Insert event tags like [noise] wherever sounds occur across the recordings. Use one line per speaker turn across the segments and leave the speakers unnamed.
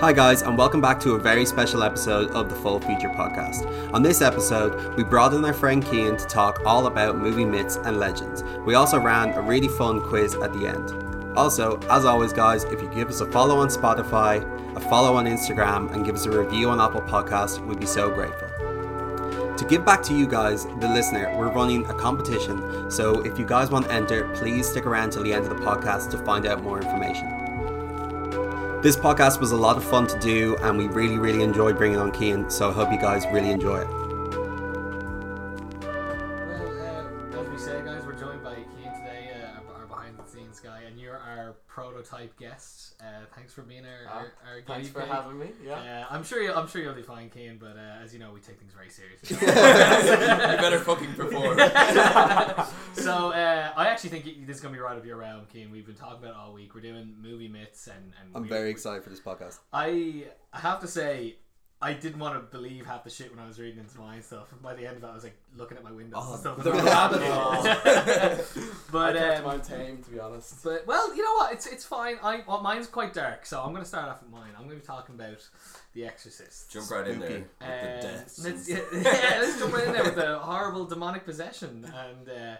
Hi, guys, and welcome back to a very special episode of the Full Feature Podcast. On this episode, we brought in our friend Kean to talk all about movie myths and legends. We also ran a really fun quiz at the end. Also, as always, guys, if you give us a follow on Spotify, a follow on Instagram, and give us a review on Apple Podcasts, we'd be so grateful. To give back to you guys, the listener, we're running a competition, so if you guys want to enter, please stick around till the end of the podcast to find out more information. This podcast was a lot of fun to do, and we really, really enjoyed bringing on Kean. So I hope you guys really enjoy it.
Well, uh, as we say, guys, we're joined by Keane today, uh, our behind the scenes guy, and you're our prototype guest. Uh, thanks for being our,
Ah,
our, our
Thanks
guinea
for
pig.
having me. Yeah.
Uh, I'm sure you, I'm sure you'll be fine, Keane. But uh, as you know, we take things
[laughs]
very seriously.
you better fucking perform.
[laughs] so uh, I actually think this is gonna be right up your realm, Keane. We've been talking about it all week. We're doing movie myths, and, and
I'm
we-
very
we-
excited for this podcast.
I I have to say. I didn't want to believe half the shit when I was reading into my stuff, and by the end of it, I was like looking at my windows
Oh,
and stuff.
the
[laughs] and I was like, but
I kept
um,
mine tame, to be honest.
But well, you know what? It's it's fine. I well, mine's quite dark, so I'm gonna start off with mine. I'm gonna be talking about The Exorcist.
Jump right in there
Spooky.
with
Uh,
the deaths.
let's, [laughs] yeah,
and stuff.
let's jump right in there with the horrible demonic possession. And uh,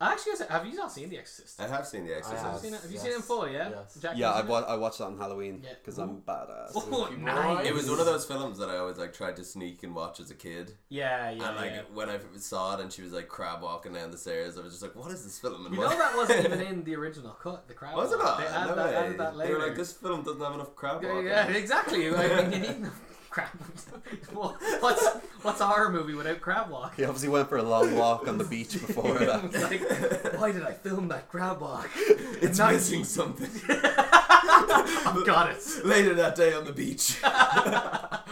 actually, have you not seen The Exorcist?
I have seen The Exorcist.
Have you
have.
seen it? Have you
yes.
seen it in full? Yeah.
Yes.
Jack
Yeah, I,
Nicholson?
wa- I watched it on Halloween
Yeah.
because I'm badass.
Oh,
Keep
nice.
going.
It was one of those films that I always like tried to sneak and watch as a kid.
Yeah, yeah.
and like
yeah.
when I saw it and she was like crab walking down the stairs, I was just like, "What is this film?" And
You
what-
know that wasn't even in the original cut. The crowd
[laughs] was it
walk. They
not? No
added that,
way.
added that
They
later.
were like, "This film doesn't have enough crab
Yeah,
walking."
yeah, exactly. I mean, you need no crab. [laughs] what's what's a horror movie without crab walk?
He obviously went for a long walk on the beach before that.
It's [laughs] like, why did I film that grab
[laughs]
walk?
[laughs]
[laughs]
It's
Nice.
missing something.
[laughs] I've got it.
Later that day on the beach.
[laughs]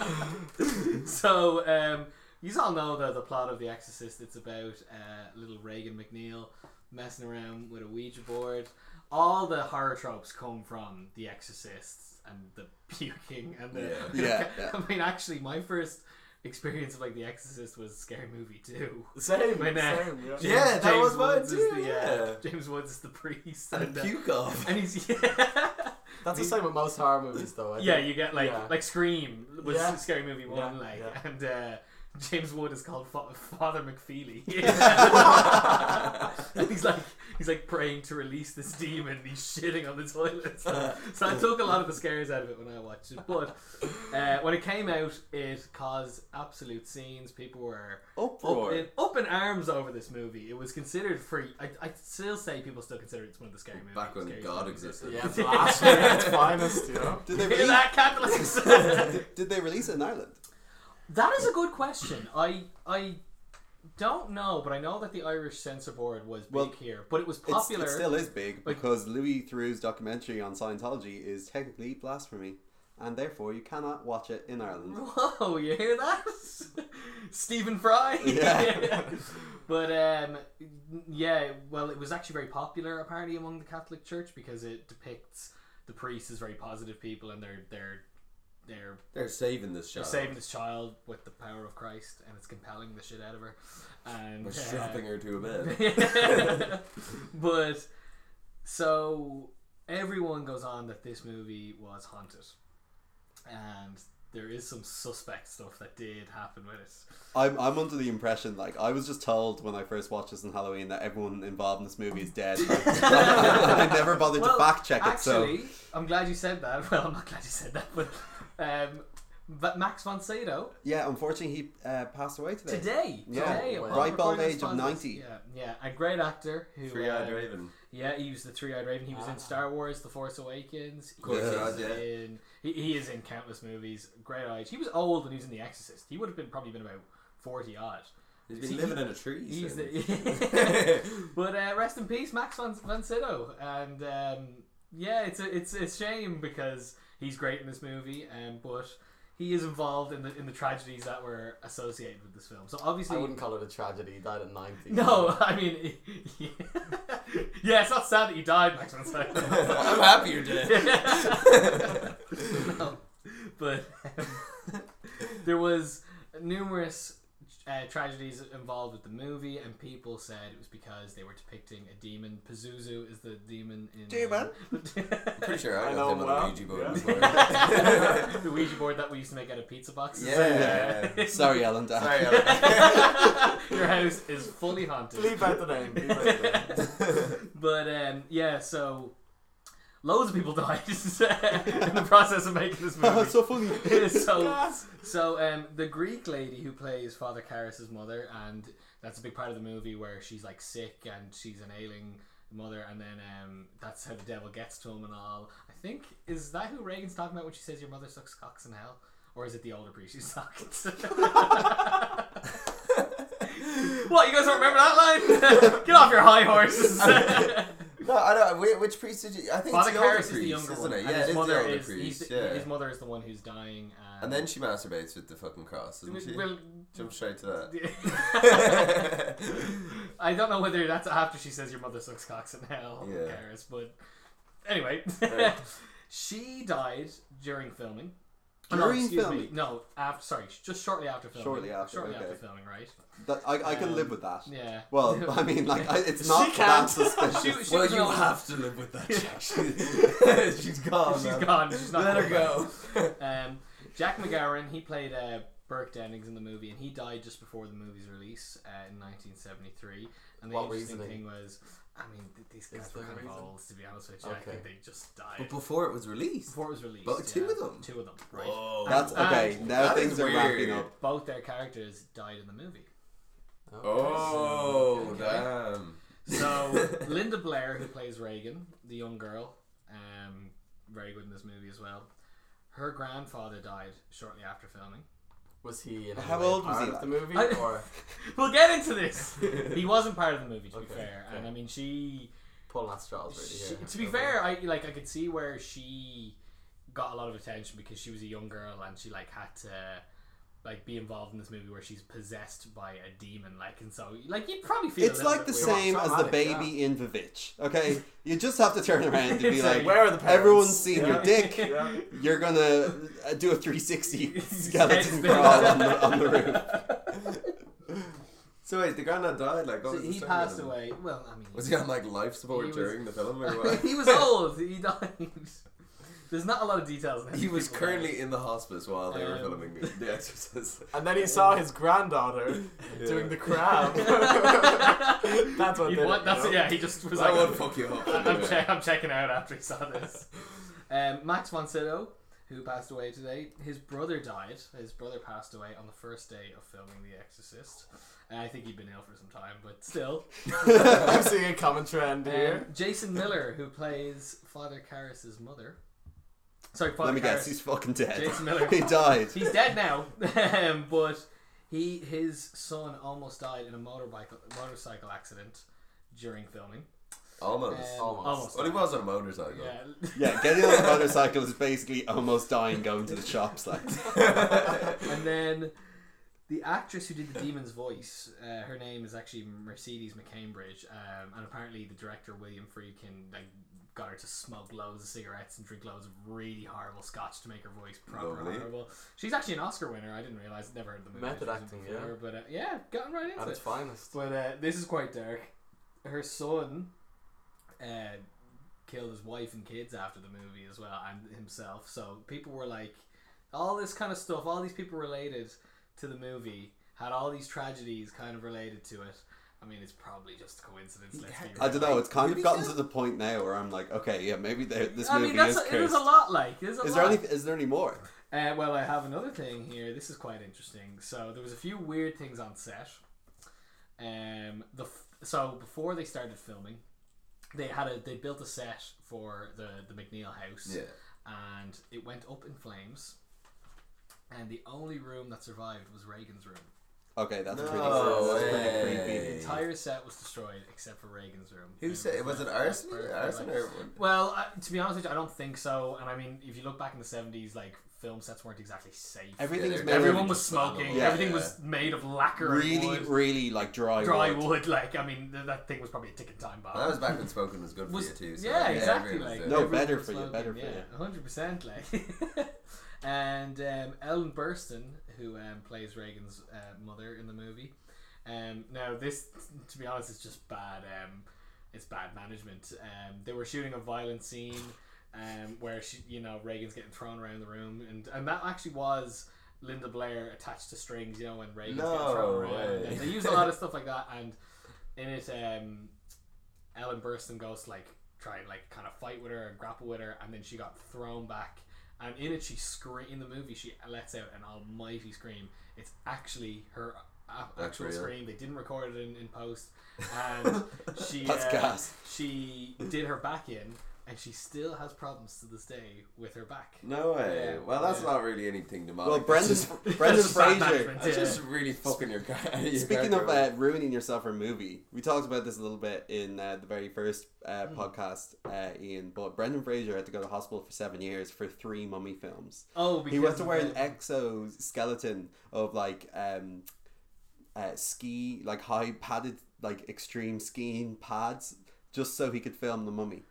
So, um, you all know the, the plot of The Exorcist. It's about uh, little Reagan McNeil messing around with a Ouija board. All the horror tropes come from The Exorcist and the puking and the.
Yeah.
[laughs]
Yeah, yeah.
I mean, actually, my first experience of like The Exorcist was Scary Movie 2.
Same,
When, uh,
same. Yeah.
Yeah. that was mine
Woods is the,
too,
uh,
yeah.
James Woods is the priest.
and
[laughs] And,
a
uh,
puke off.
and he's. [laughs] Yeah.
That's the same with most horror movies, though. I
Yeah,
think.
you get like
Yeah.
like Scream was
Yeah.
Scary Movie One,
Yeah,
like,
yeah.
and uh, James Wood is called Fa- Father McFeely.
[laughs]
[laughs] and he's like he's like praying to release this demon. And he's shitting on the toilet. So, so I took a lot of the scares out of it when I watched it. But uh, when it came out, it caused absolute scenes. People were up
Uproar.
in, up in arms over this movie. It was considered free. I, I still say people still consider it's one of the scary movies.
Back
scary
when God
movies. [laughs]
existed.
Yeah, blasphemy at its finest, you know?
Did they,
Hear
release, [laughs]
that, Catholics?
did, did they release it in Ireland?
That is a good question. I I don't know, but I know that the Irish censor board was big
Well,
here, but it was
It's,
popular.
it still is big
Like-
because Louis Theroux's documentary on Scientology is technically blasphemy, and therefore you cannot watch it in Ireland.
[laughs] Whoa, you hear that? [laughs] Stephen Fry.
[laughs] Yeah.
[laughs] but um, yeah. Well, it was actually very popular apparently among the Catholic Church because it depicts the priests as very positive people and they're they're they're
They're saving this
They're
shot.
saving this child with the power of Christ, and it's compelling the shit out of her. And
We're
uh,
strapping her to
[laughs]
a bed.
but so everyone goes on that this movie was haunted, and there is some suspect stuff that did happen with it.
I'm, I'm under the impression, like, I was just told when I first watched this on Halloween that everyone involved in this movie is dead. I never bothered to fact check it, so.
actually, I'm glad you said that. [laughs] Well, I'm not glad you said that, but um, but Max von Sydow
Yeah, unfortunately, he uh, passed away today.
today,
Yeah,
today,
wow.
upon
ripe old
recording
age
this
of
podcast-
90.
Yeah, yeah, a great actor who
Three-eyed
um,
raven.
Yeah, he was the three-eyed raven. He was in
Ah.
Star Wars: The Force Awakens. Of
course
he
he
was
was, yeah.
in he, he is in countless movies. Great age. He was old when he was in The Exorcist. He would have been probably been about forty odd.
He's
See,
been living in a tree.
He's
since.
the [laughs]
[laughs]
but uh, rest in peace, Max von von Sydow. And um, yeah, it's a it's a shame because he's great in this movie, um, but he is involved in the in the tragedies that were associated with this film. So obviously,
I wouldn't call it a tragedy. He died at 90.
no, [laughs] I mean, yeah. it's not sad that you died, Max von Sydow.
[laughs] I'm happy you're dead.
[laughs] No. But um, there was numerous uh, tragedies involved with the movie, and people said it was because they were depicting a demon. Pazuzu is the demon in. uh,
Demon?
[laughs] I'm
Pretty sure I,
I
got
know
them
him well.
on Ouija board
Yeah.
before.
the Ouija board that we used to make out of pizza boxes.
Yeah.
[laughs] Yeah.
[laughs] Sorry, Ellen. Dad. [laughs]
Sorry, Ellen.
Your house is fully haunted.
Leave out the name. Leave out the name.
[laughs] But um, yeah, so loads of people [laughs] died in the process of making this movie.
so funny.
[laughs] so so um, the Greek lady who plays Father Karras' mother, and that's a big part of the movie where she's like sick and she's an ailing mother, and then um, that's how the devil gets to him and all. I think is that who Reagan's talking about when she says your mother sucks cocks in hell, or is it the older priest who sucks? [laughs] what you guys don't remember that line? [laughs] Get off your high horses.
[laughs]
[laughs]
no, I don't. whi- Which priest did you? I think
Father
it's the older
Karras is
priest,
the younger
isn't
one.
it?
and
Yeah,
his
it is
mother
the older
is
priest.
he's the-
yeah.
his mother is the one who's dying.
and then she masturbates with the fucking cross, doesn't she?
Well,
Jump straight to that. [laughs]
I don't know whether that's after she says your mother sucks cocks in hell,
Yeah.
Karis, but anyway,
Right.
[laughs] she died during filming. Oh,
During
no, excuse me.
filming?
No, after sorry, just shortly after filming.
Shortly after,
shortly
okay.
after filming,
[laughs]
right?
That, I, I
Um,
can live with that.
Yeah.
Well,
[laughs]
I mean, like, I, it's
She
not that
can't.
suspicious.
[laughs] She- she-
well,
was
you
on-
have to live with [laughs] that. Jack. She's
[laughs]
gone.
She's
man.
gone. She's not
oh, Let her
coming back.
go.
Um, Jack McGarren, he played uh, Burke Dennings in the movie, and he died just before the movie's release uh, in 1973. And the
What
interesting
reasoning?
thing was, I mean, th- these guys
Is
were
there a
kind of
reason?
balls, to be honest with you. I
Okay.
think they just died
[laughs] But before it was released.
before it was released.
But two
yeah.
of them?
Two of them, right?
Whoa.
That's
[laughs] And-
okay.
and
now
that is
things are ramping
weird.
up.
Both their characters died in the movie.
Oh
Okay.
damn! [laughs]
So Linda Blair, who plays Reagan, the young girl, um, very good in this movie as well. Her grandfather died shortly after filming.
Was he in
How
any way
old was
part
he,
of
like?
the movie?
I- [laughs]
Or
We'll get into this. He wasn't part of the movie, to be
Okay,
fair. And
okay.
I mean, she
pulling at straws
She,
really here.
to be fair, I like I could see where she got a lot of attention because she was a young girl and she like had to like be involved in this movie where she's possessed by a demon. Like and so like you'd probably feel a
It's
little
like the
bit
we
weird.
want
same as the
traumatic,
baby in Vivitch. Okay, you just have to turn around and be
It's
like,
like,
Where are the parents?
everyone's seen
Yeah.
your
[laughs]
dick.
Yeah.
You're gonna uh, do a
[laughs]
360 skeleton
Headspin.
crawl on the, on the roof.
[laughs] So wait, the granddad died. Like, what
So
was the
he
story
passed
then?
away. Well, I mean,
Was
[laughs]
he on like life
He
support
was-
during the
[laughs]
film or what?
he was old. He died. [laughs] There's not a lot of details. In
[laughs] He was
people
currently in the hospice while they were
Um,
filming The Exorcist.
And then he saw his granddaughter doing the
[laughs]
crab. [laughs] that's what
You
did it,
know what?
you
That's
know?
yeah. He just was
[laughs] I
like,
would fuck you [laughs] up.
[laughs] I'm, che- I'm checking out after he saw this. Um, Max von Sydow, who passed away today, his brother died. His brother passed away on the first day of filming The Exorcist. And I think he'd been ill for some time, but still. [laughs]
[laughs]
I'm seeing a common trend
Um,
here.
Jason Miller, who plays Father Karras' mother. Sorry, Father
Let me guess,
Karras.
he's fucking dead. [laughs]
Jason Miller.
he died.
He's dead now, [laughs] um, but he his son almost died in a motorbike motorcycle accident during filming.
Almost.
Um,
Almost.
Well, he was on a motorcycle.
Yeah. [laughs]
Yeah, getting on a motorcycle is basically almost dying going to the shops. Like,
And then the actress who did the demon's voice, uh, her name is actually Mercedes McCambridge, um, and apparently the director William Friedkin like got her to smoke loads of cigarettes and drink loads of really horrible scotch to make her voice proper
Lovely.
horrible. She's actually an Oscar winner. I didn't realize. Never heard the movie.
Method
She was
acting,
before, But uh, yeah, gotten right into
At
it.
its finest.
But uh, this is quite dark. Her son uh, killed his wife and kids after the movie as well, and himself. So people were like, all this kind of stuff, all these people related to the movie had all these tragedies kind of related to it. I mean, it's probably just coincidence. Let's be
I
real.
don't know. It's kind of
Really?
gotten to the point now where I'm like, okay, yeah, maybe there- this
I
movie
mean,
is
that's a, it was
cursed.
a lot like. There's a
is
lot.
there any? Is there any more?
Uh, well, I have another thing here. This is quite interesting. So there was a few weird things on set. Um, the f- so before they started filming, they had a they built a set for the the McNeil house,
[laughs] Yeah.
and it went up in flames. And the only room that survived was Reagan's room.
Okay, that's pretty.
No
That's pretty
way.
creepy.
The entire set was destroyed except for Reagan's room. And
Who said? Was it
like-
arson?
like-
Arson or?
well, uh, to be honest with you, I don't think so. And I mean, if you look back in the seventies, like film sets weren't exactly safe.
Everything's
Yeah,
made
Everyone
everyone
was smoking.
Yeah.
Everything was made of lacquer
really,
and wood,
really like dry.
dry
wood.
wood. [laughs] Like I mean, th- that thing was probably a ticking time bomb.
That was back when smoking was good for
Was-
you too. So
yeah, exactly.
everyone was
Like
doing
No,
it.
everyone
better
was
for you,
smoking,
better for
yeah,
you.
[laughs] Hundred percent. Like, and um, Ellen Burstyn, who um, plays Reagan's uh, mother in the movie. Um, now this, to be honest, is just bad. Um, it's bad management. Um, they were shooting a violent scene um, where she, you know, Reagan's getting thrown around the room, and and that actually was Linda Blair attached to strings, you know, and Reagan's getting
No
thrown around.
way.
And they use a lot of stuff like that, and in it, um, Ellen Burstyn goes to, like try and like kind of fight with her and grapple with her, and then she got thrown back. And in it, she scream in the movie. She lets out an almighty scream. It's actually her a-
That's
actual
real.
scream. They didn't record it in, in
[laughs]
post, and she
That's
uh,
gas.
She did her back in, and she still has problems to this day with her back.
No way.
Yeah.
Well, that's
Yeah.
not really anything demonic.
Well,
That's
Brendan,
[laughs]
[laughs]
just-
Brendan
That's [laughs] just bad
Fraser.
management.
that's
Yeah.
just really fucking your car. [laughs] your
Speaking
character
of
up.
uh, ruining yourself for a movie, we talked about this a little bit in uh, the very first uh, podcast, uh, Ian. But Brendan Fraser had to go to hospital for seven years for three mummy films.
Oh, because
He was to
of
wear an
the-
exoskeleton of like um, uh, ski, like high padded, like extreme skiing pads, just so he could film the mummy.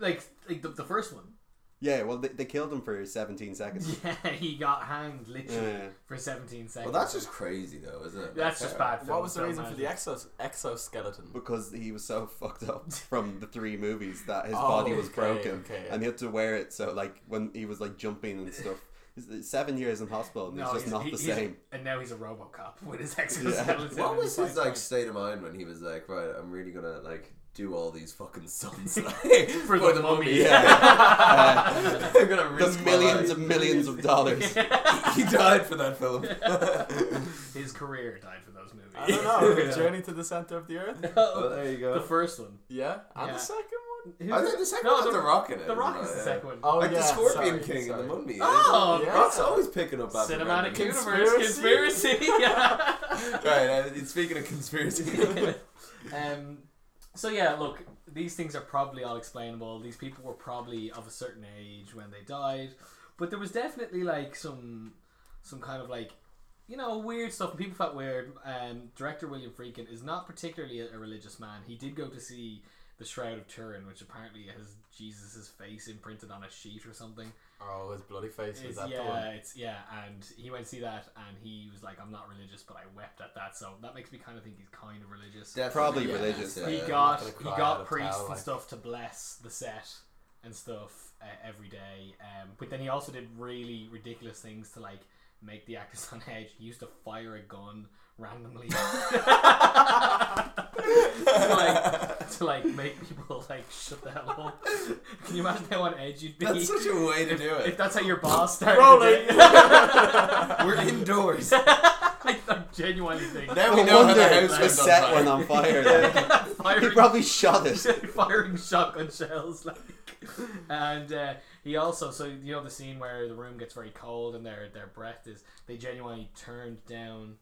like like the, the first one. [laughs]
Yeah, well, they, they killed him for 17 seconds.
Yeah, he got hanged literally
Yeah.
for 17 seconds.
Well, that's just crazy, though, isn't it?
that's
Like,
just
uh,
bad. film,
What was the
film
reason for the
management.
exos- exoskeleton?
Because he was so [laughs] fucked up from the three movies that his
Oh,
body was
okay,
broken
okay.
and he had to wear it. So, like, when he was like jumping and stuff, it's- it's seven years in hospital and it's just
he's-
not
he-
the
he's-
same.
And now he's a RoboCop [laughs] with his exoskeleton.
What
and
was his
fight [laughs]
like
back.
state of mind when he was like, right, I'm really gonna like do all these
[laughs]
fucking sons like,
for, the, mummy? [laughs]
Yeah.
[laughs] I'm gonna risk
The
my
millions
life.
and millions of dollars.
[laughs] he died for that film.
[laughs]
[laughs]
his career died for those movies.
[laughs] I don't know.
[laughs] Yeah.
Journey to the center of the earth.
well, there you
The
go.
first one.
Yeah, and
Yeah.
the second one.
I think the second
No,
one's
the-
the Rock in it.
The Rock
isn't
is
it?
the second one.
Oh
Like
yeah,
the Scorpion
sorry,
King
sorry.
and the Mummy.
Oh,
isn't it?
yeah.
It's always picking up after
Cinematic
Brendan.
universe conspiracy.
[laughs] Right, uh, speaking
[laughs]
of conspiracy.
um, so yeah, look, these things are probably all explainable. These people were probably of a certain age when they died, but there was definitely like some some kind of like you know weird stuff. and People felt weird. Um, director William Freakin is not particularly a, a religious man. He did go to see the Shroud of Turin, which apparently has Jesus's face imprinted on a sheet or something.
Oh, his bloody face was
It's-
that the
yeah,
one?
it's yeah, and he went to see that, and he was like, "I'm not religious, but I wept at that." So that makes me kind of think he's kind of religious.
Probably
Yeah,
religious.
yeah.
he
I'm
got
not gonna
he
cry out
got
of
priests
towel,
and
like-
stuff to bless the set and stuff uh, every day. Um, but then he also did really ridiculous things to like make the actors [laughs] on edge. He used to fire a gun randomly [laughs] to like to like make people like shut the hell up. Can you imagine how on edge you'd be?
[laughs] That's such a way to do
if
[laughs] it.
that's how your boss started.
Rolling.
the day?
[laughs] We're
[laughs]
indoors.
I, I genuinely think
Now
No
we know how
wonder
the
the
house went on
set
fire.
went on
[laughs]
fire. like. he
firing,
probably shot it.
firing shotgun shells, like, and uh, he also so you know the scene where the room gets very cold and their their breath is they genuinely turned down.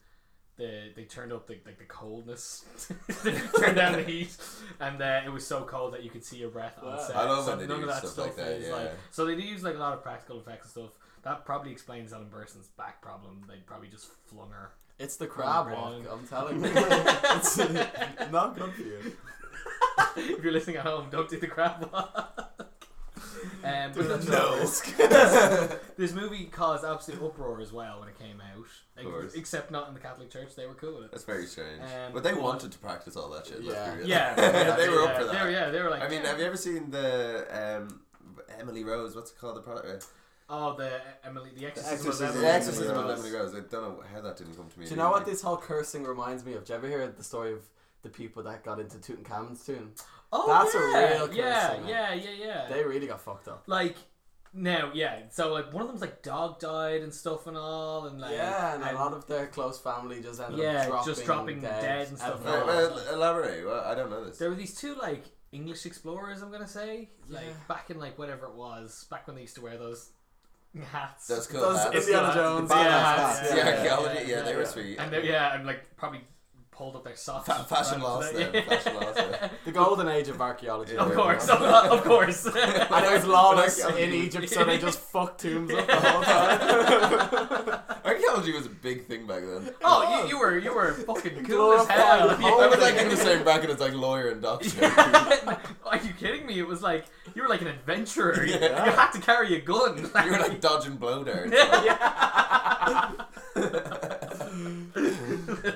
The, they turned up the, like the coldness, [laughs] They turned down the heat, and uh, it was so cold that you could see your breath on
Wow.
set.
I love
so
when they
none of
do
that
stuff like that,
is, like-
yeah.
so they do use like a lot of practical effects and stuff. That probably explains Ellen Burstyn's back problem. They probably just flung her [laughs]
It's the crab walk.
Round.
I'm
[laughs]
telling you, it's not good for
[laughs]
you.
if you're listening at home, don't do the crab walk. [laughs] Um, but
There's
that's-
no
[laughs] This movie caused absolute uproar as well when it came out. Ex-
course.
Except not in the Catholic Church, they were cool with it.
[laughs] That's very strange.
Um,
but they wanted to practice all that shit. Let's
Yeah.
be real.
Yeah,
[laughs] they
yeah,
were up for
They were,
that.
yeah, they were like.
I mean,
yeah.
have you ever seen the um, Emily Rose? What's it called? The product. uh,
Oh, the Emily, the Exorcism,
Exorcism.
of
The
Emily.
Exorcism of
Rose.
Emily Rose. I don't know how that didn't come to me.
Do you know what
immediately.
this whole cursing reminds me of? Do you ever hear the story of the people that got into Tutankhamun's tomb?
Oh,
That's a
yeah,
real curse,
Yeah,
isn't it?
yeah, yeah, yeah.
They really got fucked up.
like now, yeah. So like one of them's like dog died and stuff and all, and like
Yeah, and a lot of their close family just ended
Yeah,
up dropping
just dropping dead and stuff
at
like
Right,
all.
that.
Uh, well, elaborate. Well, I don't know this.
There were these two like English explorers. I'm gonna say like
Yeah.
back in like whatever it was, back when they used to wear those hats.
That's cool.
Those
hats.
Indiana
It's
Jones,
the
badass
hats,
hats.
the
yeah,
archaeology. Yeah, they
yeah.
were sweet.
And they're, yeah, and like probably pulled up their socks.
Fa- fashion loss
Yeah.
then, fashion loss
[laughs]
then.
The golden age of archaeology.
of
[laughs]
Yeah.
course, of, of
[laughs]
course.
And it
[laughs]
was lawless
But
in
archaeology-
Egypt, so they just fucked tombs up the whole time.
[laughs]
Archaeology was a big thing back then.
oh, you, you were you were fucking cool as
Glorified
hell.
I
hole.
was like
[laughs]
in the same bracket as like lawyer and doctor. [laughs]
Are you kidding me? It was like you were like an adventurer. You- You,
Yeah. [laughs]
had to carry a gun.
you were like dodging blow darts.
yeah. But,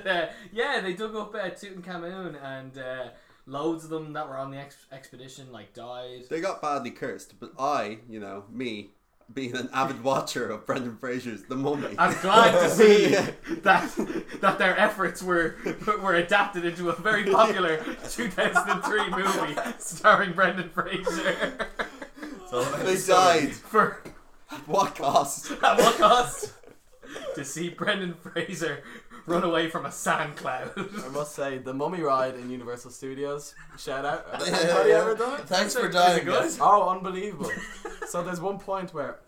uh, [laughs] yeah, they dug up uh, Tutankhamun and uh, loads of them that were on the ex- expedition like died.
They got badly cursed, but I, you know, me, being an avid watcher of Brendan Fraser's The Mummy.
I'm glad
[laughs]
[laughs]
to see that that their efforts were were adapted into a very popular 2003 movie starring Brendan Fraser.
they died.
For
What cost?
at what cost? to see Brendan Fraser run away from a sand cloud.
I must say, the mummy ride in Universal Studios, shout out. Has
Yeah,
anybody
yeah.
ever done it?
Thanks
Is
for
it
dying.
good?
guys.
Oh, unbelievable. so there's one point where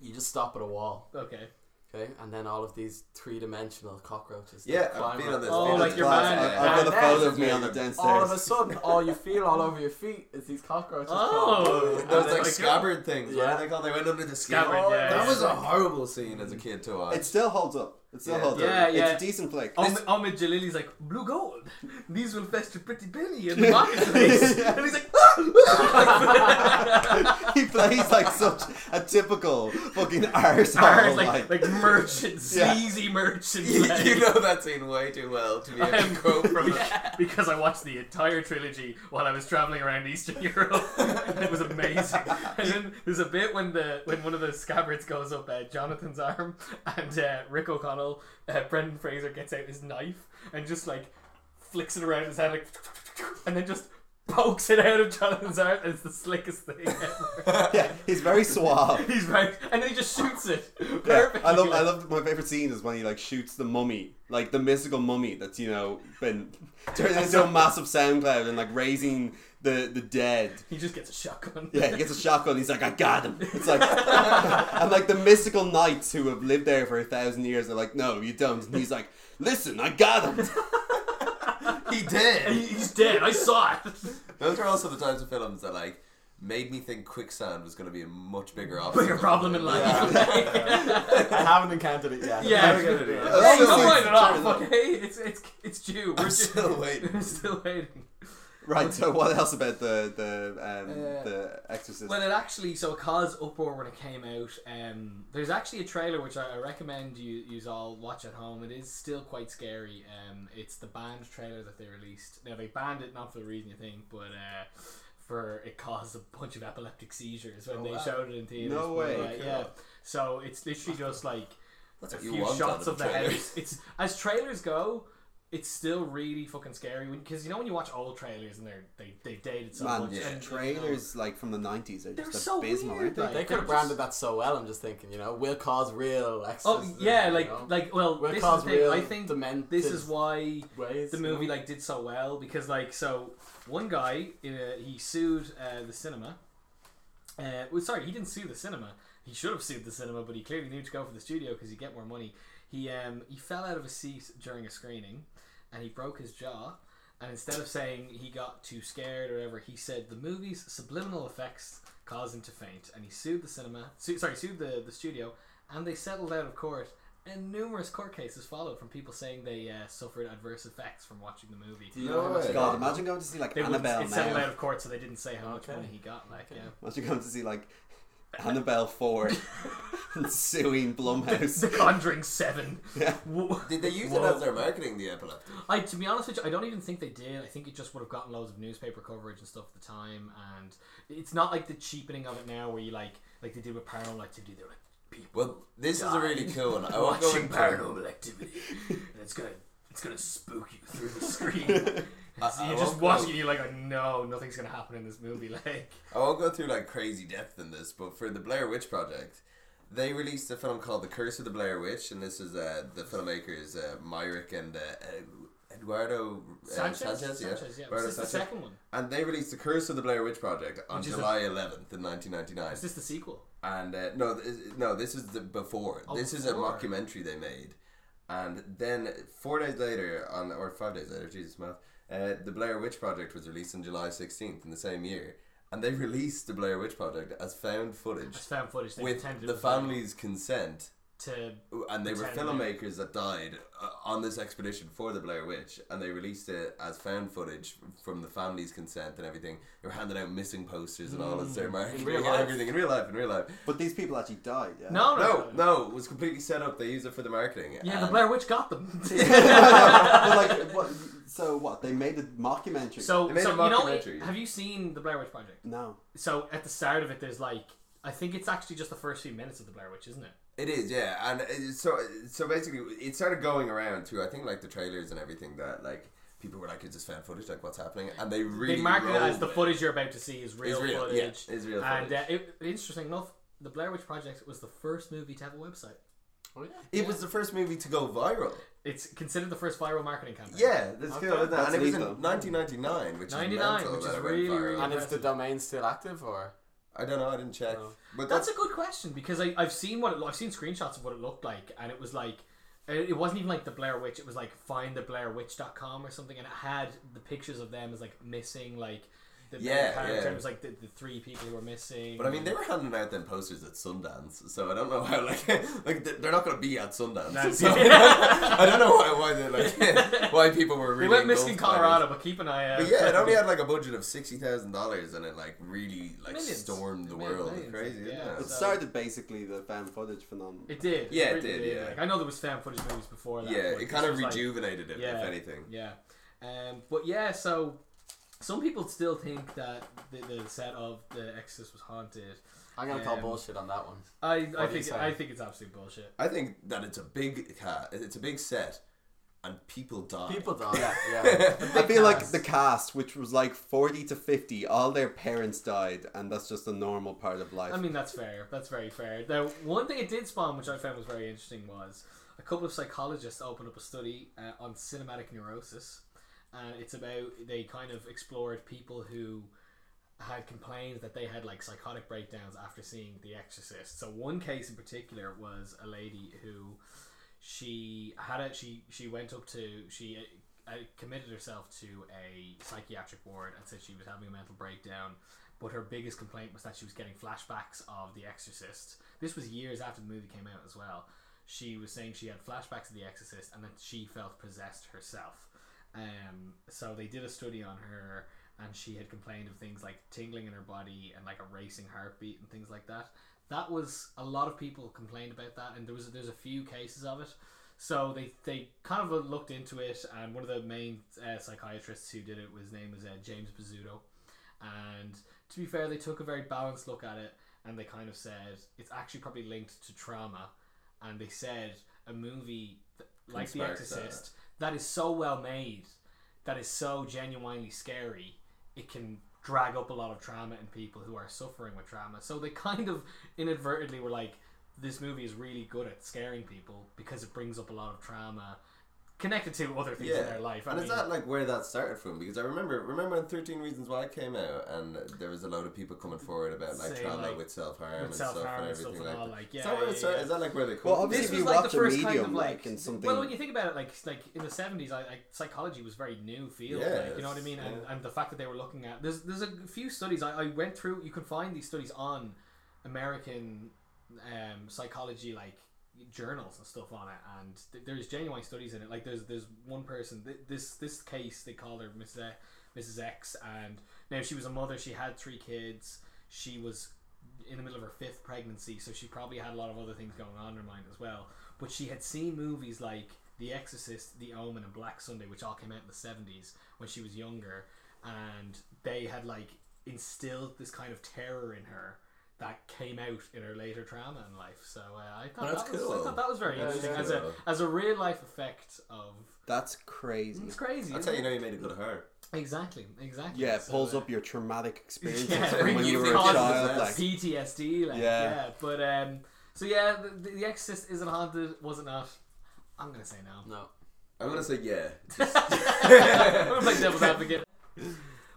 you just stop at a wall,
Okay.
okay? And then all of these three dimensional cockroaches. they
Yeah, I've
climb
been
up.
on this,
Oh,
Been
like
a
your
class.
man.
I- I've got a
Yeah,
photo
that's
of me on the
amazing.
All of a
downstairs.
sudden, all you feel all over your feet is these cockroaches.
Oh.
crawling.
Those
Oh
like
my
scabbard things. Yeah,
Yeah.
they called. They went under the skin.
Scabbard, yeah,
that
yeah.
was a horrible scene as a kid to watch.
It still holds up. It still
Yeah.
holds
Yeah,
up.
yeah. Oh
It's a decent flick.
Om-
This-
Omid Jalili's like, blue gold. These will fetch to Pretty Penny in the marketplace. And he's like, "Ah, ah."
he plays
[laughs]
like such a typical fucking arsehole.
Cars,
like-
like, like merchants,
Yeah.
sleazy merchants.
Oh [laughs] you,
like.
you know that scene way too well to be
[laughs]
able to
I'm-
quote from it.
[laughs] Yeah, because I watched the entire trilogy while I was traveling around Eastern [laughs] Europe. and it
[laughs]
was amazing. And then there's a bit when the when one of the scabbards goes up uh, Jonathan's arm, and uh, Rick O'Connell, uh, Brendan Fraser gets out his knife and just like flicks it around his head, like, and then just pokes it out of Jonathan's arm. And it's the slickest thing
[laughs]
ever.
yeah, he's very suave.
[laughs] He's right, and then he just shoots it.
Yeah,
Perfect.
I love. I love. My favorite scene is when he like shoots the mummy, like the mystical mummy that's you know been [laughs] turned into a massive sound cloud and like raising the the dead.
He just gets a shotgun.
Yeah, he gets a shotgun. He's like, I got him. It's like, [laughs] and like the mystical knights who have lived there for a thousand years are like, no, you don't. And he's like, listen, I got him.
And
He
he-
did.
he's dead. I saw it.
Those were also the types of films that like made me think quicksand was going to be a much bigger obstacle.
bigger problem in life. [laughs]
I haven't encountered it yet.
Yeah.
I'm gonna do it.
Yeah.
Hey,
Still
don't write
waiting.
it off, okay? It's it's it's due. We're
I'm still waiting.
[laughs] We're still waiting.
Right. So what else about the the um,
Uh,
the Exorcist?
Well, it actually so it caused uproar when it came out. Um, there's actually a trailer which I I recommend you you all watch at home. It is still quite scary. Um, it's the banned trailer that they released. Now they banned it not for the reason you think, but uh, for it caused a bunch of epileptic seizures when
Oh,
they
wow.
showed it in theaters.
No
but,
way.
uh, yeah. So it's literally just like
That's
a
what you
few
want
shots
out
of
of a
the
trailer.
house. It's as trailers go, it's still really fucking scary because you know when you watch old trailers and they're they they dated so
Man,
much.
yeah.
and,
trailers like from the nineties are
They're
just
so
abysmal,
weird,
aren't they?
like-
[laughs] They could have branded that so well. I'm just thinking, you know, will cause real
Oh
exorcism.
yeah, like
you know?
like well,
will
this is the
cause
thing.
real.
I think
demented
this is why
ways.
the
you know?
movie like did so well because like so one guy uh, he sued uh, the cinema. Uh, well, sorry, he didn't sue the cinema. He should have sued the cinema, but he clearly knew to go for the studio because he'd get more money. He um, he fell out of a seat during a screening, and he broke his jaw. And instead of saying he got too scared or whatever, he said the movie's subliminal effects caused him to faint, and he sued the cinema. Su- sorry, sued the the studio, and they settled out of court. And numerous court cases followed from people saying they uh, suffered adverse effects from watching the movie.
Do you
No
know how much
way.
God,
it costs?
imagine going to see like
They wouldn't-
Annabelle
it settled out
now.
of court, so they didn't say how much
Okay.
money he got. Like, uh, yeah.
Imagine going to see like Annabelle
[laughs]
four and suing Blumhouse.
The Conjuring Seven.
Yeah.
Wha-
Did they use
Whoa.
it as their marketing? The epileptic.
I, to be honest with you, I don't even think they did. I think it just would have gotten loads of newspaper coverage and stuff at the time. And it's not like the cheapening of it now, where you like, like they did with Paranormal Activity. They're like, people
Well, this is a really cool one. I won't go
watching
into
Paranormal Activity, and it's gonna, it's gonna spook you through the
[laughs]
screen. And
I-
so
I
you just
won't
watch
go-
it, and you're like, "Oh, no, nothing's gonna happen in this movie. Like,
I won't go through like crazy depth in this, but for the Blair Witch Project, they released a film called The Curse of the Blair Witch, and this is uh, the filmmakers uh, Myrick and uh, Ed- Eduardo uh,
Sanchez,
Sanchez, yeah,
Was
Eduardo
this the
Sanchez.
second one?
and they released The Curse of the Blair Witch Project on
Which is a-
July 11th in 1999.
Is this the sequel?
and uh, no, th- is- no, this is the before.
Oh,
this is a
before.
mockumentary they made, and then four days later, on or five days later, Jesus math, uh, the Blair Witch Project was released on July sixteenth in the same year, and they released the Blair Witch Project as found footage
It's found footage. They
with
pretended it
the
was like-
family's consent
to
Ooh, And they were
Pretend.
filmmakers that died uh, on this expedition for the Blair Witch, and they released it as found footage from the family's consent and everything. They were handing out missing posters and
Hmm.
all as their marketing,
real
and
life.
everything in real life, in real life.
But these people actually died. Yeah.
no, no,
No, no, it was completely set up. They used it for the marketing.
Oh,
Um,
Yeah, the
and-
Blair Witch got
[laughs]
them.
[laughs] but like, what, so what? They made a mockumentary.
[laughs] so,
They made
so
a
you know,
mockumentary.
have you seen the Blair Witch Project?
no.
So at the start of it, there's like, I think it's actually just the first few minutes of the Blair Witch, isn't it?
It is, yeah, and it- so so basically, it started going around through. I think like the trailers and everything that like people were like, "It's just fan footage, like what's happening," and they really
they mark it as
rolled
the
it.
footage you're about to see is real,
real, yeah,
footage.
is real
And
footage.
uh, it, interesting enough, the Blair Witch Project was the first movie to have a website.
Oh, yeah.
It was the first movie to go viral.
It's considered the first viral marketing campaign.
Yeah, that's
Okay.
cool. Isn't it?
That's
and it was
lethal.
in 1999, which
99,
is mental
which
that
is
it went
really,
viral.
really-
And is the domain still active or?
I don't know. I didn't check,
No.
but
That's
that's,
a good question because I, I've seen what it, lo- I've seen screenshots of what it looked like, and it was like it it wasn't even like the Blair Witch. It was like findtheblairwitch.com or something, and it had the pictures of them as like missing, like the main
Yeah,
character.
yeah.
It was like the, the three people who were missing.
But I mean, they were handing out them posters at Sundance, so I don't know how [laughs] like like they- they're not going to be at Sundance.
That's-
So [laughs] I don't know why why they like [laughs] why people were
They
really
went missing in
engulfed by this.
Colorado, but keep an eye out.
But yeah, it only had like a budget of sixty thousand dollars, and it like really like
Millions.
stormed the
It made
world.
millions,
Crazy, isn't
yeah.
It
it?
So-
started basically the found footage phenomenon.
[laughs] It did.
Yeah, it
really
did, yeah.
Like, I know there was fan footage movies before that.
Yeah,
but
it kind
this
of
was, like,
rejuvenated it,
yeah.
if anything.
Yeah. Um, but yeah, so some people still think that the, the set of The Exorcist was haunted.
I'm gonna call
Um,
bullshit on that one.
I, I
What do you
think
say?
I think it's absolute bullshit.
I think that it's a big cat. It's a big set, and people die.
People don't. Yeah.
[laughs]
yeah.
I feel like the cast, which was like 40 to 50, all their parents died, and that's just a normal part of life.
I mean, that's fair. That's very fair. Now, one thing it did spawn, which I found was very interesting, was a couple of psychologists opened up a study uh, on cinematic neurosis, and it's about they kind of explored people who had complained that they had like psychotic breakdowns after seeing The Exorcist. So one case in particular was a lady who she had a she she went up to she uh, uh, committed herself to a psychiatric ward and said she was having a mental breakdown but her biggest complaint was that she was getting flashbacks of the exorcist this was years after the movie came out as well she was saying she had flashbacks of the exorcist and that she felt possessed herself um, so they did a study on her and she had complained of things like tingling in her body and like a racing heartbeat and things like that that was a lot of people complained about that and there was there's a few cases of it so they, they kind of looked into it and one of the main uh, psychiatrists who did it was name was uh, james Pizzuto. and to be fair they took a very balanced look at it and they kind of said it's actually probably linked to trauma and they said a movie th- like the
spark
exorcist that is so well made that is so genuinely scary it can drag up a lot of trauma in people who are suffering with trauma. So they [laughs] kind of inadvertently were like, this movie is really good at scaring people because it brings up a lot of trauma connected to other things
Yeah.
in their life. I
and
mean,
is that like where that started from? Because I remember, remember when Thirteen Reasons Why came out, and there was a load of people coming forward about like
Saying,
trauma
like,
with self harm and
with
stuff
self
and
harm and
everything
stuff and
like
all,
that.
like,
Is
yeah.
that where it
yeah,
started?
yeah.
Is that like where they come?
Well,
from?
obviously,
This
if
was
you
like the
watch a
first kind of
medium,
like,
like, and something-
well, when you think about it, like it's like in the seventies, I, I psychology was very new field.
Yeah,
like, you know what I
it's-
mean? And,
yeah.
and the fact that they were looking at there's there's a few studies I, I went through. You can find these studies on American um, psychology like journals and stuff on it, and th- there's genuine studies in it. Like there's there's one person th- this this case they call her Mrs. E- Mrs. X, and now she was a mother. She had three kids. She was in the middle of her fifth pregnancy, so she probably had a lot of other things going on in her mind as well. But she had seen movies like The Exorcist, The Omen, and Black Sunday, which all came out in the seventies when she was younger, and they had like instilled this kind of terror in her that came out in her later trauma in life. So uh, I thought
That's
that was I
cool.
thought that was very
That is
interesting as a
cool.
as a real life effect of.
that's crazy.
It's crazy.
That's how
isn't
you
it?
know you made a good hurt.
Exactly, exactly.
Yeah, it
So,
pulls
uh,
up your traumatic experiences
yeah,
from [laughs] when
brings
you
you
were a
causes
child.
that.
Like,
PTSD. Like,
Yeah.
yeah. but um, so yeah, the, the, the Exorcist isn't haunted, was it not? I'm gonna say
[laughs]
no. [laughs]
No.
I'm gonna say yeah.
I'm gonna play devil's advocate.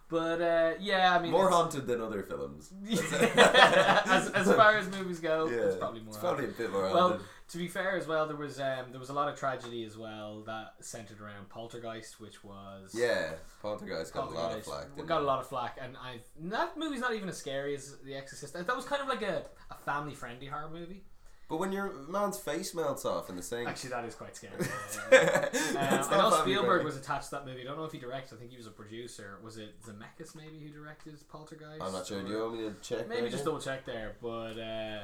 But uh, yeah, I mean,
[laughs] More
it's-
haunted than other films.
[laughs] as, as far as movies go, it's probably more.
It's
haunted.
probably a bit more
well,
haunted.
to be fair, as well, there was um, there was a lot of tragedy as well that centered around Poltergeist, which was
Yeah, Poltergeist got a lot of
Poltergeist.
flack. didn't
Oh, Got
it?
a lot of flack, and I that movie's not even as scary as The Exorcist. That was kind of like a, a family friendly horror movie.
But when your man's face melts off in the sink, [laughs]
Actually, that is quite scary. Uh,
It's
uh,
not
I know
family
Spielberg
friendly.
was attached to that movie. I don't know if he directed. I think he was a producer. Was it Zemeckis maybe who directed Poltergeist?
I'm not sure. Do
Or-
you want me to check?
Maybe
right
just
now?
double check there, but uh,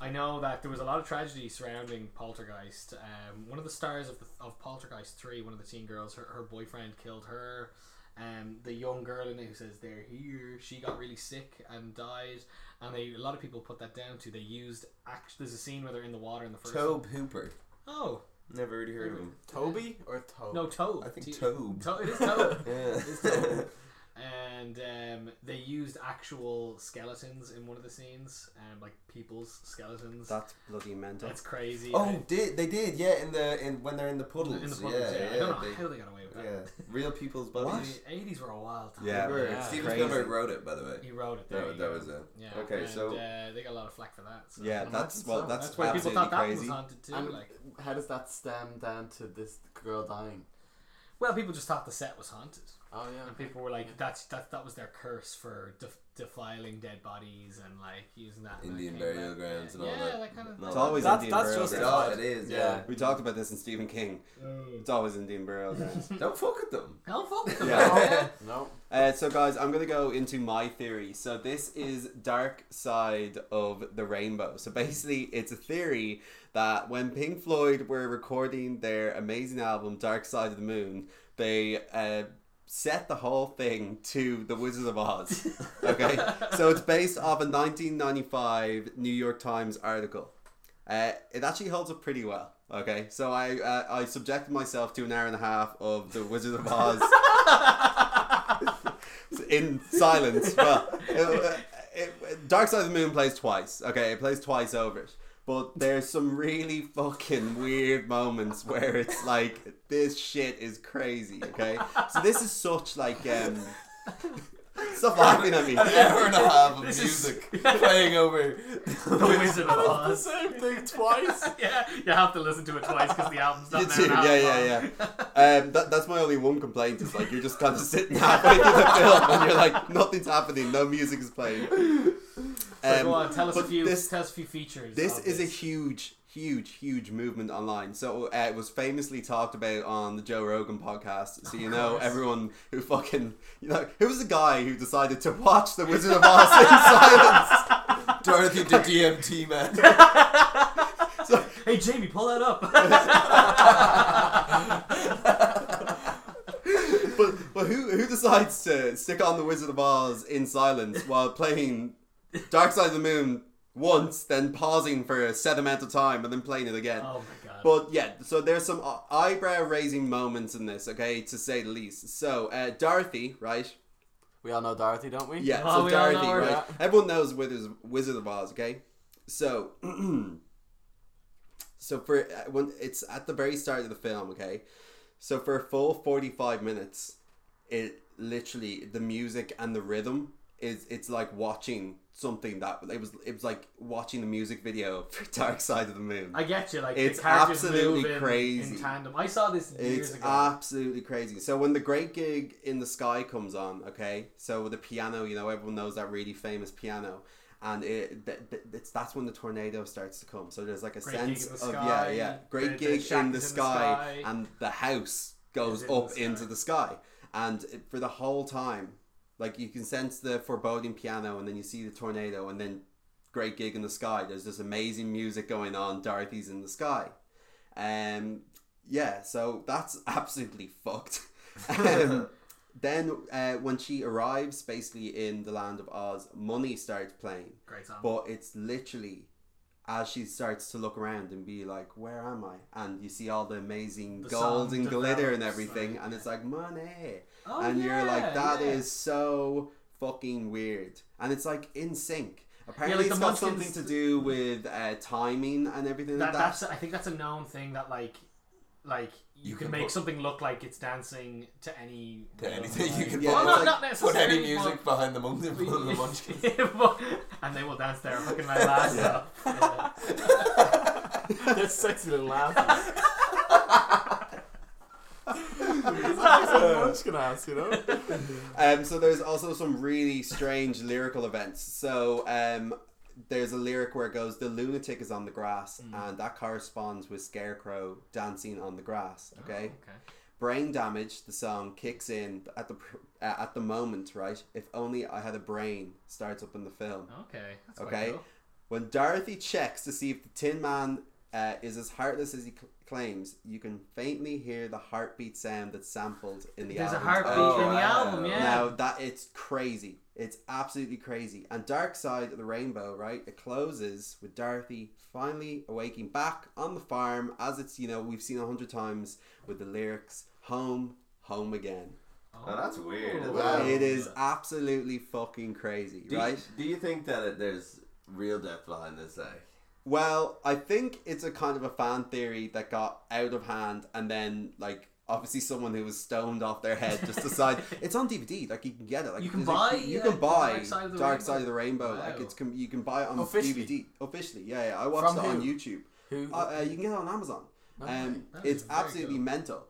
I know that there was a lot of tragedy surrounding Poltergeist. Um, one of the stars of, the, of Poltergeist 3, one of the teen girls, her, her boyfriend killed her. Um, the young girl in it who says they're here, she got really sick and died. And they, a lot of people put that down to they used. Act- there's a scene where they're in the water in the first.
Tobe Hooper.
one. Oh
Never really heard of him.
Toby or Tobe?
no, Tobe.
I think
T-
Tobe.
To- it is Tobe. It's
[laughs] Yeah.
Tobe. and um, they used actual skeletons in one of the scenes, um, like people's skeletons.
That's bloody mental.
That's crazy.
[laughs] oh,
right?
did they did? Yeah, in the in when they're in the puddles.
in the public, yeah,
yeah,
I don't know
they-
how they got away with that.
yeah. Real people's bodies.
The eighties were a wild time.
Yeah.
They were.
Yeah.
Steven
Crazy.
Spielberg wrote it, by the way.
He wrote it. There
That,
you
that
go.
was it.
Yeah.
Okay,
and,
so
uh, they got a lot of flack for that. So.
yeah,
Imagine
that's well,
so.
that's,
that's why people
absolutely
thought that
crazy.
was haunted too.
And
Like,
how does that stem down to this girl dying?
well, people just thought the set was haunted,
Oh yeah.
and people were like, "That's that. That was their curse for def- defiling dead bodies and like using that." and that
Indian
came
burial
back.
grounds
yeah.
and all
yeah,
that.
kind of.
No,
It's always
That's-
Indian
that's
burial
just-
It,
grounds.
all, Oh, it is. Yeah.
We talked about this in Stephen King.
[laughs]
It's always Indian burial grounds.
Don't fuck with them. [laughs]
Hell, fuck them.
Oh,
Yeah.
[laughs]
yeah.
No.
Uh, so, guys, I'm going to go into my theory. So, this is Dark Side of the Rainbow. So, basically, it's a theory that when Pink Floyd were recording their amazing album, Dark Side of the Moon, they uh, set the whole thing to The Wizard of Oz. Okay? so, it's based off a 1995 New York Times article. Uh, it actually holds up pretty well. Okay, so I uh, I subjected myself to an hour and a half of The Wizard of Oz [laughs] in silence. Well, it, it, Dark Side of the Moon plays twice. Okay, it plays twice over it. But there's some really fucking weird moments where it's like this shit is crazy. Okay, so this is such like um, [laughs] stop laughing at me.
An hour and a half of
This is- [laughs]
music playing over.
[laughs]
[laughs]
The Wizard of
the
Oz.
same thing twice.
[laughs] yeah, you have to listen to it twice because the album's not
You
there
too,
now.
yeah, yeah, yeah. Um, that, that's my only one complaint is like you're just kind of sitting halfway through the film and you're like nothing's happening, no music is playing. Um,
So go on, tell us a
but
few.
This,
tell us a few features.
this
of
is a
this.
huge, huge, huge movement online. So uh, it was famously talked about on the Joe Rogan podcast. So you know everyone who fucking you know who was the guy who decided to watch The Wizard of Oz in [laughs] silence.
Dorothy the
[laughs]
DMT man.
Hey Jamie, pull
[laughs]
that up. [laughs] Oh
But but who who decides to stick on the Wizard of Oz in silence while playing Dark Side of the Moon once, then pausing for a set amount of time and then playing it again?
oh my god.
But yeah, so there's some e-, eyebrow raising moments in this, okay, to say the least. So uh, Dorothy, right?
We all know Dorothy, don't we? [laughs]
Yeah,
[laughs] Oh,
so
we all
Dorothy,
know her.
right? Everyone knows Wizards, Wizard of Oz, okay? So, [clears throat] so for uh, when it's at the very start of the film, okay? So for a full forty-five minutes, it literally the music and the rhythm is it's like watching something that it was it was like watching the music video [laughs] for Dark Side of the Moon.
I get you. Like
It's
the characters
absolutely
move in,
crazy.
in tandem. I saw this years
It's
ago.
absolutely crazy. So when the great gig in the sky comes on, okay, so with the piano, you know, everyone knows that really famous piano, and it th- th- it's that's when the tornado starts to come. So there's like a
Great Gig
sense
in
of
the
yeah,
Sky,
yeah,
the-
great
the
gig
shack
in the
is in the
sky,
sky.
and the house goes
Is in the
up
sky.
into the sky, and it, for the whole time, like you can sense the foreboding piano, and then you see the tornado, and then great gig in the sky. There's this amazing music going on. Dorothy's in the sky. Um, yeah, so that's [laughs] absolutely
[laughs]
fucked. Um, then uh, when she arrives, basically in the land of Oz, money starts playing,
Great song.
but it's literally as she starts to look around and be like, "Where am I?" and you see all the amazing
The
gold
song
and glitter and
develops,
everything,
like,
and it's like money
oh,
and you're like, that is
yeah.
so fucking weird. And it's like in sync. Apparently,
like
it's
the
got something
Munchkins-
to do with uh, timing and everything like
That-
that.
that's. I think that's a known thing that like, like you,
You
can,
can
make
put-
something look like it's dancing to any.
To
rhythm,
anything you
like-
can
Yeah,
put,
it's
like- not
put any
necessarily,
music
but-
behind the monkey. the munchkin.
[laughs] and they will dance their fucking like last
Yeah.
up. Yeah. [laughs]
They're sexy little asses.
[laughs]
It's like some munchkin ass, you know.
Um, so there's also some really strange lyrical events. So um, there's a lyric where it goes, "The lunatic is on the grass,"
Hmm.
and that corresponds with Scarecrow dancing on the grass.
Oh.
Okay.
Okay.
Brain damage. The song kicks in at the pr- uh, at the moment, right? If only I had a brain starts up in the film.
Okay. That's quite
Okay.
cool.
When Dorothy checks to see if the Tin Man uh, is as heartless as he cl- claims, you can faintly hear the heartbeat sound that's sampled in the
There's a
album.
heartbeat
Oh,
in the
wow.
album, yeah.
Now that it's crazy. It's absolutely crazy. And Dark Side of the Rainbow, right? It closes with Dorothy finally awaking back on the farm, as it's you know we've seen a hundred times with the lyrics "Home, home again."
Oh, that's weird.
Oh.
Wow.
It is absolutely fucking crazy,
Do,
right?
do you think that it, there's real depth behind this? Like,
Well, I think it's a kind of a fan theory that got out of hand, and then like obviously someone who was stoned off their head
[laughs]
just decided it's on DVD. Like you can get it. Like
You can
there's a-
buy,
You
uh,
can buy
Dark Side of the
Dark
Rainbow?
Side of the Rainbow.
Wow.
Like it's can, you can buy it on
Officially?
DVD officially. Yeah, yeah. I watched
From
it on
who?
YouTube.
Who?
Uh, uh, you can get it on Amazon.
No
um,
way. That is
it's
very
absolutely
cool.
mental.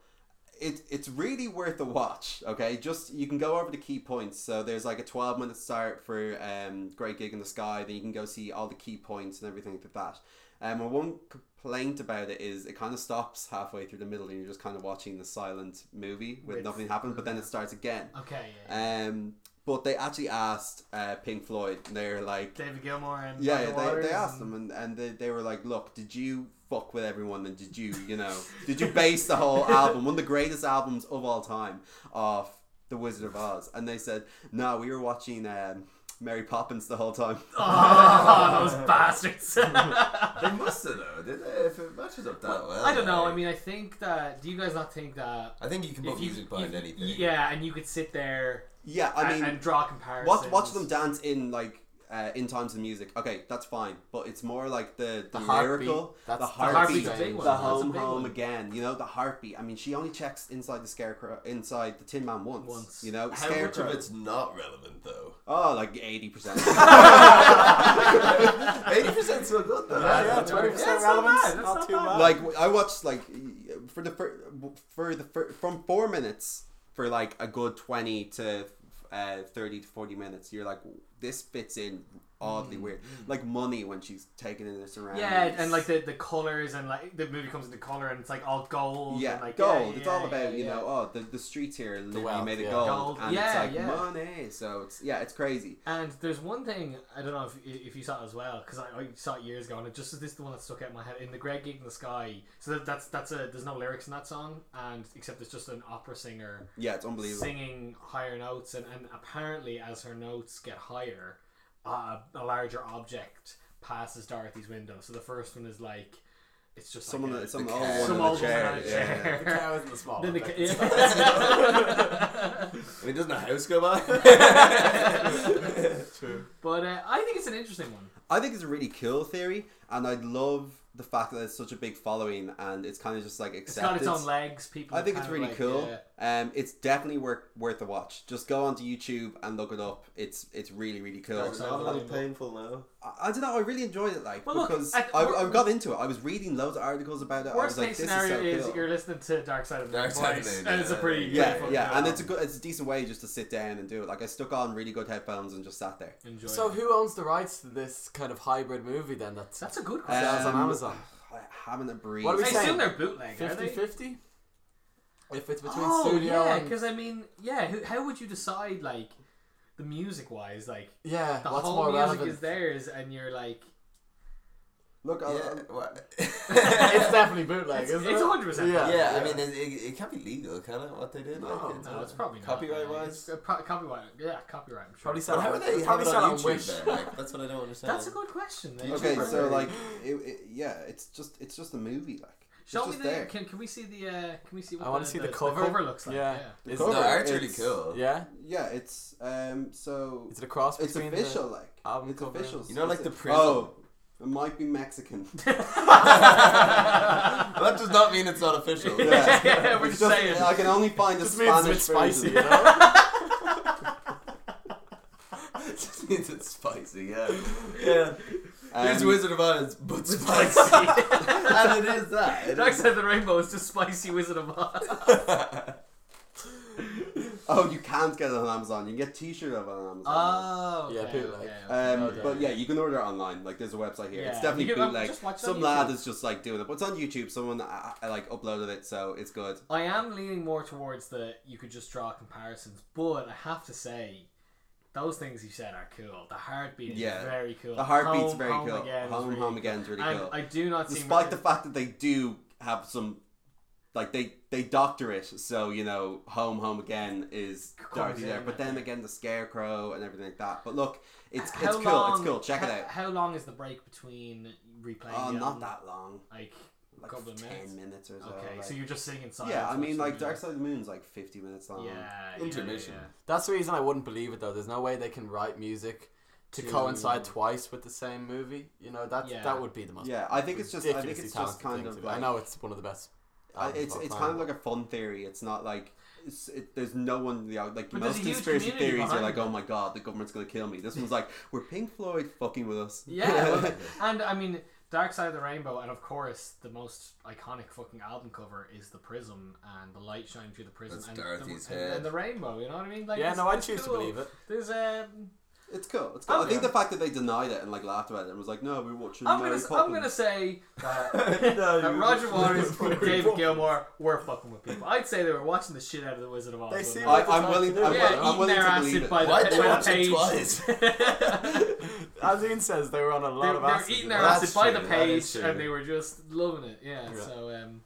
It, it's really worth a watch. Okay, just you can go over the key points. So there's like a 12 minute start for um, Great Gig in the Sky. Then you can go see all the key points and everything like that. Um, and one complaint about it is it kind of stops halfway through the middle, and you're just kind of watching the silent movie with
With-
nothing happening. But then it starts again.
Okay. Yeah.
Um, but they actually asked uh, Pink Floyd. and They're like,
David Gilmour and
yeah,
Roger
they,
Waters
they asked
and-
them, and, and they, they were like, look, did you fuck with everyone? And did you, you know, did you base the
[laughs]
whole album, one of the greatest albums of all time, off The Wizard of Oz? And they said, no, we were watching um, Mary Poppins the whole time.
[laughs] [laughs] Oh, those
[laughs]
bastards.
they
I
must have though. Did they? If it matches up that well,
don't know.
like-
I mean, I think that. Do you guys not think that?
I think you can put music behind
you-
anything.
Yeah, and you could sit there
Yeah, I
and,
mean,
and draw comparisons.
watch, watch them dance in, like, uh, in times of music, okay, that's fine, but it's more like the the,
The heartbeat.
lyrical,
That's-
the
the
heartbeat,
heartbeat's a big
the
one.
That's a
home
big
home
one.
again. You know the heartbeat. I mean, she only checks inside the scarecrow, inside the Tin Man once.
Once.
You know,
How much of it's not relevant though?
Oh, like eighty
[laughs]
percent.
Eighty percent still good though.
Yeah, yeah,
That's
twenty
not bad.
percent
it's not
relevance. Not,
bad, that's not
too
bad.
bad.
Like I watched like for the fir- for the fir- from four minutes for like a good twenty to uh, thirty to forty minutes. You're like this fits in oddly weird, like money when she's taken in her surroundings.
Mm-hmm. Yeah, and like the, the colors and like the movie comes into color and it's like all gold.
Yeah,
and, like,
gold.
yeah,
it's
yeah,
all about
yeah,
you
yeah.
know. Oh, the, the streets here literally
wealth,
made of
yeah.
gold,
Gold,
and it's
yeah,
like
yeah.
money. So it's yeah, it's crazy.
And there's one thing I don't know if if you saw it as well because I, I saw it years ago and it just this is the one that stuck out in my head in the Greg Gig in the Sky. So that, that's that's a there's no lyrics in that song and except it's just an opera singer
Yeah, it's unbelievable.
singing higher notes and, and apparently as her notes get higher, uh, a larger object passes Dorothy's window. So the first one is like it's just
Someone,
like a-
that some
the
old
cat.
one
some
in a
old woman
chair.
on a
yeah.
chair.
the cow Oh, is in the small
Then
one.
the
like,
ca-
[laughs]
[laughs]
I mean, doesn't a house go by?
True.
but uh, I think it's an interesting one.
I think it's a really cool theory, and I love the fact that it's such a big following, and it's kind of just like
It's got
accepted.
its own legs. People.
I think
are
it's
kinda
really
like,
cool.
yeah.
Um, it's definitely worth worth a watch. Just go onto YouTube and look it up. It's it's really really cool.
Dark Side. not that
painful now.
I, I don't know. I really enjoyed it, like
Well, look,
because
at-
I,
wor-
I got into it. I was reading loads of articles about it. I was
Worst
like,
case
this
scenario
is, so
is
cool.
you're listening to Dark Side of the
Dark
Moon
Side of the
Voice,
Moon,
and it's a
yeah.
pretty
yeah,
beautiful
yeah, and
film.
it's a good, it's a decent way just to sit down and do it. Like I stuck on really good headphones and just sat there.
Enjoy.
So
it.
who owns the rights to this kind of hybrid movie then? That's
that's a good question.
sells
Um, [sighs]
on Amazon.
I haven't a breeze.
What are
I
we
assume
saying?
they're bootleg, are they?
50-50? If it's between
oh
studio
yeah,
and
because I mean, yeah. Who, how would you decide like the music wise, like
yeah,
the
what's
whole
more
music
relevant?
is theirs, and you're like,
Look, uh, um, I-
Yeah, what?
[laughs] it's definitely bootleg,
it's
isn't
it's
it?
100. percent
Yeah.
yeah, I mean, it, it, it can't be legal, can it? What they did?
No,
like, uh,
No, it's probably not.
copyright
It's,
wise.
uh, pro- copyright, yeah, copyright. I'm sure.
Probably
But
sell
how are
it.
they? How are
probably
they
sell it on
on
Wish.
YouTube? Then? Like, that's what I don't understand.
That's a good question. they-
Okay,
YouTuber.
so like, it, it, yeah, it's just it's just a movie, like it's
Show me
just
the.
there.
Can, can we see the? Uh, can we see? What
I want
the-
to see
the,
the cover.
looks like.
Yeah.
Yeah.
Is
cover.
No,
it,
art's really
It's-
cool.
yeah?
Yeah, it's um, so
Is it a cross
it's
between [laughs]
official, like
album
it's
cover.
official.
You know, like
It's
the
a-
prism.
Oh, it might be Mexican. [laughs]
[laughs] that
[laughs]
does not mean it's not official.
Yeah.
Yeah, we're
It's
just, saying.
I can only find
The,
a
just means
Spanish
it's spicy, you
version. [laughs]
know?
[laughs] it just means it's spicy. Yeah, yeah. Here's
Um,
Wizard of Oz, [laughs] but spicy, [laughs] and it is that. It
Dark
is. [laughs]
Side of the Rainbow is just spicy Wizard of Oz.
Oh, you can't get it on Amazon. You can get T-shirt of it on Amazon.
Oh,
Yeah,
okay,
bootleg.
okay, okay.
Um,
Okay.
But yeah, you can order it online. Like there's a website here. It's
Yeah.
definitely
You can- um,
bootleg.
just watch it on
Some lad
YouTube.
is just like doing it, but it's on YouTube. Someone uh, uh, like uploaded it, so it's good.
I am leaning more towards the you could just draw comparisons, but I have to say, those things you said are cool. The heartbeat is
Yeah.
very cool.
The heartbeat's
Home-
very
Home
cool.
Again is
home,
really
home again's really
and
cool.
I do not see
Despite the fact that they do have some, like they they doctor it, so you know, home home again is
Comes
Dorothy there.
in,
But
yeah.
then again, the scarecrow and everything like that. But look, it's
How
it's cool. It's
long-
cool. Check it
how-
out.
How long is the break between replaying?
Oh,
the album?
not that long.
Like,
Like
Couple of minutes.
ten minutes or so.
okay,
like-
so you're just singing songs.
yeah, I mean, like Dark
Dark's
Side of the Moon's like fifty minutes long.
Yeah,
Intermission.
Yeah, yeah.
That's the reason I wouldn't believe it though. There's no way they can write music to
To-
coincide twice with the same movie. You know that
Yeah.
that would be the most.
Yeah, I think it's just- I think
ridiculously
it's just
talented
kind
thing
of
to do. I
like-
know it's one of the best.
I- it's it's kind of like [laughs] a fun theory. It's not like it's, it, there's no one you know, like
But there's
most
a huge
conspiracy
community
theories are
behind
like, oh
it.
my god, the government's gonna kill me. This one's like, we're Pink Floyd fucking with us. [laughs]
Yeah, well, and I mean, Dark Side of the Rainbow, and of course, the most iconic fucking album cover is the prism and the light shining through the prism
That's
and,
Dorothy's
the, and- and
head.
the rainbow. You know what I mean? Like,
yeah,
it's-
no, I
it's
choose
cool.
to believe it.
There's um,
it's cool. It's cool. I
I'm
think
gonna-
the fact that they denied it and like laughed about it and was like, no, we were watching.
I'm
Mary
gonna I'm
Poppins."
gonna say
[laughs]
that,
No,
that
you-
Roger Waters,
Mary
David
Poppins.
Gilmore were fucking with people. I'd say they were watching the shit out of the Wizard of Oz.
They
but-
seem
I,
like
I'm willing. I'm,
yeah,
I'm
eating
willing
their
to
acid
believe it.
by the,
Why'd
by
they
the
watch it
page.
twice?
[laughs]
[laughs]
[laughs] As Ian says, they were on a lot
they,
of
they were
acid.
eating
[laughs]
their
That's
acid by the
true, that is
page
true.
and they were just loving it. Yeah,
Yeah.
so um,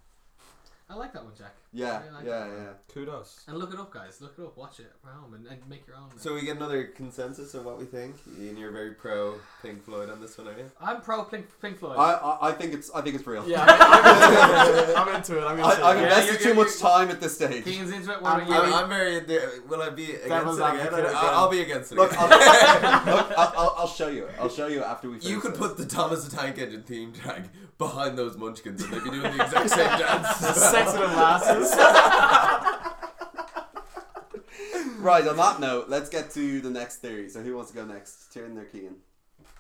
I like that one, Jack.
Yeah,
I like
yeah,
that one.
yeah.
Kudos.
And look it up, guys. Look it up. Watch it at home and, and make your own.
so we get another consensus of what we think. Ian, you're very pro Pink Floyd on this one, are you?
I'm pro Pink, Pink Floyd.
I, I, I think it's. I think it's real.
Yeah, I'm, into it. I'm into it.
[laughs] I,
I'm
I've
Yeah,
into it.
invested
you're-
too
you're-
much time at this stage.
Keenan's into it.
I'm-
What about
I'm,
you?
I'm very. there- Will I be against
Devil's
it again?
advocate
I'll, I'll be against it.
Look,
Again.
I'll, [laughs] look I'll, I'll, I'll show you. I'll show you after we.
you
finish
could
this.
put the Thomas the Tank Engine theme track behind those Munchkins, and they'd be doing the exact same [laughs] dance. as well.
Sex
[laughs]
with molasses.
Right, on that note, let's get to the next theory. So who wants to go next? Turn there, Keegan.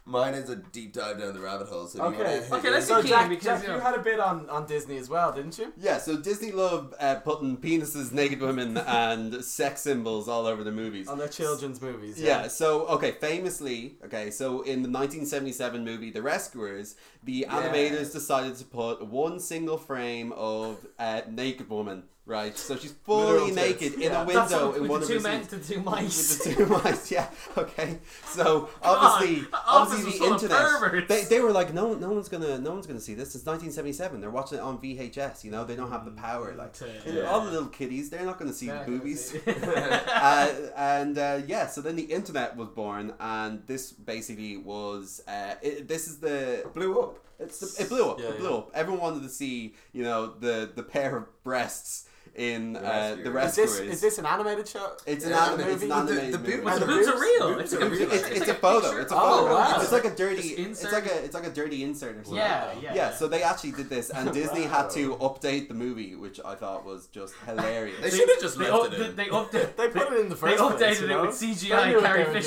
Mine is a deep dive down the rabbit hole. So
Okay.
if you want to
Okay, let's
so
Keen,
Jack,
because,
Jack,
you know-
you had a bit on, on Disney as well, didn't you?
Yeah, so Disney love uh, putting penises, naked women, [laughs] and sex symbols all over the movies.
On their children's movies.
Um, Yeah, so, okay, famously, okay, so in the 1977 movie The Rescuers, the animators decided to put one single frame of uh, naked woman, right? So she's fully
Literal tits.
naked in
Yeah.
a
That's
window
what-
in
with
one
the
of
two
her
men
scenes.
to two
with
mice.
the
[laughs]
two [laughs] mice, yeah. Okay, so obviously,
God,
obviously
officers full
the
of
internet.
perverts.
They, they were like, no, no one's gonna, no one's gonna see this. It's 1977. They're watching it on VHS. You know, they don't have the power. Like
To-
and all the little kiddies, they're not gonna see
Yeah,
the
[laughs]
boobies.
yeah.
[laughs] Uh, and uh, yeah, so then the internet was born, and this basically was uh, it, this is the
blew up.
it's the, it blew up.
Yeah,
it blew
yeah.
up. Everyone wanted to see, you know, the the pair of breasts in uh, the
Rescuers.
Is
rescuers.
this, is this an animated show?
It's an
Yeah,
anime.
but
It's an
the-
animated
the
movie.
boobs-
But
And
the
the
boots are
boobs-
real.
the boots
it's,
are
a-
real,
Uh, It's, it's,
It's
a
like
photo.
picture.
It's a
Oh,
photo.
wow.
It's like a dirty.
Just
It's
insert-
like a. It's like a dirty insert or something.
Yeah,
Wow.
yeah.
Yeah, so they actually did this, and Disney had
Wow.
to update the movie, which I thought was just
They
hilarious.
should have just
they,
left
up-
it in.
they, upda- they,
They put it in the
they
first
updated
place, you know?
it with
They
CGI
knew what
Carrie
they were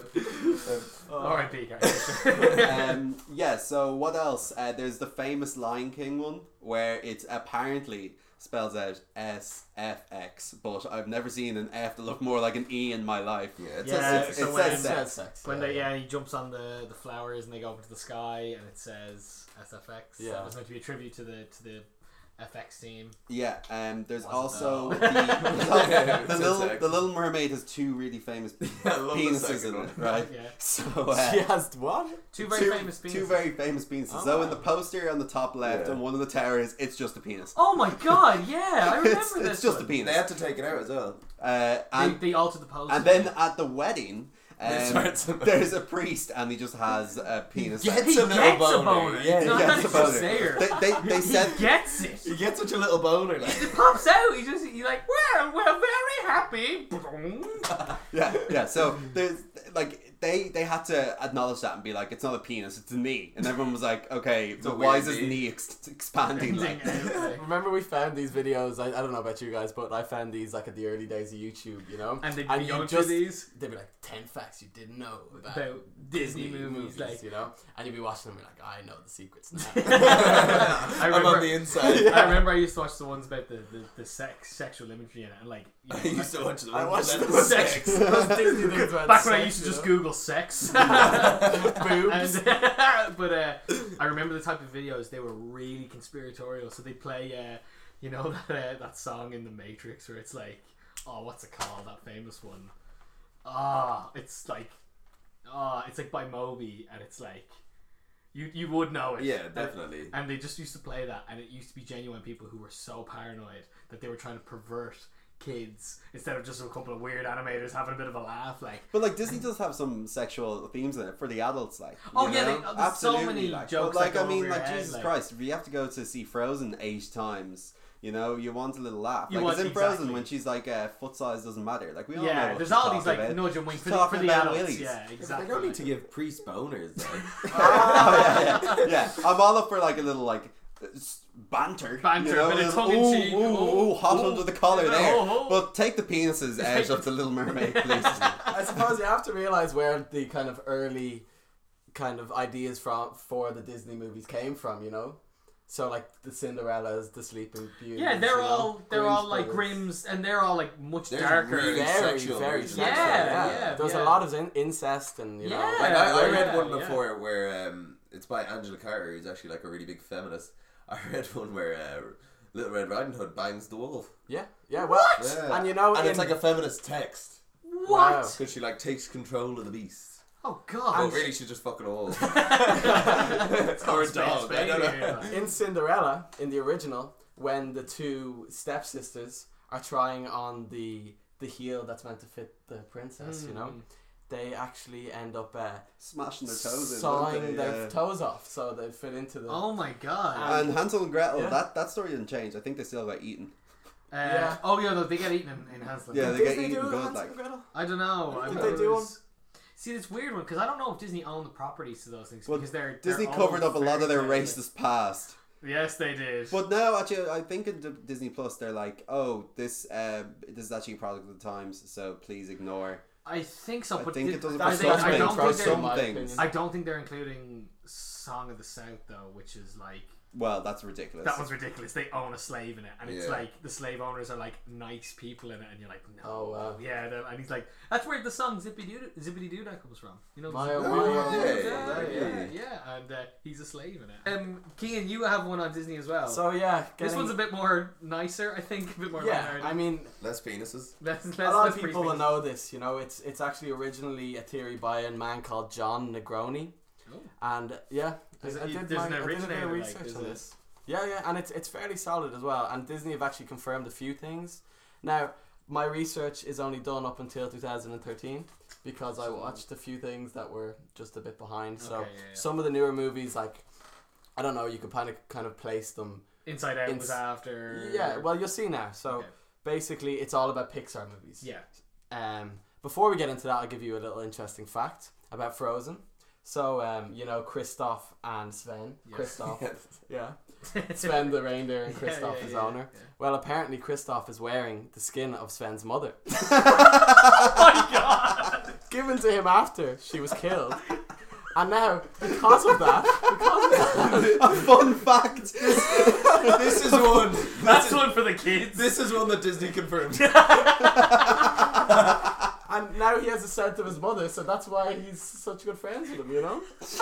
[laughs]
[laughs]
Fisher.
doing.
Rip.
R.I.P. Carrie Fisher.
[laughs] um, yeah, so what else? Uh, there's the famous Lion King one, where it apparently spells out SFX, but I've never seen an F that looked more like an E in my life.
Yeah, it's
Yeah,
yeah,
it,
it's
says-
the
it
way
It
says
it's-
sex.
says sex.
When they yeah, he jumps on the, the flowers and they go up into the sky and it says SFX.
Yeah.
That was meant to be a tribute to the to the FX team.
Yeah, um, there's
Wasn't
also the,
[laughs]
that
the,
It says
little
sex.
the Little Mermaid has two really famous [laughs]
I love the
penises
second
in
one.
it, right?
Yeah. [laughs]
So uh,
She has what?
Two very famous penises.
Two very famous penises.
Oh,
so in
wow.
the poster on the top left
Yeah.
on one of the towers, it's just a penis.
Oh my god, yeah, I
[laughs]
remember
it's,
this.
it's just a
one.
They
penis.
have to take it out as well.
Uh,
[laughs]
and
they, they altered the pose.
and then at the wedding,
They
um,
start to-
[laughs] there's a priest and he just has a penis.
gets
[laughs]
he
It's a
gets
little
a
boner.
boner.
Yeah,
it's
He
not
gets
that
a
it's
boner.
just there.
They, they,
[laughs]
they said
he gets it.
[laughs]
[laughs]
You get such a little boner. [laughs] Like.
It pops out. He just he's
[laughs]
like, well, we're very happy.
yeah, yeah. So there's like they they had to acknowledge that and be like, it's not a penis, it's a knee. And everyone was like, okay,
a
but why
weird
is his
knee.
knee ex-
[laughs]
expanding?
Ending
like?
everything.
Remember we found these videos. I, I don't know about you guys, but I found these like at the early days of YouTube. You know,
And they'd
And
be
you
going
just-
through these.
they'd be like ten facts you didn't know about,
About
Disney,
Disney
movies,
movies, like-
you know, and you'd be watching them and be like, I know the secrets [laughs] now.
[laughs] I
I'm
remember-
on the inside. [laughs]
I remember I used to watch the ones about the, the, the sex sexual imagery in it, and like you
I [laughs]
know,
used to watch the
I
ones
watched
that-
those
sex.
Those Disney things
[laughs]
about
Back when I
sex,
used to
you
just
know?
Google
[laughs]
sex.
Boobs.
And- [laughs] but uh, I remember the type of videos they were really conspiratorial. So they play, uh, you know, [laughs] that uh, that song in the Matrix where it's like, oh, what's it called? That famous one. Ah, it's like, ah, it's like by Moby, and it's like, you you would know it.
Yeah,
And-
definitely.
And they just used to play that, and it used to be genuine people who were so paranoid that they were trying to pervert kids instead of just a couple of weird animators having a bit of a laugh, like.
But like Disney does have some sexual themes in it for the adults, like you
Oh, yeah,
know?
they- oh, there's so many
like,
jokes
But, like
that
I
go
mean,
over your
like
head,
Jesus
like-
Christ, if you have to go to see Frozen eight times, you know, you want a little laugh.
You
like
want-
it's in Frozen
exactly.
when she's like, uh, foot size doesn't matter. Like we all know.
Yeah,
what
there's
she's
all these
talking
like
about.
nudge and wink
She's
for the, for
talking
the
about
adults.
willies.
Yeah, exactly.
They don't need to give priest boners. [laughs] Like.
oh, yeah, [laughs] yeah, yeah. I'm all up for like a little like s- banter,
Banter,
you know,
bit of
little,
tongue in
ooh,
cheek,
ooh, ooh,
ooh,
hot
ooh,
under the collar
yeah,
there.
oh, oh.
But take the penises out of the Little Mermaid,
[laughs]
please.
I suppose you have to realize where the kind of early kind of ideas from for the Disney movies came from, you know. So like the Cinderellas, the Sleeping Beauty.
Yeah, they're all they're all like Grimm's, and they're all like much
They're
darker.
really
Very,
sexual
very
versions.
sexual.
Yeah, yeah,
There's
yeah.
a lot of in- incest and you know.
Yeah.
like,
Like, I, I read
Yeah,
one
yeah.
before where um, it's by Angela Carter, who's actually like a really big feminist. [laughs] I read one where uh, Little Red Riding Hood bangs the wolf,
yeah, yeah. Well,
Yeah.
and you know,
and
in, [laughs]
it's like a feminist text
Wow.
What?
because she like takes control of the beast.
Oh god!
But
[laughs]
really, she's just fucking a wolf
[laughs]
It's
or a
called Space
dog. I don't
Baby.
know.
in Cinderella, in the original, when the two stepsisters are trying on the the heel that's meant to fit the princess, you
Mm.
know, they actually end up uh,
Smashing their toes in. don't they?
sawing their
Yeah.
toes off so they fit into the.
Oh my god!
And Hansel and Gretel,
Yeah.
that, that story didn't change. I think they still got eaten.
Uh,
yeah.
Oh yeah, no, they get eaten in, in Hansel.
Yeah, they
Did
get
Disney
eaten
do
good,
Hansel
like-
and Gretel?
I don't know. I
Did
remember
they
it
do
was- See, it's a weird one because I don't know if Disney owned the properties to those things
Well,
because they're
Disney
they're
covered
all
up a lot of their
fairy tales.
racist past.
Yes, they did.
But now, actually, I think in D- Disney Plus, they're like, oh, this uh, this is actually a product of the times, so please ignore.
I think so.
I
but
think
did-
it does it
I
for
think-
some
I
things.
don't
For
think
some
they're.
my
things.
opinion.
I don't think they're including Song of the South though, which is like
Well, that's ridiculous. [laughs]
That was ridiculous. They own a slave in it, and it's
Yeah.
like the slave owners are like nice people in it, and you're like, no,
Oh, wow.
yeah, they're- and he's like, that's where the song Zippy Doo Zippity Doo Dah comes from. You know,
My,
Zippity
oh,
Doo
my,
Dah.
oh,
yeah,
yeah,
yeah,
yeah, yeah, and uh, he's a slave in it. Um, Kean, you have one on Disney as
oh.
well.
So yeah,
this
getting-
one's a bit more nicer, I think, a bit more.
yeah.
lighthearted.
I mean,
Less penises.
[laughs] Let's- let's-
a lot
let's
of people
briefly-
will know this. You know, it's it's actually originally a theory by a man called John Negroni,
Oh.
and yeah, I,
Is it-
I
you-
did
there's
my,
an
I did a bit
originator,
of
like,
research
is
on
it-
this. Yeah, yeah, and it's it's fairly solid as well. And Disney have actually confirmed a few things. Now, my research is only done up until 2013 because I watched a few things that were just a bit behind. So
Okay, yeah, yeah.
some of the newer movies, like I don't know, you could kind of kind of place them.
Inside Out was
Ins-
after.
Yeah, well, you'll see now. So
Okay.
basically, it's all about Pixar movies.
yeah.
Um, before we get into that, I'll give you a little interesting fact about Frozen. So, um, you know, Kristoff and Sven.
[laughs] Yes.
Kristoff.
Yes.
Yeah.
[laughs]
Sven the reindeer and
Yeah,
Kristoff
yeah,
his
yeah,
owner.
yeah.
Well, apparently Kristoff is wearing the skin of Sven's
[laughs]
mother. [laughs]
Oh
Given to him after she was killed. And now, because of that,
[laughs]
a fun fact.
[laughs] this is one.
That's one for the kids.
This is one that
[laughs]
Disney confirmed.
and now he has a scent of his mother, so that's why he's such good friends with him, you know?
It's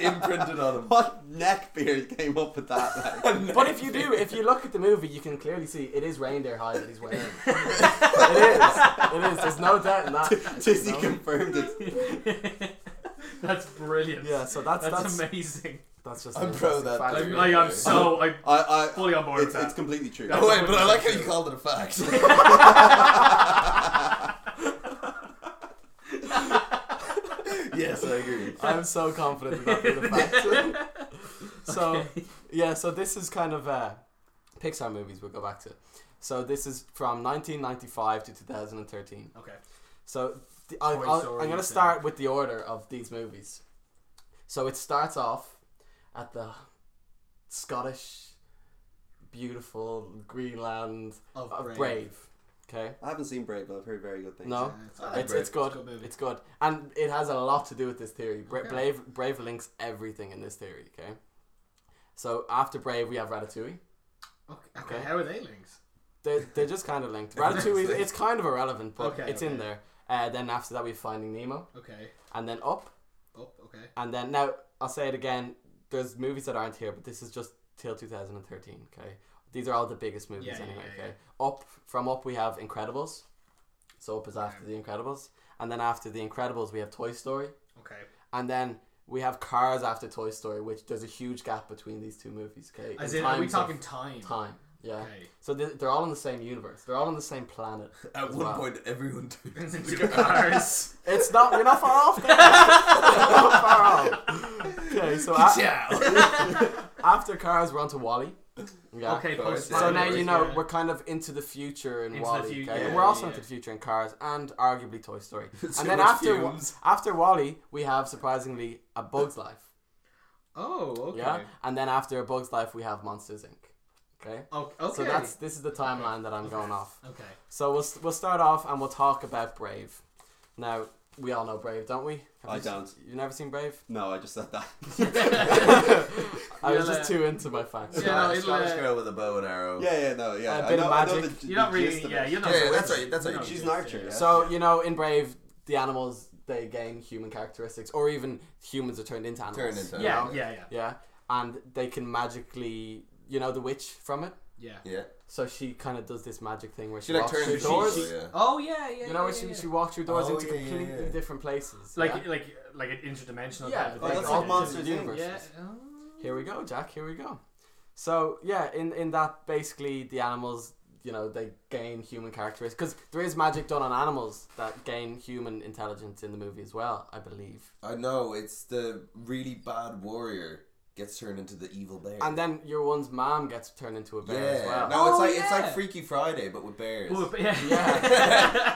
imprinted on him.
what neckbeard came up with that? Like?
[laughs] But if you do, if you look at the movie, you can clearly see it is reindeer hide that
[laughs]
he's wearing. it is. It is. There's no doubt in that.
Disney
you know?
confirmed it.
[laughs] that's brilliant.
Yeah, so that's
that's,
that's
amazing.
that's just.
I'm pro that.
I,
I'm, I am so I'm
I, I,
fully on board
it's,
with that.
it's completely true.
That's
[laughs] Oh, wait, but I like how you called it a
[laughs]
fact. yes, I agree.
I'm so confident about the fact.
[laughs]
so yeah, so this is kind of uh, Pixar movies. We'll go back to. So this is from 1995 to 2013.
okay.
So the, I,
Toy
I, I'm
Story,
going
yeah.
to start with the order of these movies. So it starts off at the Scottish, beautiful Greenland
Of
of
Brave.
Brave. Okay,
I haven't seen Brave, but I've heard very good things.
no,
It's
I like
it's
Brave.
it's good.
It's a good movie.
It's good, and it has a lot to do with this theory. Bra-
Okay.
Brave Brave links everything in this theory. Okay, so after Brave we have Ratatouille.
Okay, okay, how are they linked?
They're, they're just kind of
[laughs]
linked. Ratatouille,
Exactly.
it's kind of irrelevant, but
Okay,
it's in
okay.
there. Uh, then after that, we have Finding Nemo,
Okay.
and then Up,
Oh, okay.
and then now I'll say it again. There's movies that aren't here, but this is just till 2013. Okay, these are all the biggest movies
Yeah, yeah,
anyway.
yeah,
okay, Up from Up we have Incredibles, so Up is after the Incredibles, and then after the Incredibles we have Toy Story,
Okay.
and then we have Cars after Toy Story, which there's a huge gap between these two movies. Okay,
As
in
in, are we
terms of
talking time?
time? Yeah.
Okay. [laughs]
So they- they're all in the same universe. They're all on the same planet. [laughs]
At
as
one
well.
point, everyone
[laughs]
turns into
Into cars.
It's not. You're not far off. [laughs] There. You're not far off. Okay, so a-
[laughs] Ciao.
after Cars, we're on to Wally. Yeah.
Okay,
So
post.
So
Right,
now
right,
you know
yeah.
we're kind of into the future in
Into the
Wally,
fu-
okay?
yeah,
we're also
yeah.
into the future in Cars and arguably Toy
[laughs]
Story.
So
and then
much
after Wa- [laughs]
fumes.
after Wally, we have surprisingly A Bug's Life.
Oh, okay.
Yeah, and then after A Bug's Life, we have Monsters Inc. Okay,
Oh, okay.
so that's this is the timeline that I'm going off.
okay.
So we'll we'll start off and we'll talk about Brave. Now we all know Brave, don't we? Have
I
you se-
don't.
You've never seen Brave?
No, I just said
[laughs]
that.
I
You'll,
was just
uh,
too into my facts.
Yeah, no,
Scottish
it'll, uh,
girl with a bow and arrow.
yeah, yeah, no, yeah.
A
I
bit
know,
of
I know
magic.
the,
You're not
the
really.
gist of
Yeah,
it.
you're not.
Yeah,
the
that's
wizard.
right, that's
You're
right.
not
She's
the
an
wizard,
archer,
yeah.
yeah.
So you know, in Brave, the animals they gain human characteristics, or even humans are turned into animals.
Turned into
you
Yeah,
know?
yeah, yeah,
yeah, and they can magically, you know, the witch from it.
yeah.
Yeah.
So she kind of does this magic thing where she,
She like
walks
turns
through
into
doors.
people, yeah.
Oh yeah, yeah.
You know,
yeah,
where she
yeah,
she walks through doors
Oh,
into
yeah, yeah,
completely
yeah.
different places.
Like
yeah?
like like an interdimensional.
Yeah,
type of
oh,
thing.
that's
like
a
Monsters,
different-
Inc.
Yeah. um,
here we go, Jack. Here we go. So yeah, in in that basically the animals. You know they gain human characteristics because there is magic done on animals that gain human intelligence in the movie as well. I believe.
I know, it's the really bad warrior gets turned into the evil bear.
And then your one's mom gets turned into a
yeah.
bear as well.
No, it's
Oh,
like it's
yeah.
like Freaky Friday but with bears. [laughs]
Oh, [laughs] yeah. [laughs]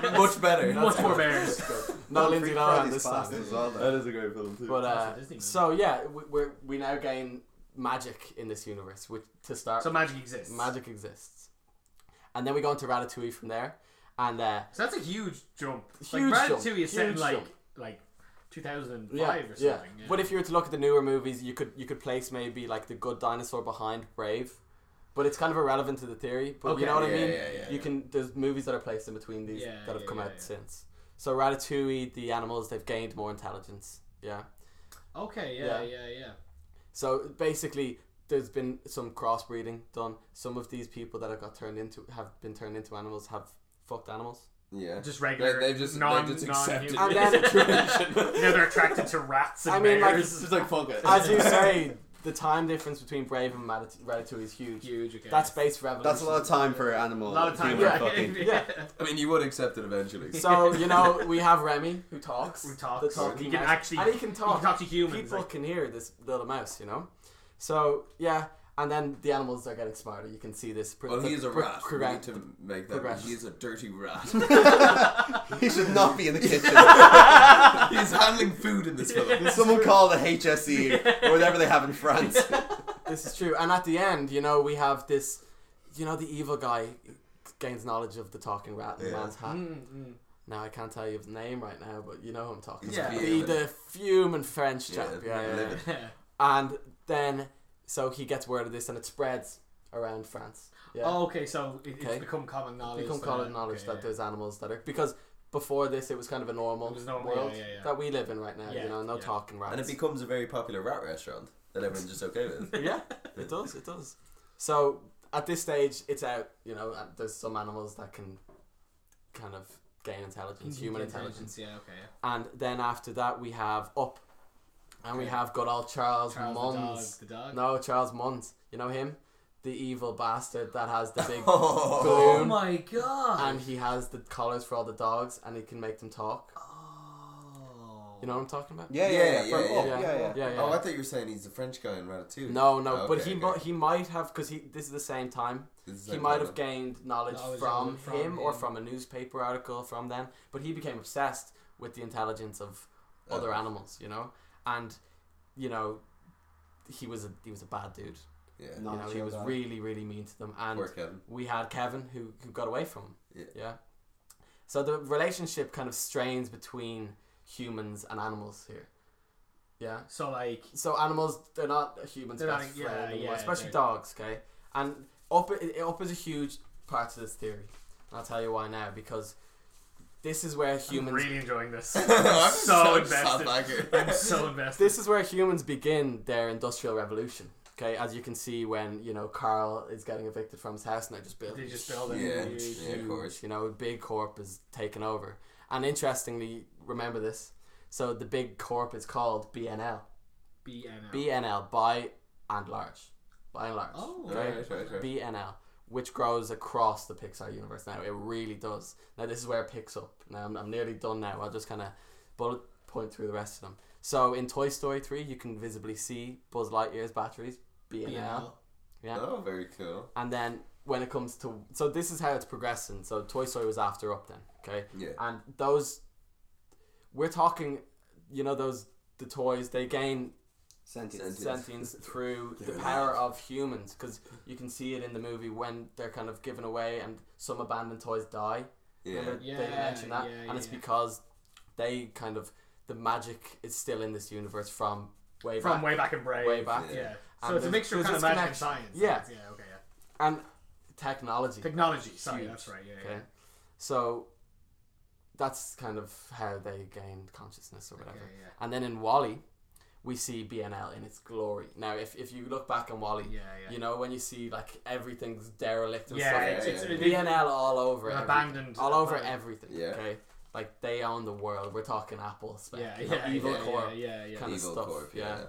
Yeah. Much better.
Much more
[laughs]
bears.
No Lindsay
Freak
Lohan
Friday's
this
class
time.
as well, though.
is a great film too.
But
That's a
uh,
Disney movie.
so yeah, we, we're we now gain magic in this universe, which to start
So magic exists.
magic exists, and then we go into Ratatouille from there, and uh,
So that's a huge jump.
Huge
like,
jump,
Ratatouille is set in
huge
like
jump.
like 2005
yeah,
or something.
yeah.
yeah.
But if you were to look at the newer movies, you could you could place maybe like the Good Dinosaur behind Brave. But it's kind of irrelevant to the theory. But
Okay.
you know what I
Yeah,
mean.
yeah, yeah,
you
yeah.
can there's movies that are placed in between these
Yeah,
that have
yeah,
come
yeah,
out
yeah.
since. So Ratatouille, the animals they've gained more intelligence. Yeah.
okay, yeah, yeah,
Yeah.
yeah,
So basically, there's been some crossbreeding done. Some of these people that have got turned into have been turned into animals have fucked animals.
Yeah.
Just regular.
They- they've just-
non,
they've just
non-human.
accepted it. And
you know, they're attracted to rats and
I mean, like,
bears.
Just like fuck it.
As you say, the time difference between Brave and Ratat- Ratatouille is huge.
[laughs] huge. Okay.
That's space revolution.
That's a lot of time for an animal.
a lot of time.
human
Yeah, [laughs]
fucking.
yeah.
[laughs] I mean you would accept it eventually.
So [laughs] you know we have Remy who talks.
Who talks.
The talking
He can
mouse.
actually-
and he can
You
talk.
can talk to humans.
People
like-
can hear this little mouse, you know. So yeah, and then the animals are getting smarter. You can see this. Pr-
[laughs] Well, Oh, he is a
pr-
rat. We need
Correct.
to make that.
progression.
He is a dirty rat.
[laughs]
[laughs]
[laughs]
[laughs]
He should not be in the kitchen.
He's handling food
[laughs]
in this film.
Someone call the HSE or whatever they have in France.
This is true. And at the end, you know, we have this. You know, the evil guy gains knowledge of the talking rat in the
Yeah.
man's hat.
Mm, mm.
Now I can't tell you his name right now, but you know who I'm talking
He's
about. The,
fuming.
the fuming French
Yeah,
chap. Yeah, yeah, yeah.
livid.
Yeah.
And then, so he gets word of this, and it spreads around France. Yeah.
Oh, okay. So it,
Okay.
it's become common knowledge.
become
that-
common knowledge
Oh, okay,
that
yeah.
there's animals that are because before this it was kind of a normal,
It was normal,
world
yeah, yeah, yeah.
that we live in right now.
Yeah,
you know, no
yeah.
talking rats.
And it becomes a very popular rat restaurant that everyone's just
[laughs]
okay with.
yeah, it does. It does. So at this stage, it's out. You know, and there's some animals that can kind of gain intelligence, human intelligence,
Yeah. Okay. yeah.
and then after that we have up, and we
Okay.
have good old Charles,
Charles
Munns.
the dog. The dog.
No, Charles Munns. You know him, the evil bastard that has the big
[laughs] Oh.
Oh
balloon.
my god.
and he has the collars for all the dogs, and he can make them talk.
oh.
You know what I'm talking about?
Yeah,
Yeah,
yeah, yeah.
yeah,
from- oh,
yeah.
Yeah, yeah.
Yeah, yeah.
Oh, I thought you were saying he's the French guy in Ratatouille.
no, no,
Oh,
but
okay,
he
okay.
mi- he might have because he this is the same time.
This is
he
like
might
one
have
of-
gained knowledge
Knowledge
from,
from
him, or
him.
from a newspaper article from them, but he became obsessed with the intelligence of other
Oh.
animals, you know. And you know, he was a he was a bad dude.
Yeah.
Not
you know, he
chill
was
guy.
really really mean to them. And
Poor Kevin.
we had Kevin who, who got away from him.
Yeah.
So the relationship kind of strains between humans and animals here. Yeah.
So like,
So animals, they're not a human's
They're not-
best
yeah,
friend
yeah,
anymore, especially
they're-
dogs. Okay, and up it, up is a huge part of this theory. And I'll tell you why now because this is where humans.
I'm really enjoying
[laughs]
this.
[laughs] I'm
I'm so
just sat
invested.
back here.
I'm
[laughs]
so invested.
This is where humans begin their industrial revolution. Okay, as you can see when you know Carl is getting evicted from his house and they're just building
They just build it.
Yeah,
Huge,
yeah, of
huge,
course.
You know, big corp is taken over. And interestingly, remember this. So the big corp is called BNL.
BNL.
BNL by and large, by and large.
Oh,
okay?
Right, right, right.
BNL, which grows across the Pixar universe now. It really does. Now this is where it picks up. Now I'm, I'm nearly done now. I'll just kind of bullet point through the rest of them. So in Toy Story 3, you can visibly see Buzz Lightyear's batteries, BNL.
BNL.
Yeah.
Oh, very cool.
And then when it comes to so this is how it's progressing. So Toy Story was after Up then, okay?
Yeah.
And those we're talking you know those the toys they gain
Sentience.
Sentience.
sentience
[laughs]
through the
They're
power
alive.
of humans because you can see it in the movie when they're kind of given away and some abandoned toys die
Yeah.
Remember they
Yeah,
mentioned that
yeah,
and it's
yeah.
because they kind of the magic is still in this universe from way
From
back
way back in Brave.
way back
Yeah. So
And
it's a
there's-
mixture of kind
there's
of magic and
this
science.
Yeah.
Yeah. Okay. Yeah.
and technology
Technology. Sorry,
Huge.
that's right. Yeah.
okay so that's kind of how they gained consciousness or
Yeah.
whatever
Okay,
and then in Wally we see BNL in its glory now if, if you look back on Wally
yeah. Yeah. Yeah.
you know when you see like everything's derelict and
yeah,
stuff
it's,
yeah,
it's,
yeah.
it-
BNL all over
An
everything.
abandoned-
all over
abandoned-
everything.
Yeah.
Okay, like they own the world. We're talking Apple, Spec,
yeah,
you know,
yeah,
Evil
yeah,
Corp.
Yeah, yeah, yeah.
kind of
Evil
stuff,
Corp.
yeah.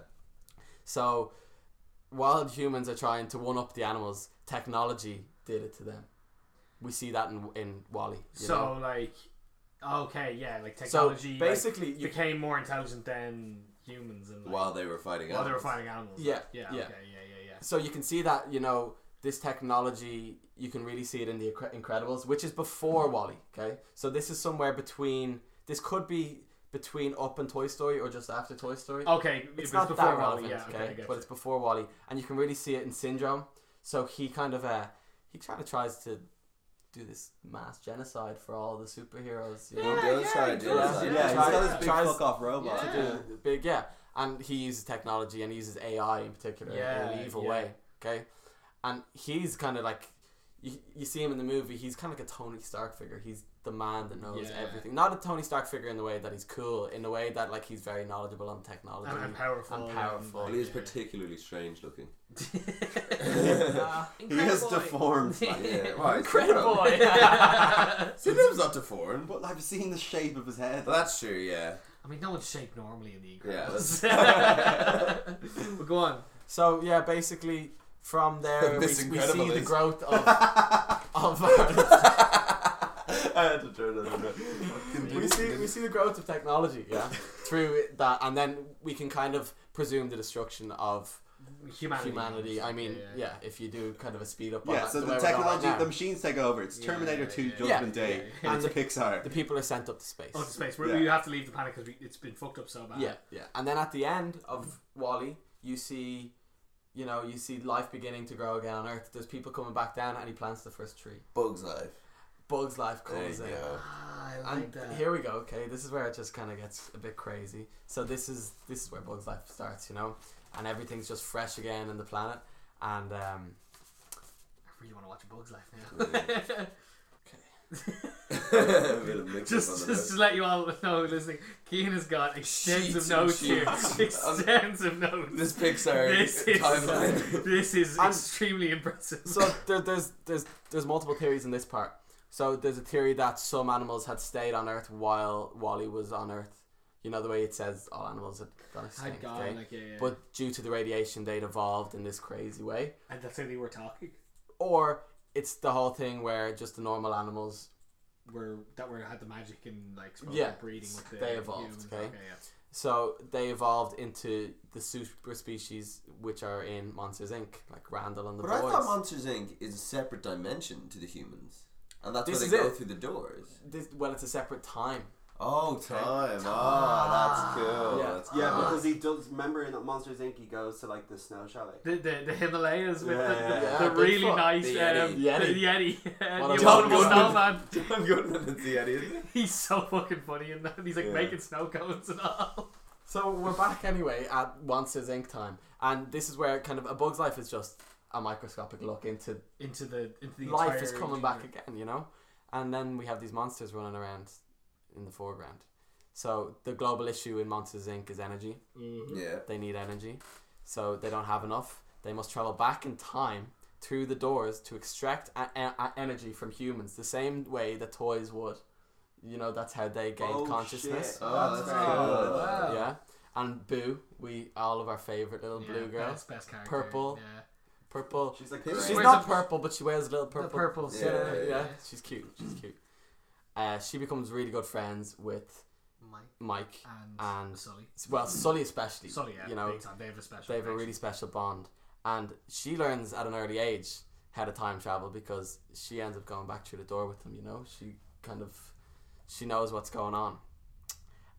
So while humans are trying to one up the animals, technology did it to them. We see that in in Wally. you
so
know?
like, okay, yeah, like
so
technology like,
basically, you,
became more intelligent than humans and like,
While they were fighting.
while they were
animals.
fighting animals.
Yeah,
yeah,
yeah.
okay, yeah, yeah, yeah.
so you can see that you know this technology you can really see it in the Incre- incredibles which is
Mm-hmm.
before wally okay so this is somewhere between this could be between up and toy story or just after toy story
Okay, it
it's
was
not
Oh, before
that
Wall-E,
relevant
yeah,
okay,
I get
but
you.
it's before wally and you can really see it in syndrome so he kind of uh he kind of tries to do this mass genocide for all the superheroes you know?
Yeah, yeah,
Yeah,
yeah,
Yeah,
yeah,
yeah,
he's
tries-
got his big
tries-
fuck off robot.
to
Yeah.
do the big yeah and he uses technology and he uses ai in particular in
Yeah,
an evil
yeah.
way okay and he's kind of like you, you see him in the movie he's kind of like a tony stark figure he's the man that knows
Yeah.
everything not a tony stark figure in the way that he's cool in the way that like he's very knowledgeable on technology
and, and powerful,
and powerful.
Well, he is
[laughs]
[laughs]
particularly strange [laughs] looking.
Uh,
He is deformed. [laughs] like-
Yeah, well,
[laughs]
it's
incredible
[laughs]
[laughs]
different. [laughs]
yeah
Syndom's not deformed.
But I've seen the shape of his head.
Well, [laughs] that's true, yeah.
I mean, no one's shaped normally in the
Yeah,
[laughs]
Incredibles. [laughs] but go on.
so yeah basically from there we,
This
we see the
Incredibles.
growth of of [laughs] our,
[laughs] I had to turn that around.
we see we see the growth of technology yeah through that and then we can kind of presume the destruction of
Humanity.
humanity. I mean, yeah,
yeah.
if you do kind of a speed up, on
Yeah,
that,
so
the,
the
way we're going right
technology,
now,
the machines take over. It's
Yeah,
Terminator
yeah,
2
yeah.
Judgment
Yeah,
Day.
yeah, [laughs]
yeah.
And it's
And
Pixar.
the people are sent up to space.
Oh, the space. We,
Yeah.
we have to leave the planet because it's been fucked up so bad.
yeah, yeah, and then at the end of Wally, you see, you know, you see life beginning to grow again on Earth. There's people coming back down, and he plants the first tree.
Bugs Life.
Bugs life
There
comes
you
in.
go.
Ah, I like
And
that.
here we go. Okay, this is where it just kind of gets a bit crazy. So this is this is where Bugs Life starts, you know, and everything's just fresh again in the planet. And um,
I really want to watch Bugs Life now.
A bit of mix-up on
just, just
the notes.
to let you all know, listening, Keen has got
Sheets
extensive
and
notes here. [laughs]
sheets.
extensive notes.
This [laughs] Pixar
This is-
[laughs] timeline.
[laughs] This is
And-
extremely impressive.
so there, there's there's there's multiple theories in this part. So there's a theory that some animals had stayed on Earth while Wally was on Earth. You know the way it says all animals had gone
I'd
extinct.
gone,
okay?
like, yeah, yeah.
But due to the radiation, they'd evolved in this crazy way.
and that's how they were talking.
Or it's the whole thing where just the normal animals.
Were that were had the magic and like spoke
Yeah,
of breeding with the
they evolved,
humans.
okay?
yeah.
So they evolved into the super species which are in Monsters Inc., like Randall and the
But I
boys.
thought Monsters Inc. is a separate dimension to the humans. And that's
This
where
is
they go
it.
through the doors.
this, well, it's a separate time.
Oh, time. Oh, that's cool.
Yeah.
That's
Yeah,
cool.
because he does. Remember in Monsters Inc. he goes to like the snow chalet.
The, the, the Himalayas with
Yeah.
the, the,
Yeah,
the really
Bigfoot.
nice
The
um,
Yeti.
The Yeti.
What
the
a
abominable
fucking-
snowman.
John Goodman is the Eddie, isn't
He's so fucking funny in that. He's like
Yeah.
making snow cones and all.
So we're back anyway at Monsters Inc. time, and this is where kind of a Bug's Life is just a microscopic look into
Into the into the
life
entire
is coming
region.
back again, you know? And then we have these monsters running around in the foreground. So the global issue in Monsters Inc. is energy.
he? Yeah.
They need energy. So they don't have enough. They must travel back in time through the doors to extract a- e, a- a- energy from humans the same way the toys would. You know, that's how they gained
Oh,
consciousness.
shit.
Oh, that's
That's cool.
cool.
Wow.
Yeah. And Boo, we all of our favorite little
Oh. Yeah,
blue girl.
best, best character.
Purple.
Yeah.
Purple.
She's like,
She's
She's
great.
Wears
not
a-
purple, but she wears a little purple.
The purple.
Yeah,
suit.
yeah,
yeah,
she's cute. She's cute. Uh, she becomes really good friends with
Mike
Mike.
and,
And-
Sully.
Well, Sully especially.
Ah. Sully, yeah,
you know,
big time. They have a special.
they have a
connection.
really special bond, and she learns at an early age how to time travel because she ends up going back through the door with them. You know, she kind of she knows what's going on,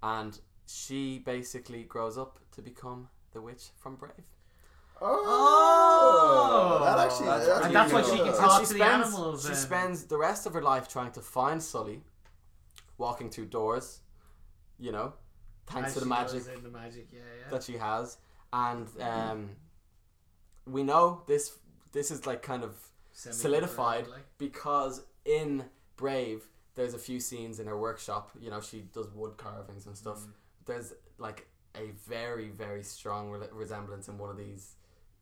and she basically grows up to become the witch from Brave.
Oh, that actually.
That's-
that's
and
that's why
really
she can
cool.
talk
she
to the
spends,
animals
She
and-
spends the rest of her life trying to find Sully, walking through doors, you know, thanks
As
to the
she
magic
goes in the magic, yeah, yeah.
that she has. And um, we know this. This is like kind of
Semi-
solidified
like-
because in Brave, there's a few scenes in her workshop. You know, she does wood carvings and
Mm.
stuff. There's like a very, very strong re- resemblance in one of these.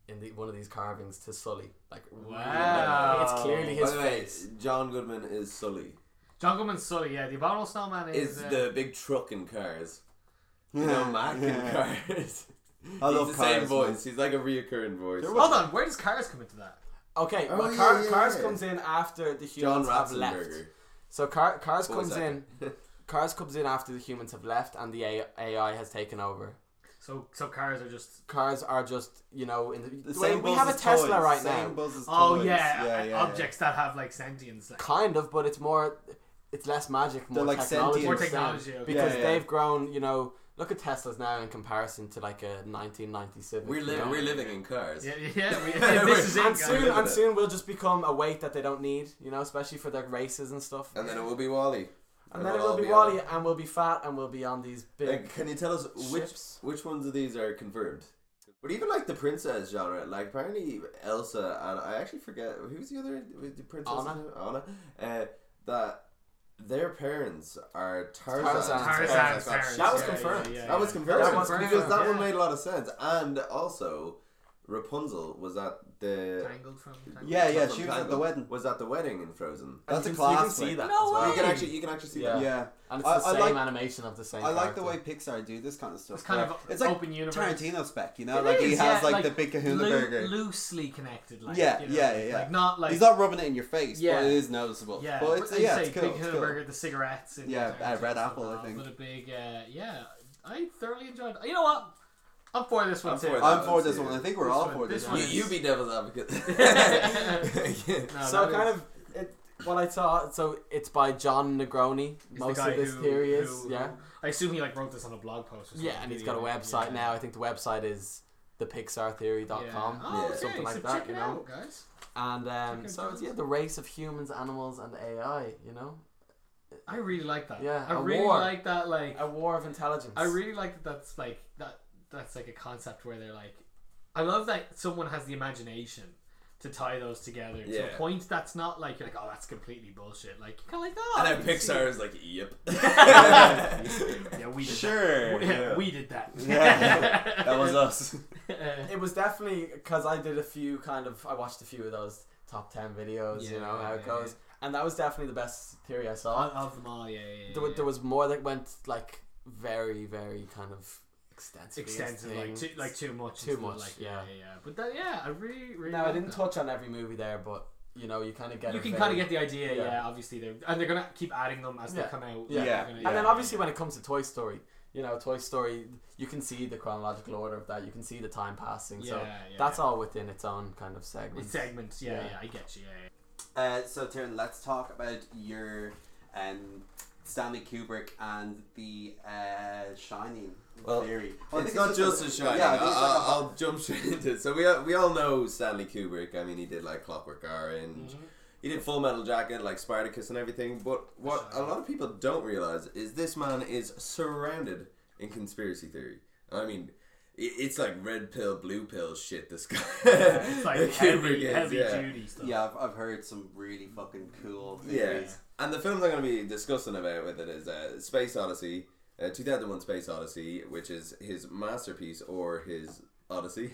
In the, one of these carvings to Sully, like really, like,
Wow.
it's clearly his
By the way,
face.
John Goodman is Sully.
Jungleman Sully, yeah, the Abominable Snowman is,
Is
uh,
the big truck in cars. You know, Mac in cars.
I love
He's the
cars.
same voice. He's like a reoccurring voice.
Hold on, where does Cars come into that?
Okay,
Oh,
well,
yeah,
Car-
yeah,
Cars
yeah.
comes in after the
John
humans have left.
Ratzenberger.
So Car- Cars
Voice
comes in,
actor. [laughs]
Cars comes in after the humans have left and the A- AI has taken over.
So, so Cars are just.
Cars are just, you know, in the,
The
Wait,
same
we
buzz
have a
as
Tesla
toys.
right
same
now,
Buzz as
Oh
toys.
yeah,
yeah, yeah.
objects that have like sentience. Like,
kind of, but it's more, it's less magic, more
like
technology,
sentient.
more
instead.
technology. Okay.
because
Yeah, yeah.
they've grown. You know, look at Teslas now in comparison to like a 1997.
We're, li- we're living in cars.
yeah, yeah, yeah, we- [laughs]
[laughs]
this is it,
and
guys.
soon,
Look at
and
it.
soon we'll just become a weight that they don't need, you know, especially for their races and stuff.
And then it will be Wally.
And then it
we'll
will
all
be
be
Wally, and we'll be fat, and we'll be on these big.
Like, can you tell us which
ships.
which ones of these are confirmed? But even like the princess genre, like apparently Elsa and I actually forget who was the other was the princess
Anna.
Anna uh, that their parents are Tarzan.
Tarzan's
Tarzan's
parents.
parents,
That was
yeah,
confirmed.
yeah, yeah,
That was
yeah.
confirmed
That was
because
confirmed,
that
yeah.
one made a lot of sense. And also, Rapunzel was at the
Tangled from. Tangled.
Yeah, yeah,
from
she was at
Tangled,
the wedding.
Was at the wedding in Frozen.
That's
you
a
can- you
class.
can see
like-
that.
So
No
You
way.
can actually you can actually see
Yeah.
that.
Yeah,
And it's
I-
the
I
same
like-
animation of the same.
I like
character.
the way Pixar do this kind of stuff.
It's kind
where
of
it's like
open universe.
Tarantino spec, you know,
It
like he
is,
has
yeah,
like, the big Kahuna
loo-
burger.
loosely connected. Like,
Yeah,
you know,
yeah, yeah, yeah.
Like not like
He's not rubbing it in your face,
Yeah.
but it is noticeable.
Yeah,
but it's,
but
yeah,
you
it's
say,
cool.
Big
it's
Kahuna
cool.
burger, the cigarettes. And
Yeah,
the
uh, Red
and stuff
Apple, I
and all,
think.
But a big, uh, yeah, I thoroughly enjoyed. You know what? I'm for this one
I'm
too.
for
I'm for
Let's
this
see.
one. I think we're
This
all
one-
for this
this
one.
one
[laughs]
You, you be
[laughs]
devil's advocate. [laughs]
No,
so
Oh, that
kind
is-
of it, what I saw. So it's by John Negroni.
is the
Most
guy
of this
who-
theory is
who-
yeah,
I assume he like wrote this on a blog post. Or something.
yeah, and he's got a
Yeah,
website
yeah.
now. I think the website is thepixartheory.com
Yeah.
com
Oh,
Yeah.
okay.
something
so
like that.
check
You
it
know,
out, guys.
and um,
Check it
so it's
out.
yeah, the race of humans, animals, and AI. You know,
I really like that.
Yeah,
I
a
really
war.
like that. Like,
a war of intelligence.
I really like that. That's like that. That's like a concept where they're like, I love that someone has the imagination to tie those together to
Yeah.
a point that's not like you're like, oh, that's completely bullshit. Like, you're kind of like, oh,
and
I
then
can see
Pixar is like, yep.
it." Yeah, we did
Sure.
That. Yeah, we did that.
Yeah. That was [laughs] us.
Uh,
It was definitely because I did a few kind of. I watched a few of those top ten videos. you
Yeah,
know how it
yeah,
goes, and that was definitely the best theory I saw.
[laughs] of of them all, yeah, yeah. yeah,
there, wa-
yeah.
there was more that went like very very kind of extensive
extensive, like too, like too much,
Too
into the,
much,
Like,
yeah.
yeah, yeah. But that, yeah, I really, really.
now i
like
didn't
that.
touch on every movie there but you know you kind of get
You
a
can
vague-
kind of get the idea,
Yeah.
yeah. Obviously, they're and they're gonna keep adding them as
Yeah.
they come out.
Yeah.
They're gonna-
And
and then obviously when it comes to toy story you know toy story you can see the chronological order of that you can see the time passing so
Yeah, yeah,
that's
yeah.
all within its own kind of segment
It's segments, yeah,
Yeah.
yeah, I get you. Yeah,
Uh, so, Taryn, let's talk about your um, Stanley Kubrick and the uh, Shining
Well,
theory.
it's not just a shining.
Yeah,
I,
I think it's like a-
I, will jump straight into it. So we all, we all know Stanley Kubrick. I mean, he did like Clockwork Orange.
Mm-hmm.
He did Full Metal Jacket, like Spartacus and everything. But what a lot of people don't realize is this man is surrounded in conspiracy theory. I mean, i- it's like red pill, blue pill shit. This guy, [laughs]
It's like
Kubrick
heavy,
is,
heavy
yeah. [laughs]
duty stuff. [laughs]
Yeah, I've, I've heard some really fucking cool
Yeah.
theories.
And the films I'm going to be discussing about with it is uh, Space Odyssey, uh, 2001 Space Odyssey, which is his masterpiece or his Odyssey.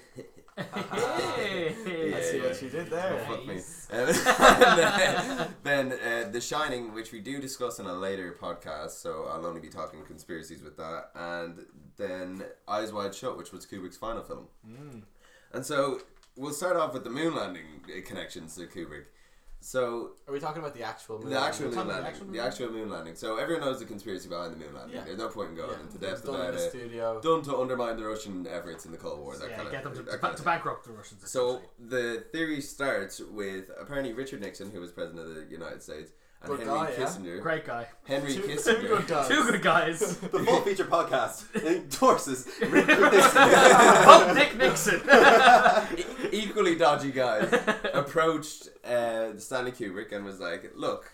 [laughs]
Hey.
I see
Yeah.
what you did
Oh,
there.
fuck me. [laughs]
Nice.
Um, and then [laughs] then, uh, The Shining, which we do discuss in a later podcast, so I'll only be talking conspiracies with that. And then Eyes Wide Shut, which was Kubrick's final film.
Mm.
And so we'll start off with the moon landing uh, connections to Kubrick. So
Are we talking about the actual movie?
the actual
We're
moon
talking about
landing, the actual moon landing. So everyone knows the conspiracy behind the moon landing.
Yeah.
There's no point in going
Yeah,
into
it was
depth
done
about
in the
it.
studio.
Done to undermine the Russian efforts in the Cold War. That
Yeah,
kind of,
get them to,
that
to,
kind
ba-
of
to
thing.
bankrupt the Russians.
So
essentially.
the theory starts with apparently Richard Nixon, who was president of the United States, and
Good
Henry
guy, yeah.
Kissinger.
great
[laughs]
guy, [laughs]
Henry
Two-
Kissinger.
two good guys.
two good
[laughs]
guys. [laughs]
The [laughs] full feature podcast [laughs] endorses Richard [laughs]
Fuck Nick
[laughs]
Nixon.
equally
[laughs]
dodgy guys [laughs] approached uh, Stanley Kubrick and was like, "Look,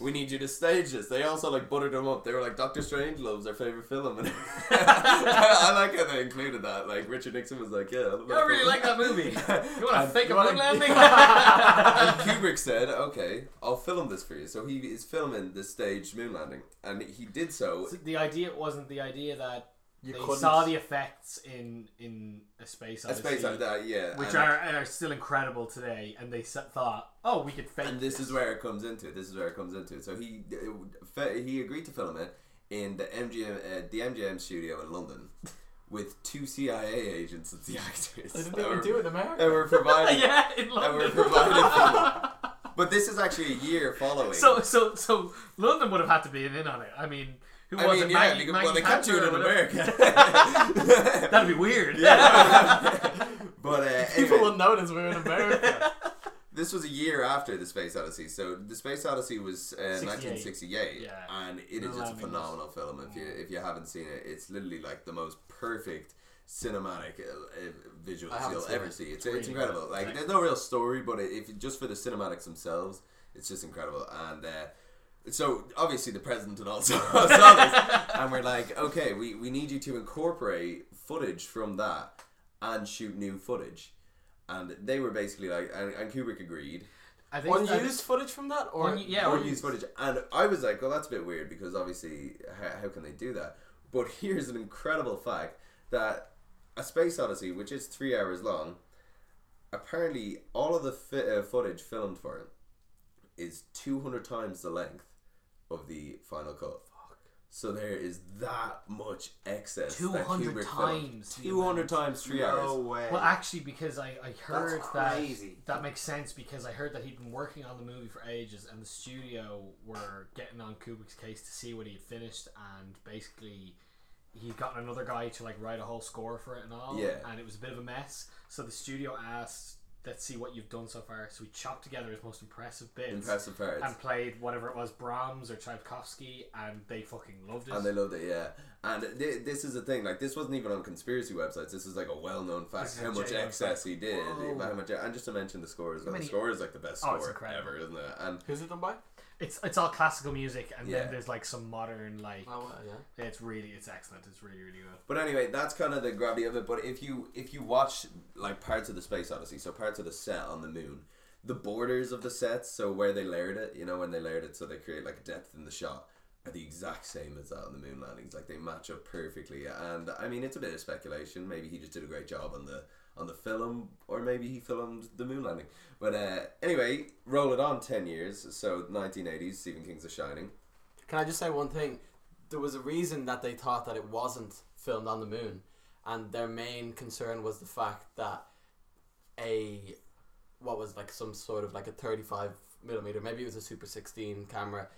we need you to stage this." They also like buttered him up. They were like, "Doctor Strange loves our favorite film," [laughs] and I, I like how they included that. Like Richard Nixon was like, "Yeah, love
I really
film."
like that
[laughs]
movie. You want to
And-
fake a
you wanna-
moon
[laughs]
landing?
And Kubrick said, "Okay, I'll film this for you." So he is filming the staged moon landing, and he did so.
the idea wasn't the idea that
You
they
couldn't.
saw the effects in in a space
A
odyssey,
space like that, yeah.
which
and-
are, are still incredible today, and they s- thought, oh, we could fake.
and this is where it comes into it. This is where it comes into it. So he he agreed to film it in the MGM uh, the MGM studio in London with two CIA agents as the actors.
They didn't
that
even
were-
do it in America.
that were
[laughs] [laughs]
provided.
yeah, in
that were
London. [laughs]
provided. for them. But this is actually a year following.
So so so London would have had to be in on it. I mean, who
I
was
mean,
it?
yeah,
Maggie,
because,
Maggie
well, they can't do
Thatcher
it
or
in
whatever?
America.
[laughs]
[laughs]
That'd be weird. [laughs]
but uh,
[laughs] People
anyway.
will notice we're in America.
This was a year after the Space Odyssey, so the Space Odyssey was uh, 1968,
Yeah.
and it is
Neil
just a
Lanning's-
phenomenal film. If you if you haven't seen it, it's literally like the most perfect cinematic uh, uh, visuals
I haven't
you'll
seen
ever
it.
see. It's, it's,
really
incredible.
good.
Like there's no real story, but if you- just for the cinematics themselves, it's just incredible. And uh, so obviously the president and also [laughs] saw this, and we're like, okay, we, we need you to incorporate footage from that and shoot new footage. And they were basically like, and, and Kubrick agreed,
I think I think-
Unused footage from that, or
Unu- yeah,
or
unu-
use footage. And I was like, well, that's a bit weird because obviously, how, how can they do that? But [laughs] here's an incredible fact that a Space Odyssey, which is three hours long, apparently all of the fi- uh, footage filmed for it is 200 times the length of the final cut. So there is that much excess. that
200
Kubrick
times the
Filmed. 200 times three
No
hours.
way.
Well, actually, because I, I heard
crazy.
that that makes sense because I heard that he'd been working on the movie for ages, and the studio were getting on Kubrick's case to see what he had finished, and basically he'd gotten another guy to like write a whole score for it and all,
Yeah.
and it was a bit of a mess. So the studio asked, "Let's see what you've done so far." So he chopped together his most impressive bits
Impressive parts.
and played whatever it was, Brahms or Tchaikovsky, and they fucking loved it.
And they loved it, yeah. And th- this is the thing, like this wasn't even on conspiracy websites. This is like a well-known fact
This is
how
a
much
genuine
excess he did,
Whoa.
how much. And just to mention the score as well. The
many-
score is like the best
Oh, it's
score
incredible.
ever, isn't it? And
who's it done by?
it's it's all classical music, and
Yeah.
then there's like some modern like.
Oh, well, yeah.
It's really, it's excellent. It's really, really good.
but anyway, that's kind of the gravity of it. But if you if you watch like parts of the Space Odyssey, so parts of the set on the moon, the borders of the sets, so where they layered it, you know, when they layered it, so they create like depth in the shot. Are the exact same as that on the moon landings, like they match up perfectly. And I mean, it's a bit of speculation. Maybe he just did a great job on the on the film, or maybe he filmed the moon landing. But uh, anyway, roll it on ten years. So 1980s, Stephen King's The Shining.
Can I just say one thing? There was a reason that they thought that it wasn't filmed on the moon, and their main concern was the fact that a what was like some sort of like a 35 millimeter, maybe it was a Super 16 camera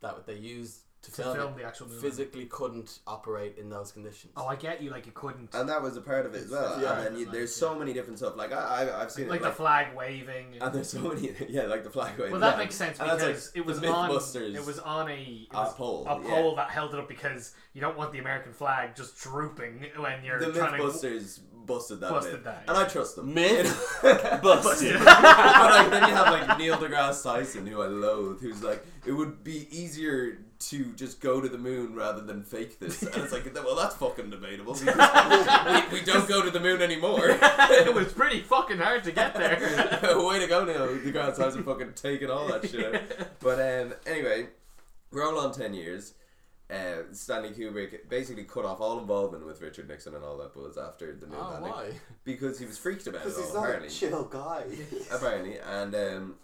that they used to,
to
film,
film
it,
the actual movie.
physically couldn't operate in those conditions.
Oh, I get you. Like you couldn't.
and that was a part of it as well.
Yeah.
and then you, there's so many different stuff. Like I, I I've seen
like
it.
the flag waving.
and there's so many, [laughs] yeah, like the flag wave.
Well, that
yeah.
makes sense
And that's,
because
like,
it was
the
on.
Mythbusters.
It was on a, it
A
was
pole,
a
yeah.
pole that held it up because you don't want the American flag just drooping when you're
the
trying to.
MythBusters busted that
Busted
myth.
that,
and I trust them.
Myth
[laughs] Busted.
busted.
[laughs] but like, then you have like Neil deGrasse Tyson, who I loathe, who's like, it would be easier to just go to the moon rather than fake this. And it's like, well, that's fucking
[laughs]
debatable. [laughs] Because we, we don't go to the moon
[laughs]
anymore.
it
[laughs]
was pretty fucking hard to get there.
Way to go, Neil deGrasse Tyson, fucking taking all
[laughs]
that shit. Out. But um, anyway, roll on ten years. Uh, Stanley Kubrick basically cut off all involvement with Richard Nixon and all that buzz after the moon
Oh,
landing
[laughs]
why?
because he was freaked about it
Because
all.
he's not a
apparently,
chill guy.
apparently. And um,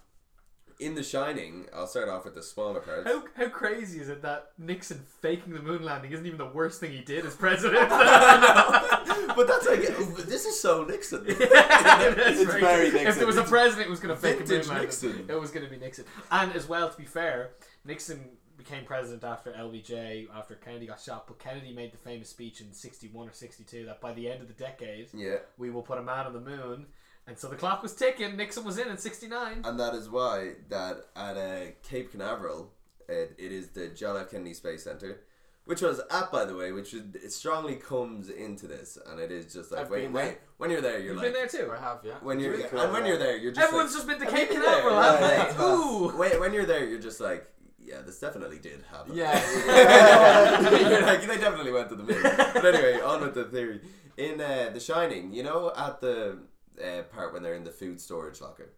in The Shining, I'll start off with the smaller
[laughs]
parts. [laughs]
How, how crazy is it that Nixon faking the moon landing isn't even the worst thing he did as president? [laughs] That's
[laughs] but that's like this is so Nixon.
right.
very
If there
Nixon.
was a president who was going to fake a moon
Vintage
landing,
Nixon.
it was going to be Nixon. And as well, to be fair, Nixon became president after LBJ, after Kennedy got shot. But Kennedy made the famous speech in '61 or '62 that by the end of the decade,
yeah,
we will put a man on the moon. And so the clock was ticking. Nixon was in in '69.
and that is why that at uh, Cape Canaveral, it, it is the John F. Kennedy Space Center. Which was at, by the way, which is, it strongly comes into this, and it is just like,
I've
wait,
been
wait, when you're there, you're
You've
like,
been there too.
I have, yeah.
when you're,
It's really cool,
and when
yeah.
you're there, you're just
Everyone's
like,
just been to
"I've
Cape
been there."
Canaveral,
Yeah,
haven't they?
yeah.
Ooh.
[laughs] When, when you're there, you're just like, yeah, this definitely did happen. [laughs]
Yeah.
You're like, they definitely went to the moon. But anyway, on with the theory. In uh, The Shining, you know, at the uh, part when they're in the food storage locker,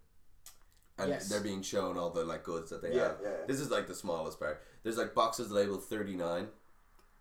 and
Yes.
they're being shown all the like goods that they
Yeah,
have.
yeah, yeah.
This is like the smallest part. There's like boxes labeled 39,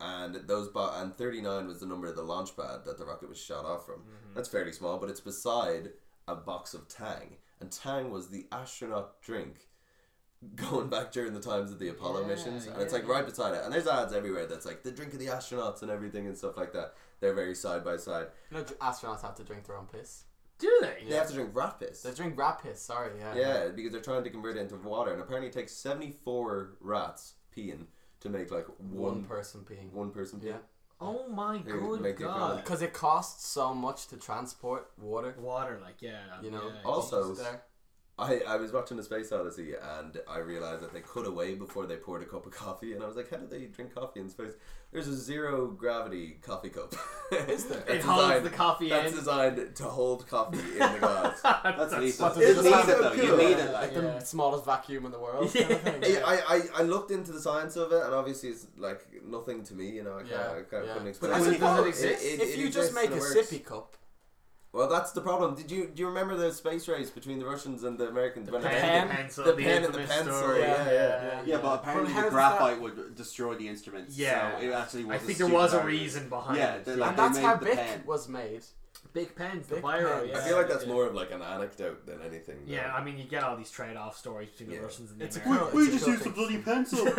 and those bo- and 39 was the number of the launch pad that the rocket was shot off from.
Mm-hmm.
That's fairly small, but it's beside a box of Tang, and Tang was the astronaut drink [laughs] going back during the times of the Apollo
Yeah,
missions, and it's
yeah,
like right beside it. And there's ads everywhere that's like the drink of the astronauts and everything and stuff like that. They're very side by side.
You know, astronauts have to drink their own piss.
Do they?
They have to drink rat piss.
They drink rat piss. Sorry, yeah.
Yeah, because they're trying to convert it into water, and apparently it takes seventy four rats peeing to make like
One
one
person peeing.
one person pee.
Yeah.
Oh my
They make
good
it grow.
god.
Because it costs so much to transport water.
Water, like yeah.
You know.
yeah,
Also-
Jesus, there.
I, I was watching the Space Odyssey and I realized that they cut away before they poured a cup of coffee, and I was like, how do they drink coffee in space? There's a zero gravity coffee cup. Is [laughs]
there?
It holds the coffee
That's
in.
designed to hold coffee in the
[laughs]
glass.
That's
But
lethal.
does it
You
just
need
have
it
to
though.
feel
You
it?
need it.
like
Like,
the
Yeah.
smallest vacuum in the world. Kind of thing.
I, I, I looked into the science of it, and obviously it's like nothing to me. You know, I, can't, I
Yeah,
can't,
yeah.
couldn't explain.
But I
it.
suppose
It-
exist.
it-
if
it
you just
exists
make
and
a
it works.
sippy cup,
well, that's the problem. Did you do you remember the space race between the Russians and the Americans? when it
pen.
ended?
the
pencil,
the pen and the
infamous
pencil,
story.
yeah, yeah.
Yeah, but apparently
how
the
does that-
graphite would destroy the instruments.
Yeah.
so it actually was.
I
a
think there was a
stupid
reason behind
Yeah,
it.
they're
and
like-
that's
made
how
the
Bic
pen.
was made.
big pens, the
Big
biro.
pens.
Yeah,
I feel like
yeah,
that's
yeah.
more of like an anecdote than anything. though.
Yeah, I mean, you get all these trade-off stories between
Yeah.
the Russians and the
It's a
Americans.
cool- We- we just used a
bloody pencil.
[laughs]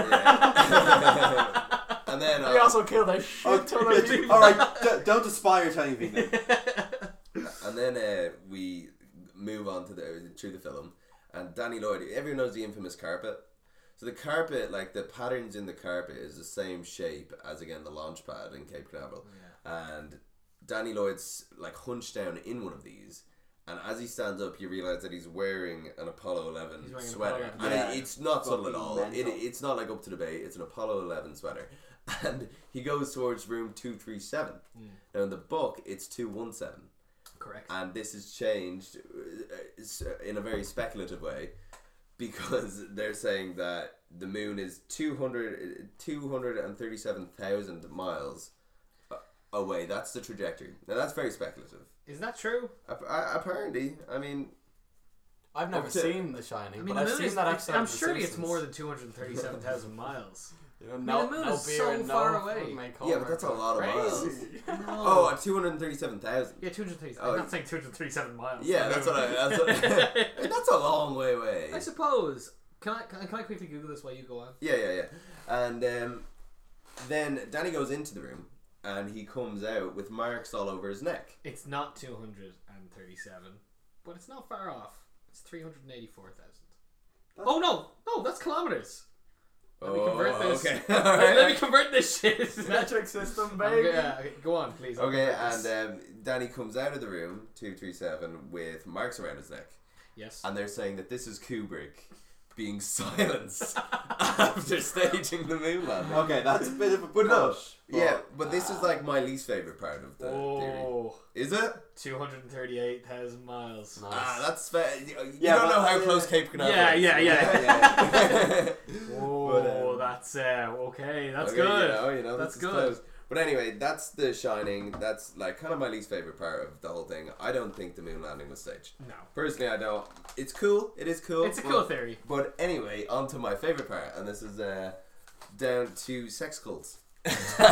Yeah. and then uh,
They also killed a shit ton of people.
All right, d- don't aspire to anything. Then.
[laughs]
and then uh, we move on to the to the film, and Danny Lloyd. Everyone knows the infamous carpet. So the carpet, like the patterns in the carpet, is the same shape as again the launch pad in Cape Canaveral, and Danny Lloyd's like hunched down in one of these. And as he stands up, you realize that he's wearing an Apollo 11
He's wearing an
sweater.
Apollo 11.
And
Yeah.
it- it's not subtle at
Fucking
all. It,
mental.
it's not like up to debate. It's an Apollo 11 sweater. [laughs] And he goes towards room 237. Now, in the book, it's 217
Correct.
and this has changed uh, s- in a very speculative way because [laughs] they're saying that the moon is 200, 237,000 miles a- away. That's the trajectory. Now, that's very speculative.
Is that true?
Ap- a- Apparently, I mean,
I've never
Up to-
seen The Shining,
I mean,
but
the
I've
moon
seen
is,
that
it's,
episode.
I'm
of The
sure it's
Simpsons.
more than 237,000 miles.
You know, no,
the moon
no
is
beer,
so
and no
far away.
homemade
yeah, but
homework.
that's a lot of miles.
Crazy.
Oh, 237,000.
Yeah, 237.
Oh,
I'm
y-
not saying 237 miles.
Yeah, that's what [laughs] I.
[laughs]
That's, what, that's a long way away.
I suppose. Can I, can I can I quickly Google this while you go on?
Yeah, yeah, yeah. And um, then Danny goes into the room and he comes out with marks all over his neck.
It's not 237, but it's not far off. It's 384,000. Oh no, no, that's kilometers. Let me convert
Oh,
this. [laughs]
Okay.
Let, let me convert this shit.
[laughs]
Metric system,
I'm
baby.
go- yeah, [laughs] okay, uh, go on, please. I'll
Okay,
convert
and
this.
um, Danny comes out of the room, 237, with marks around his neck.
yes.
And they're saying that this is Kubrick being [laughs] silenced
[laughs]
after staging the moon landing.
Okay, that's a bit of a
But no,
push. but-
yeah, but this is like my least favorite part of the theory.
Oh,
Is it?
238,000 miles.
Nice.
Ah, that's fair. You
Yeah,
don't
but-
know
uh,
how
yeah.
close Cape Canaveral
Yeah,
is. [laughs]
yeah, yeah. [laughs]
yeah.
Oh,
um,
that's uh, okay. That's
Okay,
good.
You know, you know,
That's
as
good.
close. But anyway, that's The Shining. That's like kind of my least favorite part of the whole thing. I don't think the moon landing was staged.
No,
Personally, I don't. It's cool. It is cool.
it's a
but-
cool theory.
But anyway, on to my favorite part, and this is uh, down to sex cults. [laughs] so
So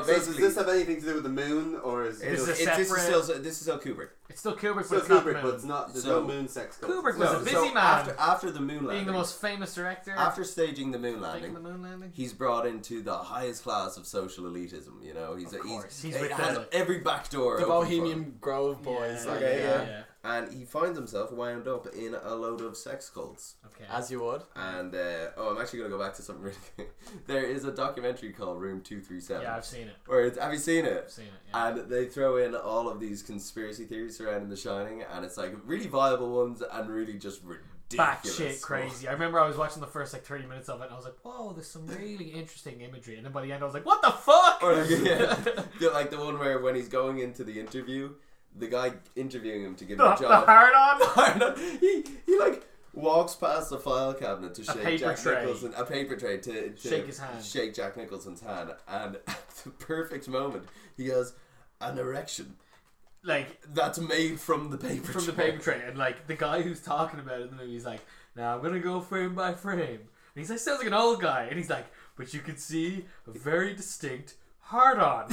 does
basically,
this have anything to do with the moon, or is
It's
it's,
a
it's, this is
separate-
still this is still Kubrick.
It's still Kubrick,
So
but
it's
it's not the
Kubrick, but it's
moon.
not. There's
So-
no moon sex. cult.
Kubrick was
No,
a
so
busy man,
After, after the moon landing,
being the most famous director.
after staging the moon
making
landing,
the moon landing.
he's brought into the highest class of social elitism. You know, he's
course,
he's,
he's
he
with
has
the-
every back door.
The
open for him.
Bohemian Grove boys.
Yeah,
like,
Okay,
yeah.
yeah. and he finds himself wound up in a load of sex cults.
Okay.
As you would.
And uh, oh, I'm actually gonna go back to something really. quick. [laughs] there is a documentary called Room Two Three Seven.
yeah, I've seen it.
Where it's, have you seen it?
I've seen it. Yeah.
And they throw in all of these conspiracy theories surrounding The Shining, and it's like really viable ones and really just ridiculous.
Back shit crazy. I remember I was watching the first like 30 minutes of it and I was like, whoa, there's some
[laughs]
really interesting imagery. And then by the end I was like, what the fuck?
Or like, Oh,
[laughs]
yeah, the- like the one where when he's going into the interview, the guy interviewing him to give him
the,
a
the
[laughs] job.
hard on?
he he like walks past the file cabinet to shake
paper
Jack
tray.
Nicholson a paper tray to, to
Shake his hand.
shake Jack Nicholson's hand and [laughs] at the perfect moment he has an erection
Like,
that's made from the paper
from the
tray. [laughs]
paper tray. And like, the guy who's talking about it in the movie is like, now I'm going to go frame by frame. And he's like, sounds like an old guy. And he's like, but you can see a very distinct hard
[laughs]
on. [laughs]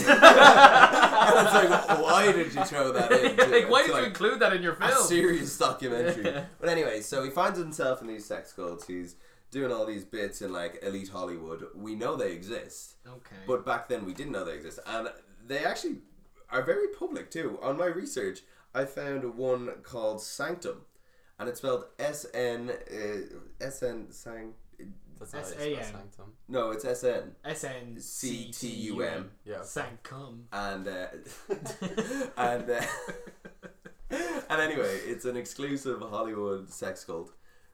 and it's like why did you
[laughs]
throw that in? to-
like, why
to,
did you
like,
include that in your
a
film?
serious documentary. but anyway, so he finds himself in these sex cults. He's doing all these bits in like elite Hollywood. We know they exist.
Okay.
But back then we didn't know they exist, and they actually are very public too. On my research, I found one called Sanctum, and it's spelled S N uh, S N Sanct.
That's how you
S.A.M..
spell sanctum.
No, it's S N
S N
C T U M,
Yeah.
Sanctum.
and uh, [laughs] and uh, [laughs] and anyway, it's an exclusive Hollywood sex cult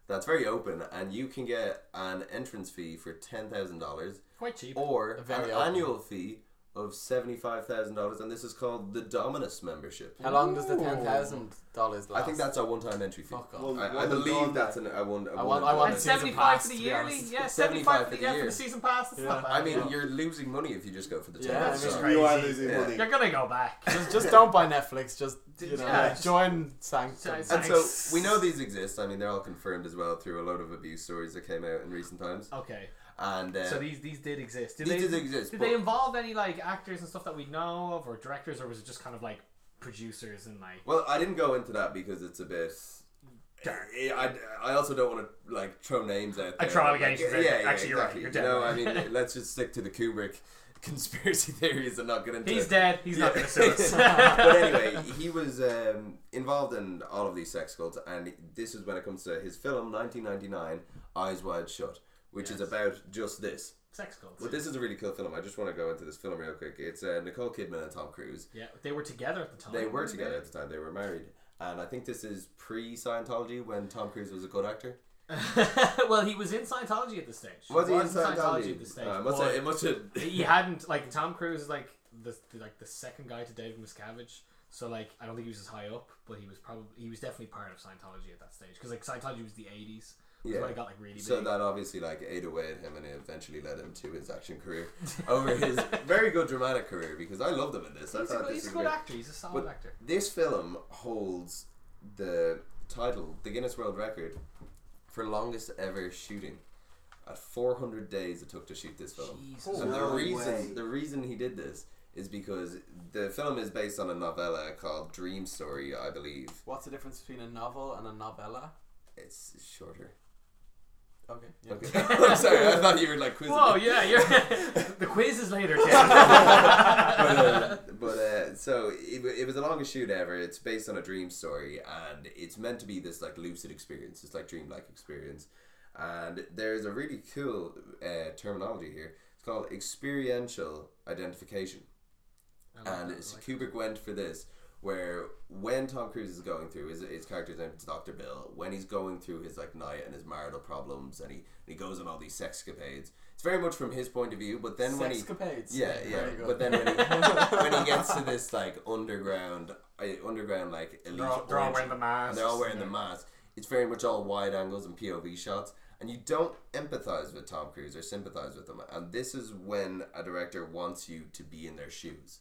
that's very open, and you can get an entrance fee for ten thousand dollars.
Quite cheap.
or
A
an
very open.
annual fee of seventy-five thousand dollars, and this is called the Dominus membership.
How long does the
Ooh.
ten thousand dollars last?
I think that's our one-time entry fee.
Fuck off.
Well,
I, I
well
believe
done.
that's an. I want.
I want- I want
And
season
seventy five
pass,
for the
to be
yearly,
honest.
yeah.
75
Seventy five for the,
for the
yeah, for
year.
the season pass. That's
Yeah.
not bad.
I mean,
Yeah.
you're losing money if you just go for the.
Yeah,
Yeah,
it's just
You are
Crazy.
losing
Yeah.
money.
you're gonna go
[laughs]
back.
just, just don't buy Netflix. Just you know,
Yeah, just-
join Sanctum.
Just-
And so we know these exist. I mean, they're all confirmed as well through a load of abuse stories that came out in recent times.
okay,
And uh,
so these these did exist. Did
these
they
did exist,
did
but-
they involve any like actors and stuff that we know of, or directors, or was it just kind of like producers and like?
well, I didn't go into that because it's a bit.
Dark.
I, I also don't want to like throw names out there.
Attronications,
Like,
yeah, actually, you're right, you're
you know, I
dead right. [laughs]
mean, let's just stick to the Kubrick [laughs] conspiracy theories and not get into.
He's dead. He's not gonna sue us.
[laughs] but anyway, he was um, involved in all of these sex cults, and this is when it comes to his film 1999, Eyes Wide Shut, which is about just this.
Sex cults.
But this is a really cool film. I just want to go into this film real quick. It's uh, Nicole Kidman and Tom Cruise.
Yeah, they were together at the time.
They were
weren't
together at the time. They were married, and I think this is pre Scientology when Tom Cruise was a good actor.
[laughs] well, he was in Scientology at this stage.
Was he in
Scientology
Scientology?
at this stage?
Uh, it must have, it must have,
he hadn't like Tom Cruise is like the like the second guy to David Miscavige. So like I don't think he was as high up, but he was probably he was definitely part of Scientology at that stage because like Scientology was the '80s. That's
Yeah.
when it got like really
So
big.
that obviously like ate away at him, and it eventually led him to his action career [laughs] over his very good dramatic career. Because I loved him in this. I
he's, a,
thought
good-
this
he's a
was
good
great.
actor. He's a solid
But- [laughs]
actor.
This film holds the title, the Guinness World Record, for longest ever shooting. At 400 days it took to shoot this film.
Jesus.
And the
No
reason
way.
the reason he did this is because the film is based on a novella called Dream Story, I believe.
What's the difference between a novel and a novella?
It's shorter.
Okay. Yeah.
Okay. [laughs] I'm sorry, I thought you were like quizzing
Whoa,
me.
yeah, [laughs] you're the quiz is
[laughs]
later. Tim. [laughs]
but uh, but uh, so it, wa- it was the longest shoot ever. It's based on a dream story, and it's meant to be this like lucid experience, this like dreamlike experience. and there's a really cool uh, terminology here. It's called experiential identification. And it's Kubrick went for this, where when Tom Cruise is going through his, his character's name is Doctor Bill, when he's going through his like night and his marital problems, and he he goes on all these sexcapades. It's very much from his point of view, but then when he
Sexcapades.
yeah, yeah.
Very good. [laughs]
But then when he, when he gets to this like underground, uh, underground like
[laughs]
elite,
They're all, they're all
orgy,
wearing the mask.
and they're all wearing the mask. It's very much all wide angles and POV shots, and you don't empathize with Tom Cruise or sympathize with him. And this is when a director wants you to be in their shoes.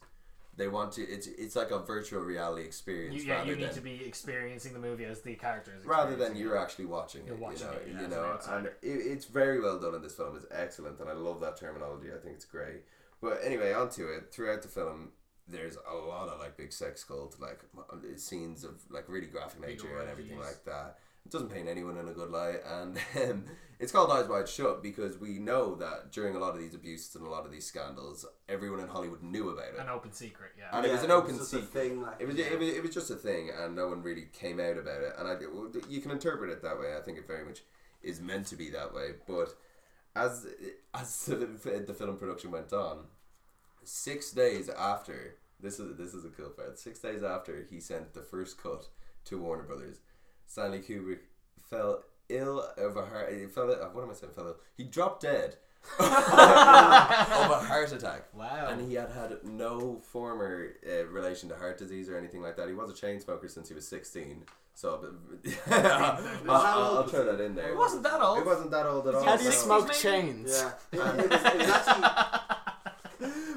They want to. It's it's like a virtual reality experience
You, yeah,
rather
you need
than
to be experiencing the movie as the characters.
rather than
experiencing
you're actually watching it.
You're watching
you know,
it, yeah,
you
as an
know and
outsider.
it, it's very well done in this film. It's excellent, and I love that terminology. I think it's great. But anyway, onto it. Throughout the film, there's a lot of like big sex cult, like m- uh, scenes of like really graphic
Big
nature and everything
orgies.
like that. It doesn't paint anyone in a good light, and [laughs] um, it's called Eyes Wide Shut because we know that during a lot of these abuses and a lot of these scandals, everyone in Hollywood knew about it.
an open secret. Yeah,
And it was an open
just a
secret.
thing. Like,
It was,
yeah.
[laughs] it was it was just a thing, and no one really came out about it. And I well, you can interpret it that way. I think it very much is meant to be that way. But as as [laughs] the, the film production went on, six days after this is this is a cool part. Six days after he sent the first cut to Warner Brothers, Stanley Kubrick fell ill of a heart. He fell. What am I saying? Fell ill. He dropped dead [laughs]
[laughs]
of a heart attack.
Wow.
And he had had no former uh, relation to heart disease or anything like that. He was a chain smoker since he was 16. So but- [laughs] I'll, I'll, I'll throw that in there.
it wasn't that old.
It wasn't that old at all.
How do you
no.
smoke
maybe?
chains?
Yeah. It, it was, it was
[laughs]
actually.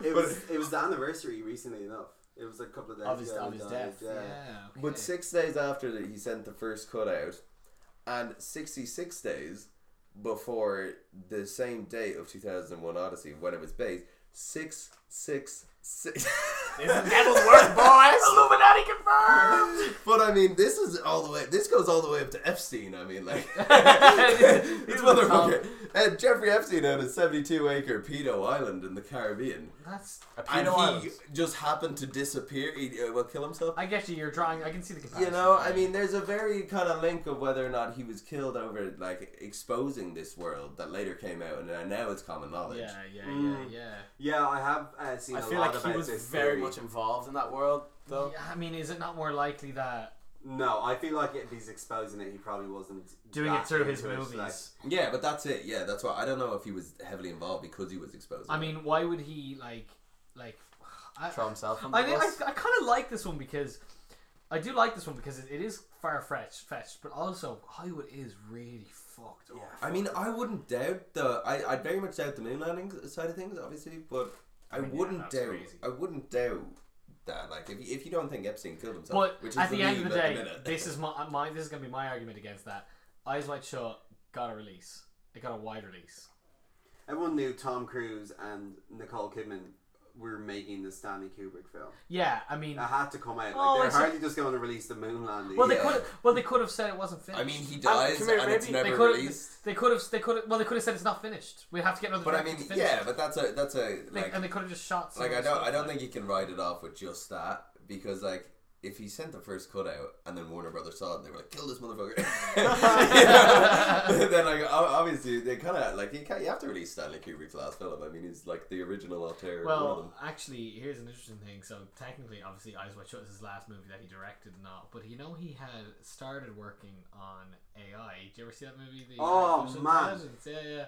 It was, it was the anniversary recently enough. It was a couple of days
Of his-
ago
of
he
his
died,
death,
Yeah.
Yeah.
okay.
But six days after that, he sent the first cut out, and 66 days before the same date of 2001 Odyssey, when it was based, six, six, six.
Devil's
[laughs]
work, boys!
Illuminati confirmed.
But I mean, this is all the way. This goes all the way up to Epstein. I
[laughs]
mean, like
It's
this
the
motherfucker. And Jeffrey Epstein owned a seventy-two acre pedo island in the Caribbean,
That's.
and he
Pedo island.
just happened to disappear. He uh, well, kill himself.
I get you. You're drawing. I can see the
You
comparison.
know, I mean, there's a very kind of link of whether or not he was killed over like exposing this world that later came out, and now it's common knowledge.
Yeah, yeah, yeah,
Mm.
yeah.
Yeah, I have uh, seen
I
a
feel
lot
like he
about
was
this
very
theory.
much involved in that world, though.
Yeah, I mean, is it not more likely that
No, I feel like if he's exposing it, he probably wasn't
doing it
that
through his
into it,
movies?
like-
Yeah, but that's it. Yeah, that's why I don't know if he was heavily involved because he was exposed.
I mean, why would he like, like? [sighs] I,
Throw himself on the
I, mean, I,
bus.
I kind of like this one because I do like this one because it, it is far fetched, fetched, but also Hollywood is really fucked up.
I mean, I wouldn't doubt the. I, I very much doubt the moon landing side of things, obviously, but I,
mean, yeah,
wouldn't
that's
doubt.
crazy.
I wouldn't doubt that. Like, if, you- if you don't think Epstein killed himself,
But
which is
at the end of the
meme at
day,
minute.
this is my, my this is gonna be my argument against that. Eyes Wide Shut got a release. It got a wide release.
Everyone knew Tom Cruise and Nicole Kidman were making the Stanley Kubrick film.
Yeah, I mean,
It had to come out. Like,
Oh,
they're
it's a-
hardly just going to release the moon landing.
well they
Ah, yeah.
could well they could have said it wasn't finished.
[laughs] I mean, he dies
come
and,
here,
it's
maybe-
they
never
could
released.
they could have they could have well they could have said it's not finished. We have to get another.
But I
director
mean,
to finish
yeah,
it.
but that's a that's a
They-
like
and they could have just shot. some
like I
of the
don't
stuff,
I don't
like-
think you can write it off with just that because like. If he sent the first cut out and then Warner Brothers saw it, and they were like, "Kill this motherfucker!" [laughs] Yeah. [laughs] then, like, o- obviously, they kind of like you, can't, you have to release Stanley Kubrick's last film. I mean, he's like the original auteur. one of them.
Well, actually, here's an interesting thing. So technically, obviously, Eyes Wide Shut is his last movie that he directed, and all. But you know, he had started working on AI. Did you ever see that movie? The
Oh,
Artificial
man.
Intelligence? Yeah, yeah.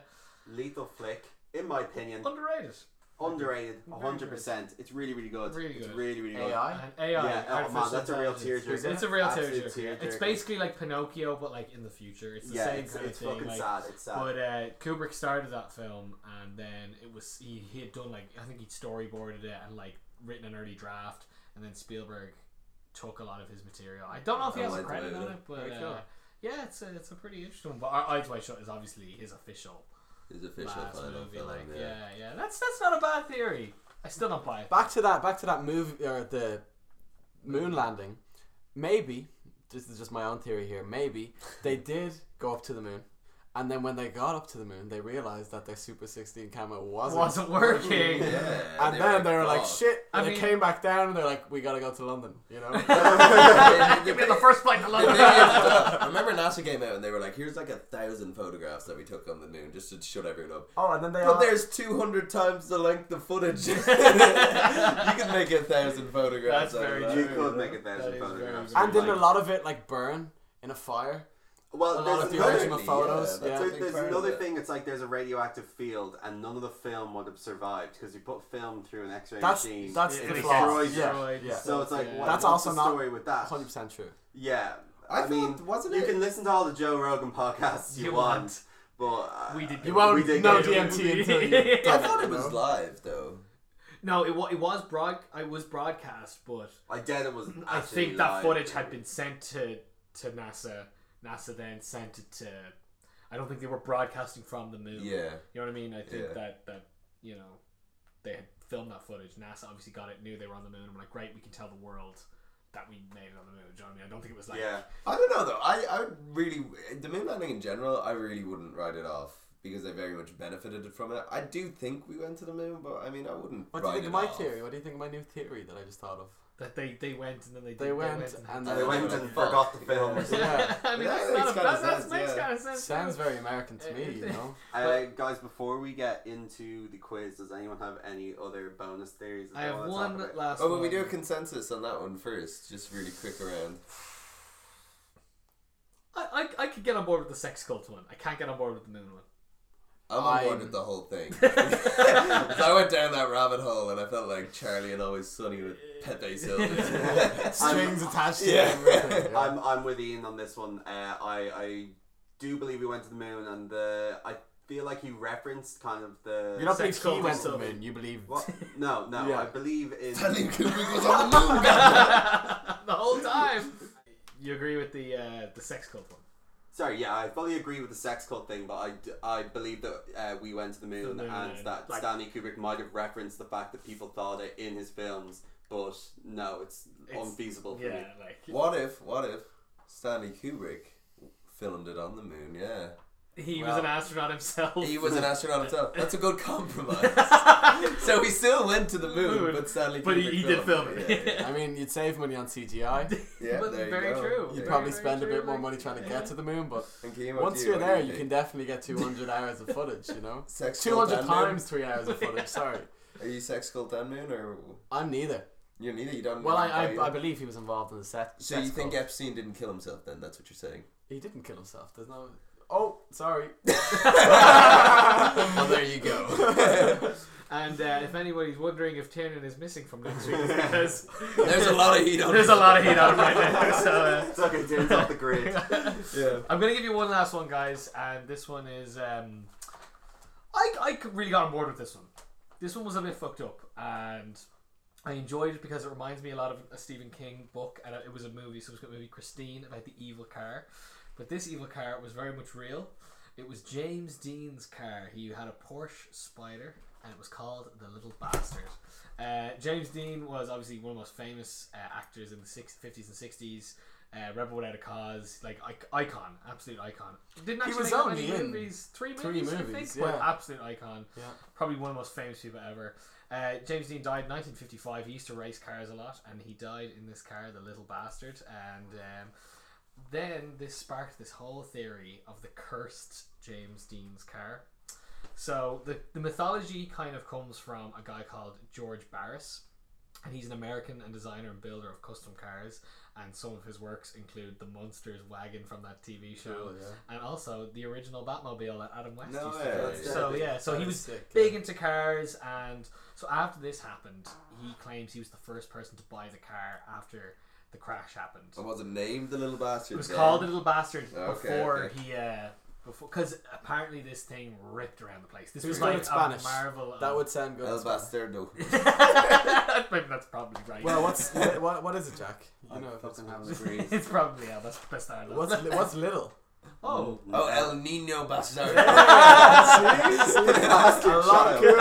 Lethal flick, in my opinion,
Underrated.
underrated, hundred percent. It's really, really good.
Really
It's
good.
really, really good.
AI.
And AI.
Yeah, oh
Uh, Artificial
man, that's a real
Intelligence.
tearjerker.
It's a real
Absolute
tearjerker. It's
tearjerker.
basically like Pinocchio, but like in the future. It's the
yeah,
same
it's,
kind
it's
of thing.
fucking
like,
sad. It's sad.
But uh, Kubrick started that film, and then it was he, he had done like I think he'd storyboarded it and like written an early draft, and then Spielberg took a lot of his material. I don't know if he
I
has a
like the
credit
way
on
that-
it, but
Very cool.
uh, yeah, it's a, it's a pretty interesting one. But Our Eyes Wide Shut is obviously his official
His official
last
final
movie.
film,
like, yeah.
yeah.
yeah, that's that's not a bad theory. I still don't
[laughs]
buy it. [laughs]
Back to that. Back to that movie or the moon landing. Maybe this is just my own theory here. Maybe they did go up to the moon, And then when they got up to the moon, they realized that their Super 16 camera wasn't,
Wasn't working.
Yeah.
And then they were like,
"Fuck." [laughs]
shit.
I
And they
mean-
came back down and they're like, we gotta go to London, you know? [laughs]
Give me the first flight to
The [laughs] thing
London.
is, uh, Remember NASA came out and they were like, "Here's like a thousand photographs that we took on the moon just to shut everyone up."
oh, and then they
But
all-
there's 200 times the length of
[laughs]
footage. [laughs] you can make a thousand photographs.
That's
out of
very
that.
You
true.
could make a
That
thousand
is
photographs.
very
And didn't
like-
a lot of it like burn in a fire?
well,
a lot
there's
of the
another-
original photos,
that's
yeah.
a
There-
big
there's
part of
another
it.
thing. It's like there's a radioactive field, and none of the film would have survived because you put film through an X-ray
That's
machine.
that's
It
the
gets
flaw.
destroyed,
Yeah,
destroyed.
yeah.
so it's like,
Yeah.
what,
That's
what's
also
the
not
story with that?
Hundred percent true.
Yeah,
I,
I, mean,
thought- wasn't
you
it?
can listen to all the Joe Rogan podcasts you,
You
want, but uh,
We did
You
You
won't
we did
know
get it.
DMT until you. [laughs]
I thought it was live though.
No, it, wa- it was broad. It was broadcast, but
I doubt it was.
I
actually
think that
live.
footage
uh,
had been sent to to NASA. NASA then sent it to. I don't think they were broadcasting from the moon.
Yeah.
You know what I mean? I think
Yeah.
that that you know they had filmed that footage. NASA obviously got it, knew they were on the moon. and were like, great, we can tell the world that we made it on the moon. Do you know what I mean? I don't think it was like
Yeah,
I don't know though. I, I would really the moon landing in general. I really wouldn't write it off because I very much benefited from it. I do think we went to the moon, but I mean I wouldn't.
What do you
write
think
it
of my
off.
theory? What do you think of my new theory that I just thought of?
that. They they went and then they did,
They went
[laughs]
and
had-
they went and forgot the film.
Yeah.
Yeah.
I mean,
Yeah,
that's not
that makes
a
kinda
that, that
sense,
makes
yeah.
kind of sense.
Sounds
too.
very
[laughs]
American to me, you know.
Uh, guys, before we get into the quiz, does anyone have any other bonus theories? that
I
they
have
wanna talk
one
about?
last.
Oh, but we
one.
do a consensus on that one first, just really quick around.
I, I I could get on board with the sex cult one. I can't get on board with the moon one.
I'm on board
I'm-
with the whole
[laughs]
thing. [laughs] 'Cause I went down that rabbit hole and I felt like Charlie and Always Sunny with
[laughs]
Pepe Silva.
Strings attached to
Yeah.
[laughs]
everything. yeah.
I'm I'm with Ian on this one. Uh, I I do believe we went to the moon, and the I feel like he referenced kind of the.
You don't
Sex
think he
cult
went
is
to the
something.
moon, you believe. [laughs]
What? No, no.
Yeah.
I believe in.
Stanley Kubrick was on the moon. goddamn.
[laughs] the whole time. You agree with the uh, the sex cult one?
Sorry, yeah, I fully agree with the sex cult thing, but I, d- I believe that uh, we went to the moon,
The moon,
and that
like-
Stanley Kubrick might have referenced the fact that people thought it in his films, but no, it's,
It's-
unfeasible for me.
Yeah, like
[laughs] what if? What if Stanley Kubrick filmed it on the moon? Yeah,
he
Well,
was an astronaut himself. [laughs]
he was an astronaut himself. That's a good [laughs] compromise. so he still went to the moon,
Moon,
but Stanley.
[laughs]
Kubrick
but he, he did film
filmed
it. [laughs]
Yeah,
I mean, you'd save money on CGI.
yeah. Yeah,
But
there you
very
go.
true.
You'd
There
probably
very
spend a
true,
bit more
like,
money trying to
yeah.
get to the moon, but
And Keem, what
once
do
you're
what
there,
do
you can
think?
definitely get 200 hours of footage, you know?
Sex cult
200
and moon?
times 3 hours of footage, sorry.
Are you sex cult and moon or
I'm neither.
you neither? You don't.
Well, I,
buy it?
I, I believe he was involved in the set.
So
sex
you think
cult.
Epstein didn't kill himself? Then that's what you're saying. [laughs]
He didn't kill himself. There's no. Oh, sorry.
well, there you go.
[laughs]
[laughs]
And uh, if anybody's wondering if Tiernan is missing from next week,
[laughs]
it's because
There's a lot of heat on.
there's a lot of heat on right now. So. Uh,
It's okay, James, off the grid.
Yeah.
[laughs]
I'm gonna give you one last one, guys, and this one is um, I I really got on board with this one. This one was a bit fucked up, and I enjoyed it because it reminds me a lot of a Stephen King book, and it was a movie, subsequent movie, Christine, about the evil car. But this evil car was very much real. It was James Dean's car. He had a Porsche Spider, and it was called the Little Bastard. Uh, James Dean was obviously one of the most famous uh, actors in the six, 50s and 60s. Uh, Rebel Without a Cause, like I- icon, absolute icon. Didn't actually
was
make that
only
many
in
movies, three movies,
three
I
movies,
think, but
yeah.
absolute icon.
Yeah.
Probably one of the most famous people ever. Uh, James Dean died in 1955. He used to race cars a lot, and he died in this car, the little bastard. And um, then this sparked this whole theory of the cursed James Dean's car. So the, the mythology kind of comes from a guy called George Barris, and he's an American and designer and builder of custom cars. And some of his works include the monsters wagon from that TV show,
Cool, yeah.
and also the original Batmobile that Adam West
Oh, No
used
way.
to drive.
That's
So
sick.
yeah, so he
That is
was
sick,
big
yeah.
into cars, and so after this happened, he claims he was the first person to buy the car after the crash happened.
And was it named the little bastard?
It was
then?
called the Little Bastard
Okay,
before
okay.
he uh before because apparently this thing ripped around the place. This was
Who's good
like
at Spanish?
a marvel. Of,
That would sound good.
El
as well.
Bastardo.
[laughs] Maybe that's probably right.
Well, what's what, what? What is it, Jack? You know, if it's
fucking
Spanish.
have a grid.
[laughs] it's probably yeah. That's best I know.
what's li- what's
[laughs]
little?
[laughs] oh
[laughs]
[laughs]
[laughs]
Oh, El Nino [laughs] Bastardo. [laughs]
a lot
child.
cooler.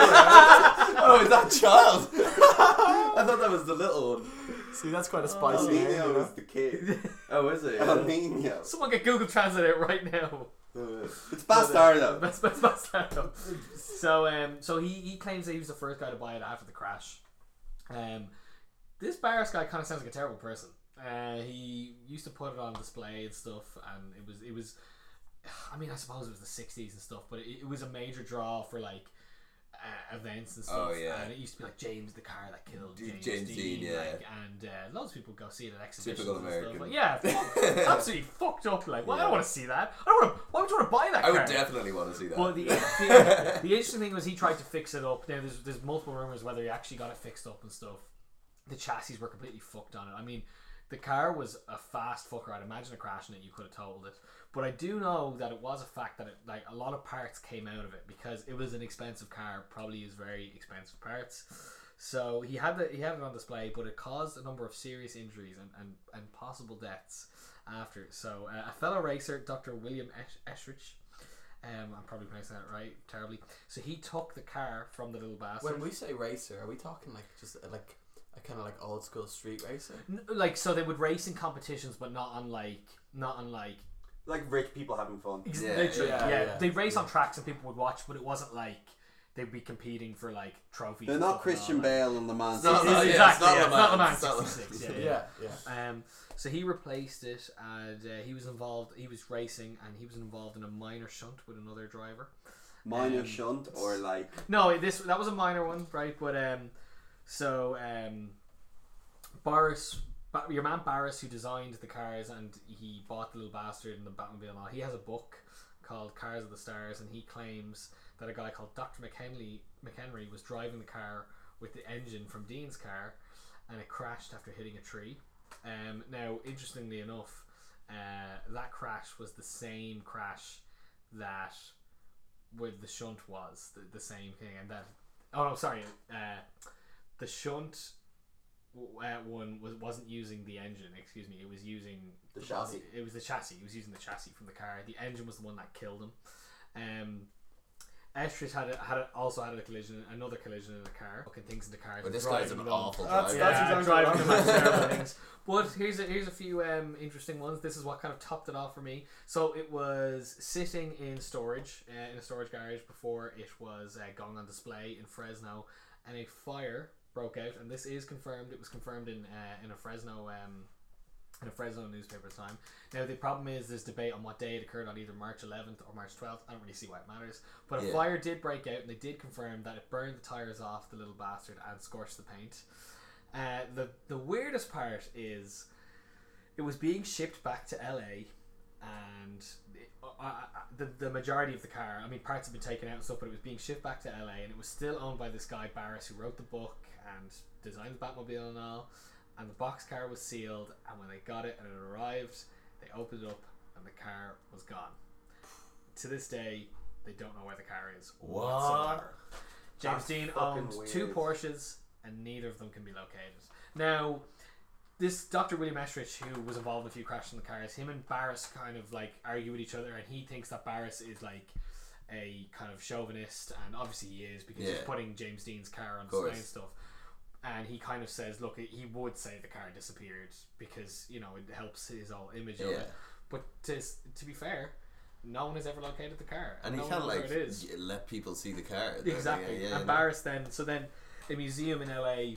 oh, is that [laughs] child? I thought that was the little one.
[laughs] See, that's quite a
El
spicy name. you
Nino
know?
is the kid.
Oh, is it?
El Nino.
someone get Google Translate it right now.
It's Bastardo.
[laughs] That's that's Bastardo. So um, so he he claims that he was the first guy to buy it after the crash. Um, this Barris guy kind of sounds like a terrible person. Uh, he used to put it on display and stuff, and it was it was. I mean, I suppose it was the '60s and stuff, but it, it was a major draw for like uh, events and stuff.
Oh, yeah.
and it used to be like James the car that killed
Dude,
James,
James
Dean,
Dean, yeah.
like, and uh, loads of people go see it at exhibitions.
Typical
and
American.
Stuff. Like, yeah, fuck,
[laughs]
absolutely fucked up. Like, well, I don't want to see that. I don't want to. Why would you want to buy that?
I
car?
would definitely want to see that.
Well,
[laughs]
the, the, the interesting thing was he tried to fix it up. Now, there's, there's multiple rumors whether he actually got it fixed up and stuff. The chassis were completely fucked on it. I mean, the car was a fast fucker. I'd imagine a crash in it, you could have told it. But I do know that it was a fact that it, like a lot of parts came out of it because it was an expensive car, probably used very expensive parts. So he had the, he had it on display, but it caused a number of serious injuries and, and, and possible deaths after. So uh, a fellow racer, Dr. William Esh- Eshridge, um, I'm probably pronouncing that right terribly. So he took the car from the little bastard.
When we say racer, are we talking like just uh, like a kind of like old school street racer?
N- like so they would race in competitions, but not on like not on like
Like rich people having fun.
ex-
Yeah,
literally yeah,
yeah, yeah.
they race on tracks and people would watch, but it wasn't like they'd be competing for like trophies.
They're
and
not
stuff and
Christian
all that.
Bale and Le Mans.
not-
It's-
yeah, it's
exactly,
not
yeah,
Le
it's not Le Mans
Mans, it's not
66, yeah, yeah.
Yeah, yeah.
Um, so he replaced it, and uh, he was involved. He was racing, and he was involved in a minor shunt with another driver.
Minor
Um,
shunt or like
No, this that was a minor one, right? But um, so um, Boris, Ba- your man Barris, who designed the cars and he bought the little bastard and the Batmobile and all, he has a book called Cars of the Stars, and he claims that a guy called Doctor McHenry McHenry was driving the car with the engine from Dean's car, and it crashed after hitting a tree. Um, now, interestingly enough, uh, that crash was the same crash that with the shunt was the, the same thing, and that oh no, sorry, uh, the shunt w- uh, one was wasn't using the engine. Excuse me, it was using
The chassis.
It was the chassis. It was using the chassis from the car. The engine was the one that killed him. Um, Estridge had a, had a, also had a collision, another collision in the car, fucking things in the car.
But this
driving
guy's an
them.
awful
That's-
driver.
that's
Yeah,
exactly
driving
what
them
I'm
at
saying. [laughs]
terrible things. But here's a, here's a few um, interesting ones. This is what kind of topped it off for me. So it was sitting in storage uh, in a storage garage before it was uh, going on display in Fresno, and a fire broke out. And this is confirmed. It was confirmed in uh, in a Fresno. Um, in a Fresno newspaper at the time. Now the problem is there's debate on what day it occurred on either March 11th or March 12th. I don't really see why it matters, but a
Yeah.
fire did break out, and they did confirm that it burned the tires off the little bastard and scorched the paint. Uh, the the weirdest part is it was being shipped back to LA, and it, uh, uh, the the majority of the car, I mean, parts had been taken out and stuff, but it was being shipped back to LA, and it was still owned by this guy Barris who wrote the book and designed the Batmobile and all. And the box car was sealed, and when they got it and it arrived, they opened it up, and the car was gone. To this day, they don't know where the car is
What?
whatsoever. James
That's
Dean
fucking
owned two
weird.
Porsches, and neither of them can be located. Now, this Dr. William Estrich, who was involved in a few crashes in the cars, him and Barris kind of like argue with each other, and he thinks that Barris is like a kind of chauvinist, and obviously he is because he's
Yeah.
putting James Dean's car on
course.
display and stuff. And he kind of says, look, he would say the car disappeared because you know it helps his whole image of
Yeah.
it. But to s- to be fair, no one has ever located the car,
And
no
he
one
can't
knows
like
where it is.
y- let people see the car. though.
Exactly.
Yeah, yeah,
and Barris then, so then a museum in LA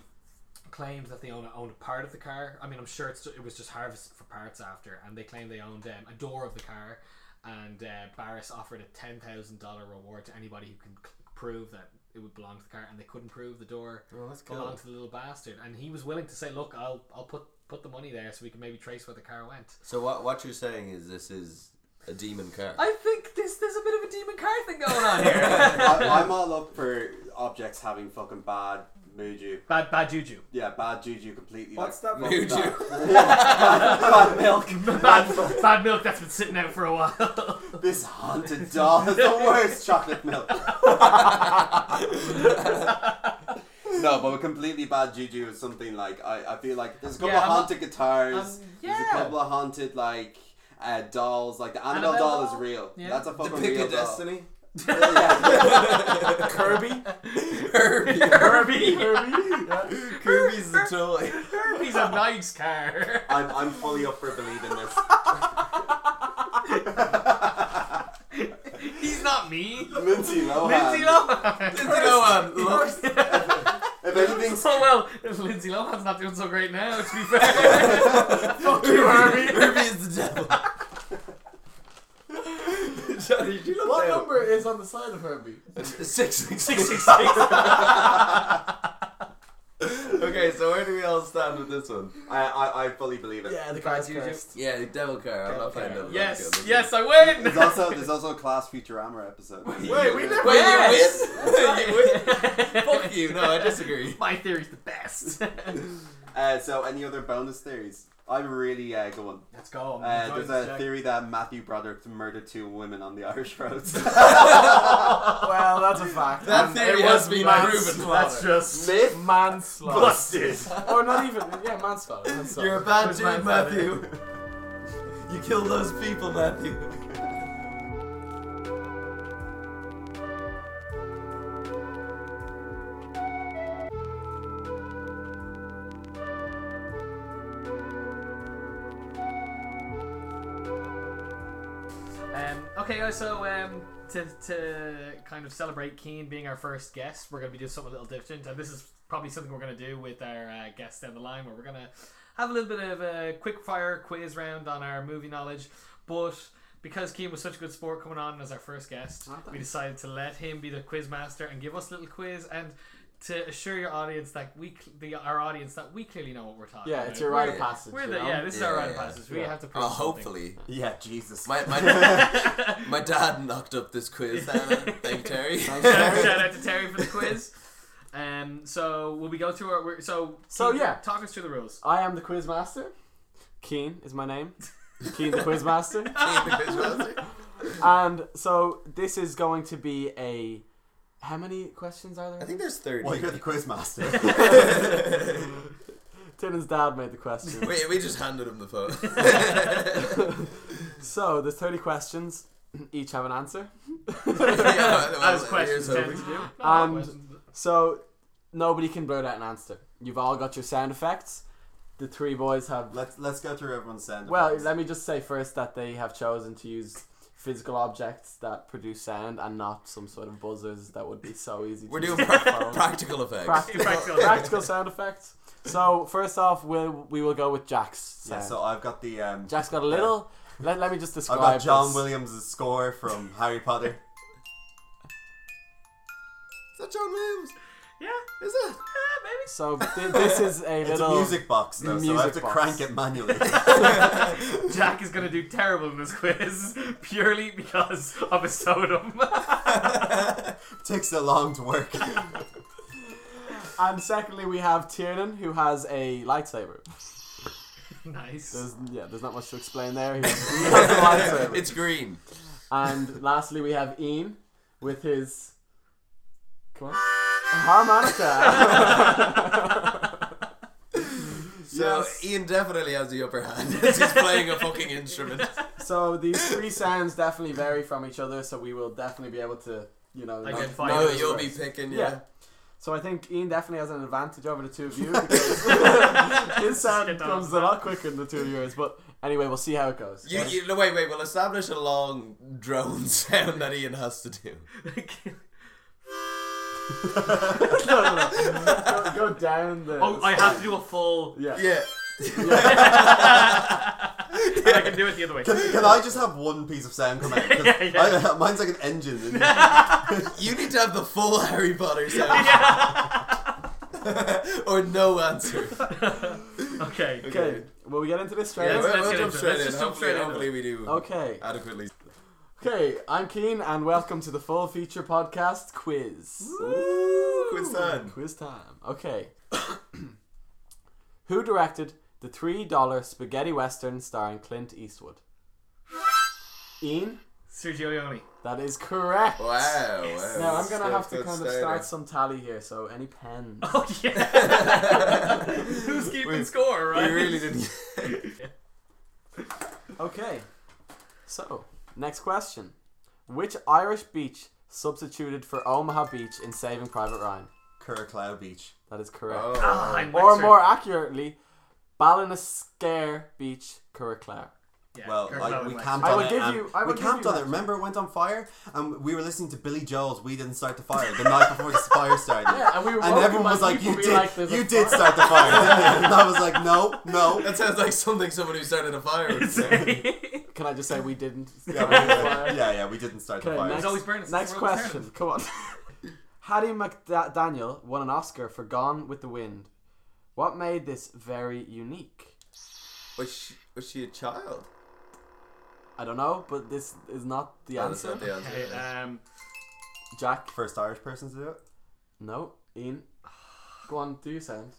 claims that they own, own a part of the car. I mean, I'm sure it's, it was just harvested for parts after, and they claim they owned um, a door of the car. And uh, Barris offered a ten thousand dollar reward to anybody who can c- prove that it would belong to the car, and they couldn't prove the door
Oh
belonged to the little bastard. And he was willing to say, "Look, I'll I'll put put the money there so we can maybe trace where the car went."
So what what you're saying is this is a demon car.
I think this there's a bit of a demon car thing going on here.
I, I'm all up for objects having fucking bad mojo.
[laughs] bad bad juju.
Yeah, bad juju completely.
What's
like,
that
fuck
Mojo?
Bad, [laughs] bad milk.
Bad, bad milk that's been sitting out for a while.
This haunted doll is the worst chocolate [laughs] milk. no, but a completely bad juju is something like I, I feel like there's a couple
Yeah,
of
I'm-
haunted guitars.
Um,
There's a
yeah.
couple of haunted like uh, dolls. Like the Annabelle,
Annabelle
doll is
doll?
real.
Yeah.
That's a
the
fucking
pick
real
of
doll. [laughs]
destiny. [laughs]
Kirby?
Kirby. [laughs]
Herbie.
Kirby? Yeah.
Kirby's the toy.
Herbie's a nice car.
I'm, I'm fully up for believing this.
not me.
Lindsay
Oh,
Lohan.
Lindsay Lohan.
Lindsay Lohan loves
If anything's
Oh well, Lindsay Lohan's not doing so great now. To be
[laughs]
fair,
Fuck you, Herbie. Herbie is the devil. Johnny, did you look
What
down?
number is on the side of
[laughs]
Herbie?
Six, six,
six
six.
six six.
Okay, so where do we all stand with this one?
I, I, I fully believe it.
Yeah, the
Card's used.
car's [laughs] cursed.
Yeah, devil car. I'm
Devil
not playing
car.
devil car.
Yes,
Okay,
yes, I win.
There's also there's also a class Futurama episode.
Wait, we never.
Wait,
Yes.
[laughs] you win? you win? Fuck you. No, I disagree.
My theory's the
[laughs]
best.
Uh, so any other bonus theories? I have a really uh, good one.
Let's go.
Uh, there's a theory that Matthew Broderick murdered two women on the [laughs] Irish roads.
Well, that's a fact.
Um,
That
And
theory
it
has
was
been proven.
That's just
Myth?
manslaughter.
busted.
or not even. Yeah, manslaughter.
[laughs]
manslaughter.
You're a bad
Where's
dude,
my
Matthew. you killed those people, Matthew.
Um, okay, guys, so um, to, to kind of celebrate Keen being our first guest, we're going to be doing something a little different. And this is probably something we're going to do with our uh, guests down the line, where we're going to have a little bit of a quick fire quiz round on our movie knowledge. But because Keen was such a good sport coming on as our first guest,
Ah,
we decided to let him be the quiz master and give us a little quiz and. To assure your audience that we, cl- the, our audience, that we clearly know what we're talking
Yeah,
about.
it's your rite of
We're-
passage.
We're
you
the,
know?
yeah, this is our
Yeah,
rite of
yeah.
passage. We
Yeah.
have to prove
Oh,
something. [laughs]
hopefully.
Yeah, Jesus.
My, [laughs] my, my dad knocked up this
[laughs]
quiz. Down. Thank you, [laughs] Terry.
shout, shout out to
[laughs]
Terry for the quiz. Um, so will we go through our we're, so
So,
Keith,
yeah.
talk us through the
[laughs]
rules.
I am the quiz master. Keen is my name. Keen the quiz master.
[laughs]
And so this is going to be a. How many questions are there?
I think there's 30.
well, you're the quiz [laughs] master.
Tinnan's dad made the [laughs] question.
Wait, we just handed him
[laughs]
the phone.
so there's 30 questions. [clears throat] Each have an answer.
Yeah, well,
As
here's
questions
hoping.
tend to do. Not all
And-
questions, but-
So nobody can blurt out an answer. You've all got your sound effects. The three boys have.
let's let's go through everyone's sound.
Well,
effects.
let me just say first that they have chosen to use physical objects that produce sound and not some sort of buzzers that would be so easy.
We're
to
doing
use on
pra-
[laughs] phones.
practical effects.
Practical,
Practical.
practical sound effects. So first off, we'll we will go with Jack's.
yeah,
Sound.
so I've got the um,
Jack's got a little. Let, let me just
I've
describe.
got John
this.
Williams' score from Harry
[laughs]
Potter.
Is that John Williams?
yeah,
Is that?
yeah, maybe.
So th- this is
[laughs]
a
It's
little.
a music box though, so I
music
have to
box.
crank it
[laughs]
manually. [laughs]
[laughs]
Jack is gonna do terrible in this quiz [laughs] purely because of a sodom.
Takes so long to work.
And secondly, we have Tiernan who has a lightsaber.
[laughs] nice.
There's,
[laughs]
yeah, there's not much to explain there. He has,
[laughs]
he has a lightsaber.
[laughs] It's green.
And lastly, we have Ian with his. Come on. [laughs] Harmonica.
So
Yes.
Ian definitely has the upper hand. [laughs] He's playing a fucking instrument.
so these three sounds definitely vary from each other, so we will definitely be able to, you know.
Like
know-
a fire
no,
is
you'll be
worse.
picking.
yeah.
Yeah.
So I think Ian definitely has an advantage over the two [laughs] of you. because his sound
Skip on.
comes a lot quicker than the two of yours. But anyway, we'll see how it goes.
You, you, no, wait, wait. We'll establish a long drone [laughs] sound that Ian has to do.
[laughs] no, no, no. Go, go down the.
[laughs] oh, I have to do a full.
Yeah.
Yeah.
And [laughs] I can do it the other way.
Can, can I just have one piece of
[laughs]
sound come out? 'Cause
Yeah, yeah.
I- mine's like an engine. And
You need to have the full Harry Potter sound. [laughs] or no answer.
[laughs] Okay.
Okay. Will we get into this straight?
Yeah,
away?
let's get
we'll, we'll
into
jump
it.
straight
Let's
in.
just jump
Hopefully,
straight into
hopefully we do
Okay.
adequately.
Okay. I'm Keen, and welcome to the Full Feature Podcast Quiz.
Ooh, quiz time.
Quiz time. Okay. Who directed the three dollar spaghetti western starring Clint Eastwood? Ian.
Sergio Leone.
That is correct.
Wow. wow.
Now I'm gonna
Good-
have to
good
kind of
starter.
start some tally here. So any pens?
Oh yeah. [laughs] Who's keeping score,
We
right?
[laughs]
really didn't.
Okay. So, next question. Which Irish beach substituted for Omaha Beach in Saving Private Ryan?
Curraclow Beach.
That is correct.
Oh.
Ah, I'm
or
Wexford.
more accurately, Ballinascare Beach, Curraclau.
Yeah.
Well,
Kirk
like,
Mellon
we
went.
camped
I
on
will
it.
give
and
you- I
we
will give
camped
you
on it.
that.
Remember, it went on fire, and we were listening to Billy Joel's "We Didn't Start the Fire" the night before the fire started.
Yeah, and we were
And
walking
everyone
by
was like,
people,
"You
we
did,
like, there's a
you did
fire."
start the fire." didn't you? and I was like, "No,
[laughs]
no."
That sounds like something someone who started a fire
[laughs]
[laughs]
would say.
It's
Can I just say we didn't?
Yeah, we,
[laughs]
yeah, yeah, we didn't start the
Okay,
fire.
next-
always burning.
Next question. Come on. [laughs] Hattie McDaniel won an Oscar for Gone with the Wind. What made this very unique?
Was she, was she a child?
I don't know, but this is not the
Oh, that's
answer.
not the answer.
Okay, um,
Jack,
First Irish person to do it.
no. Ian, go on. Do your sound.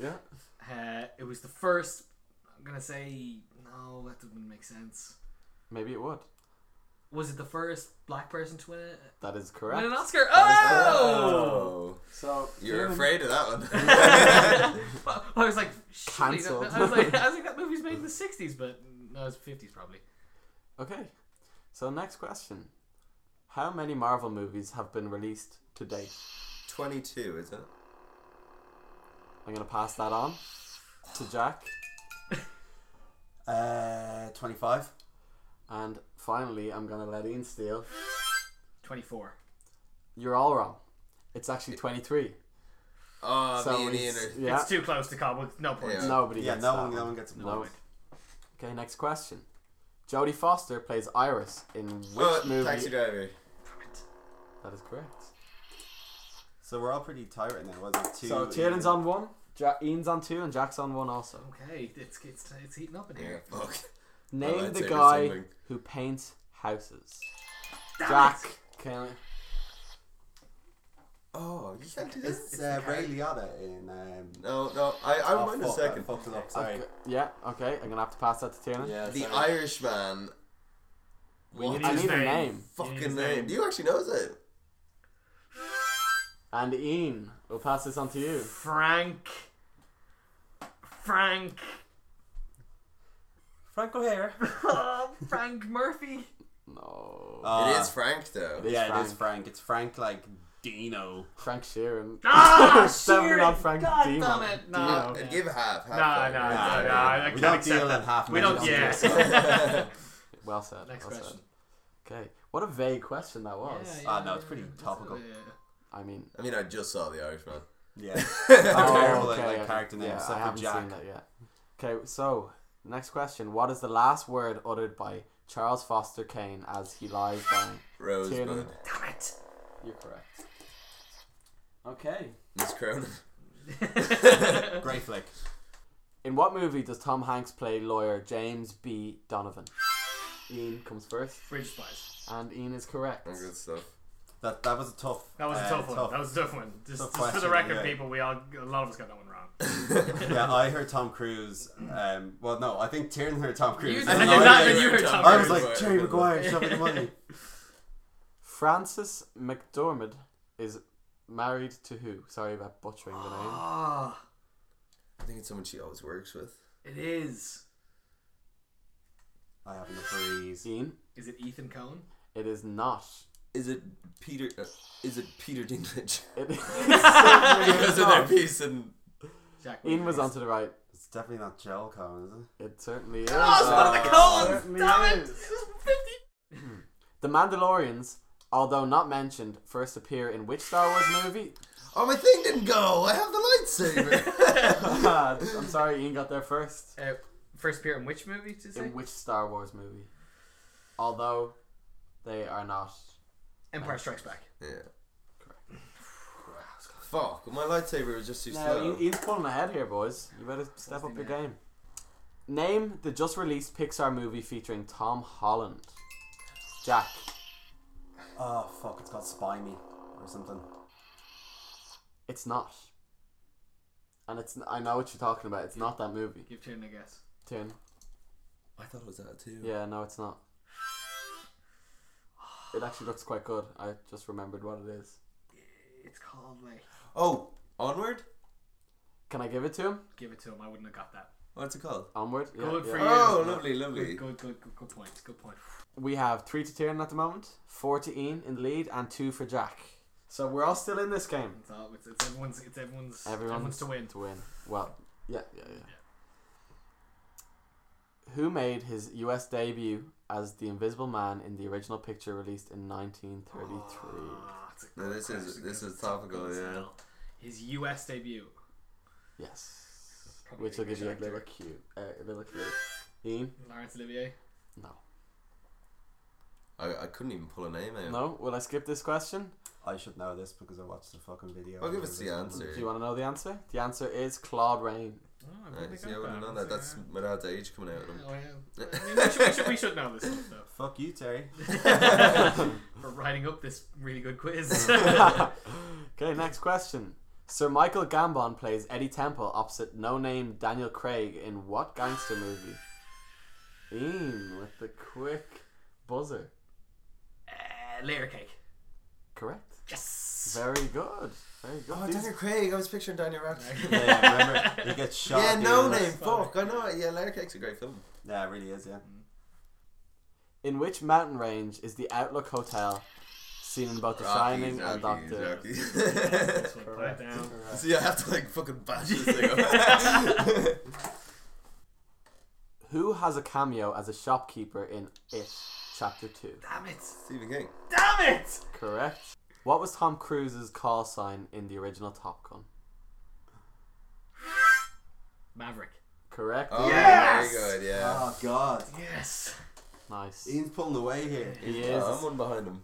Yeah.
Uh, it was the first. I'm gonna say no. That doesn't make sense.
Maybe it would.
Was it the first black person to win, it,
That is correct.
win an Oscar? Oh!
Oh,
So
you're
Kieran-
afraid of that one.
[laughs]
Well, I was like, surely that-
Cancelled.
I was like, I was like, that movie's made in the '60s, but no, it's '50s probably.
Okay. So next question: How many Marvel movies have been released to date?
[laughs] Twenty-two, is it?
I'm gonna pass that on to Jack.
Uh, twenty-five.
And finally, I'm gonna let Ian steal.
24.
You're all wrong. It's actually 23.
Oh,
so
me and Ian
it's-
are-
yeah,
It's too close to call with no points.
Yeah.
nobody.
Yeah,
gets
no
that
one, no one gets a
No.
point.
Okay, next question. Jodie Foster plays Iris in which
Oh,
movie?
Taxi driver.
That is correct.
So we're all pretty tight right now. Was it two?
So Tierden's on one, ja- Ian's on two, and Jack's on one also.
Okay, it's, it's it's heating up in
Yeah,
here.
fuck.
Name
I'd
the
say there's
guy
something.
who paints houses.
Damn
Jack,
it!
can
Oh, you can't do this.
It's uh, Ray Liotta in. Um,
No, no, I, I
oh,
mind a
fuck, I
second.
fucked it up.
I?
Sorry.
Okay, yeah, okay, I'm gonna have to pass that to Tiernan.
Yeah,
The
sorry.
Irishman. What
need
I
his
need a
name.
name.
You need his name.
fucking name? Do you actually know it?
And Ian, we'll pass this on to you.
Frank. Frank.
[laughs]
Frank O'Hare.
Oh, Frank
[laughs]
Murphy.
No.
[laughs] Uh,
it is Frank though.
It is
Yeah, it is Frank. It's Frank like Dino.
Frank Sheeran.
Ah,
Seven
Sheeran.
on Frank
God
Dino.
damn it! No,
Dino.
I'd give half. half
Nah,
Frank.
nah,
Nah,
nah,
nah,
nah, I
nah.
can't
We don't
accept
deal
that.
in half
We
measures.
don't.
We
Yeah.
don't [laughs]
Well
[laughs]
said. [laughs]
Next
well
question.
Said. Okay. What a vague question that was.
Yeah,
Ah,
yeah,
no, it's pretty
yeah, yeah.
topical.
I mean,
I mean, I just saw The Irishman.
Yeah.
[laughs]
oh,
terrible at,
okay,
like,
okay.
character names,
Yeah,
except
I
for
haven't
Jack.
seen that yet. Okay, so next question: What is the last word uttered by Charles Foster Kane as he lies dying?
Rosebud.
Tiernan.
Damn it!
You're correct. Okay.
Miss Cronin.
[laughs]
[laughs]
Great flick.
In what movie does Tom Hanks play lawyer James B. Donovan? Ian comes first,
[laughs] Bridge Spies.
and Ian is correct.
Oh, Good stuff. [laughs]
That that was a tough.
That was a
uh,
tough one. That was a tough one. Just,
tough
just for the
question,
record,
yeah.
people, we all a lot of us got that one wrong.
yeah, I heard Tom Cruise. Um, well, no, I think Tiernan heard Tom Cruise.
You
And
did,
I,
you
was
not-
like-
you heard Tom
I was
Cruise.
like Jerry Maguire, shove it in the money.
Frances McDormand is married to who? Sorry about butchering the name.
Ah,
I think it's someone she always works with.
it is.
I have no freeze.
[gasps]
Ian,
Is it Ethan Cohen?
it is not.
Is it Peter? Uh, is it Peter [laughs] Dinklage?
[laughs]
It is
Because of their piece and.
Jack.
Ian was onto the right.
It's definitely not Joel Cohen, is it?
It certainly
[laughs]
is. Uh,
Oh, it's one of
Ah,
the Coens!
Certainly
Damn it!
is.
It was 50.
The Mandalorians, although not mentioned, first appear in which Star
[laughs]
Wars movie? [laughs]
Oh, my thing didn't go. I have the
[laughs]
lightsaber. [laughs]
I'm sorry, Ian got there first.
Uh, first appear in which movie? Did you say?
In which Star Wars movie? Although they are not.
Empire Strikes Back.
yeah. Fuck, my lightsaber was just too
Now,
slow.
Ian- Ian's pulling ahead here, boys. You better step up your game. Name the just released Pixar movie featuring Tom Holland. Jack.
Oh fuck! It's called Spy Me or something.
It's not. And it's I know what you're talking about. It's not that movie.
Give Tiernan a guess.
Tune.
I thought it was that too.
Yeah, no, it's not. It actually looks quite good. I just remembered what it is.
It's called like.
Oh, Onward?
Can I give it to him?
Give it to him. I wouldn't have got that.
What's it called?
Onward. Yeah,
Good
yeah.
for you.
Oh, lovely, lovely.
Good, good, good, good, good point. Good point.
We have three to Tiernan at the moment, four to Ian in the lead, and two for Jack. So we're all still in this game.
It's, all, it's, it's everyone's. It's everyone's.
Everyone's
everyone's to win.
To win. Well, yeah, yeah, yeah. who made his US debut as the Invisible Man in the original picture released in 1933?
[gasps] that's Ah, a
No,
good
this is-
question,
this
'cause
is
it's topical
topical,
as
yeah.
hell. His US debut.
Yes.
Probably
Which will give you a
English
little
actor.
cue. Uh, a little clue. Ian?
Laurence Olivier.
No.
I, I couldn't even pull a name out.
No? Will I skip this question?
I should know this because I watched the fucking video.
I'll give us the answer.
Do you want to know the answer? The answer is Claude Rain.
Oh, I
Right,
really
Uh, see,
got
I wouldn't
that.
know that. That's
Yeah.
my dad's age coming [laughs] out of him.
Oh, yeah. I mean, we, should, we, should, we should know this stuff,
Fuck you, Terry.
though. For writing up this really good quiz.
[laughs] okay, next question. Sir Michael Gambon plays Eddie Temple opposite no name Daniel Craig in what gangster movie? Ian with the quick buzzer.
[laughs] Uh, layer cake.
Correct.
Yes. [laughs]
Very good. Very good.
Oh,
These-
Daniel Craig. I was picturing Daniel [laughs] Radcliffe.
yeah, remember he gets shot.
yeah,
dude.
no name. Fuck, I know it. Yeah, Layer Cake's a great film.
Yeah, it really is. Yeah.
In which mountain range is the Outlook Hotel seen in both The Shining and
Rockies,
Doctor?
[laughs]
Rockies. [laughs]
This one, put it down.
Correct.
See, I have to like fucking bash this thing [laughs] up.
Who has a cameo as a shopkeeper in It Chapter 2?
Damn it.
Stephen King.
Damn it.
Correct. What was Tom Cruise's call sign in the original Top Gun?
Maverick.
Correct.
Oh,
Yes!
very good. Yeah.
Oh God,
Yes.
Nice.
Ian's pulling away here.
He
Oh,
is.
I'm one behind him.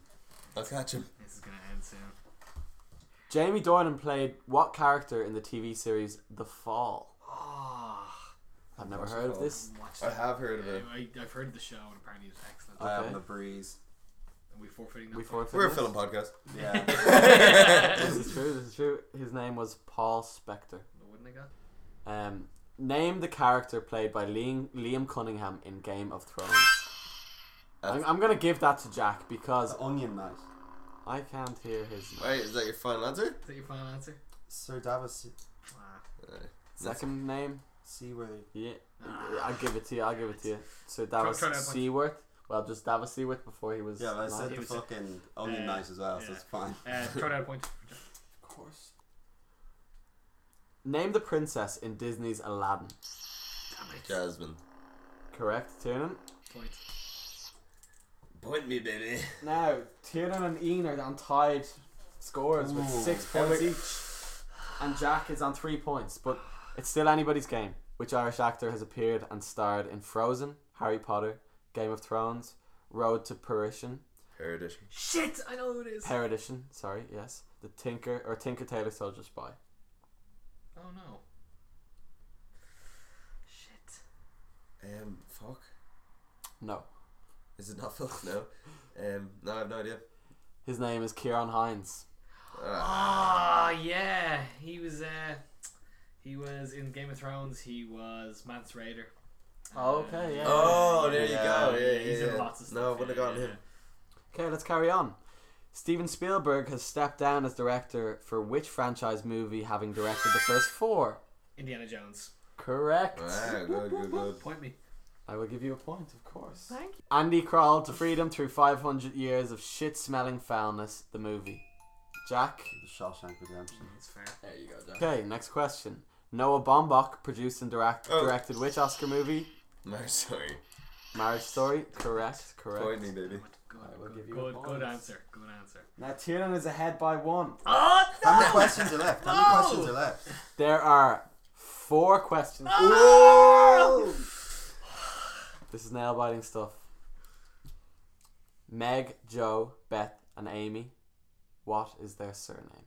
I'll catch him.
This is going to end soon.
Jamie Dornan played what character in the TV series The Fall?
Oh,
I've never heard of this.
watch
I
that.
have heard of it.
I, I, have heard of the show and apparently it's excellent.
I
Okay.
am the
[laughs]
breeze.
and we forfeiting that.
We
point. [laughs]
forfeit
We're a
this.
film podcast.
Yeah.
This is true. This is true. His name was Paul Spector.
Wouldn't I go?
Um, name the character played by Liam, Liam Cunningham in Game of Thrones. I'm, I'm gonna give that to Jack because
It's onion night.
I can't hear his
Wait, is that your final answer?
Is that your final answer?
Sir Davos
Ah,
second name.
Seaworthy.
Yeah, I'll give it to you. I'll give it to you. So that
Try-
was
try that one.
Seaworth. Well, just that was Seaworth before he was.
Yeah, but I
knighted.
said the
was a-
fucking onion
uh,
night as well,
yeah.
so it's fine.
Uh, throw down a point. for Jeff.
Of course. Name the princess in Disney's Aladdin.
Damn it.
Jasmine.
Correct, Tiernan?
Point.
Point me, baby.
Now, Tiernan and Ian are on tied scores with six points each. And Jack is on three points, but it's still anybody's game. Which Irish actor has appeared and starred in Frozen, Harry Potter, Game of Thrones, Road to Perition,
Heritage.
Shit! I know who it is.
Peridition, sorry, yes, The Tinker, or Tinker Tailor Soldier Spy?
oh no. Shit.
Um, fuck.
No.
Is it not Phil? No. Um, no, I have no idea.
His name is Kieran Hines.
Ah,
Ah, yeah. He was. Uh, he was in Game of Thrones. He was Mance Raider.
Okay, yeah.
Oh, there
Yeah,
you go. Yeah, yeah,
he's
yeah.
in lots of stuff.
No, I would have
yeah,
gotten
yeah.
him.
Okay, let's carry on. Steven Spielberg has stepped down as director for which franchise movie, having directed the first four?
Indiana Jones.
Correct.
Wow, good, good,
[laughs]
good.
Point me.
I will give you a point, of course.
Thank you.
Andy crawled to freedom through 500 years of shit smelling foulness, the movie. Jack.
The Shawshank Redemption. [laughs]
That's fair.
There you go, Jack. Okay, next question. Noah Baumbach produced and direct-
Oh.
directed which Oscar movie?
No, sorry.
Marriage Story. Correct, correct.
Point me, baby.
Good,
I will
good,
give you a
good,
bonus.
good answer. Good answer.
Now Tiernan is ahead by one.
Oh
How many
[laughs]
questions are left? How many
No!
questions are left?
There are four questions.
Ah!
This is nail biting stuff. Meg, Joe, Beth, and Amy. What is their surname?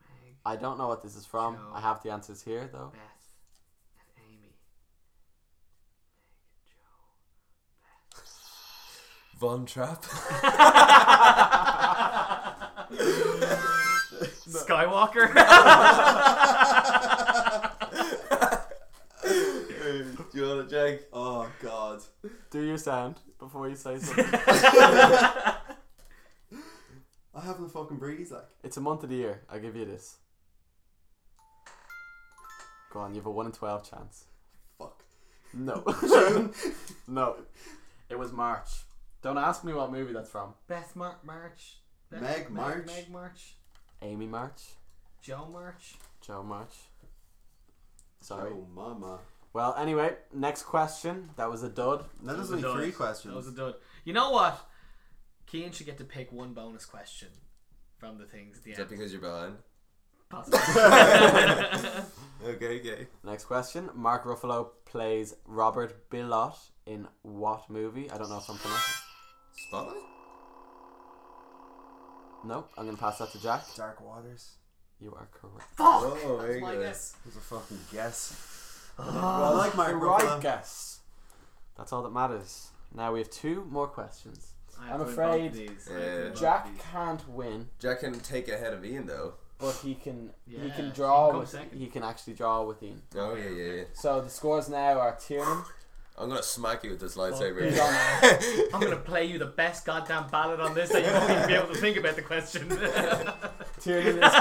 Meg,
I don't know what this is from.
Joe.
I have the answers here though.
Beth, and Amy. Meg, Joe.
Von Trapp. [laughs]
Skywalker.
Do you want to check?
Oh God.
Do your sound before you say something.
I have no fucking breeze like.
it's a month of the year. I'll give you this. Go on, you have a 1 in 12 chance.
Fuck.
No. [laughs] no. It was March. Don't ask me what movie that's from.
Beth Mar- March. Beth-
Meg March.
Meg March.
Amy March.
Joe March.
Joe March. Sorry.
Oh mama.
Well, anyway, next question. That was a dud.
That
was
is
a
only
dud.
three
That was a [laughs]
questions.
dud. You know what? Keane should get to pick one bonus question from the things at the
Is that
end.
because you're behind?
[laughs] Possibly.
Okay, okay.
Next question. Mark Ruffalo plays Robert Billot in what movie? I don't know if I'm pronouncing.
Spotlight?
Nope, I'm gonna pass that to Jack.
Dark Waters.
you are correct.
Fuck!
Oh, there
That's
you
my
go.
guess.
It was a fucking
[laughs]
guess. well, I like Mark
You're
Ruffalo.
right guess. That's all that matters. Now we have two more questions.
I
I'm
have to win
afraid-
both of these. I
Yeah.
have to win both
Jack
of these.
can't win,
Jack can take ahead of Ian though.
but he can he
Yeah,
can
he
draw
can come
with
second.
he can actually draw with Ian.
Oh yeah, yeah, yeah.
So the scores now are Tiernan.
I'm gonna smack you with this
he's
lightsaber.
on now.
I'm gonna play you the best goddamn ballad on this that you won't even be able to think about the question. [laughs]
Tiernan is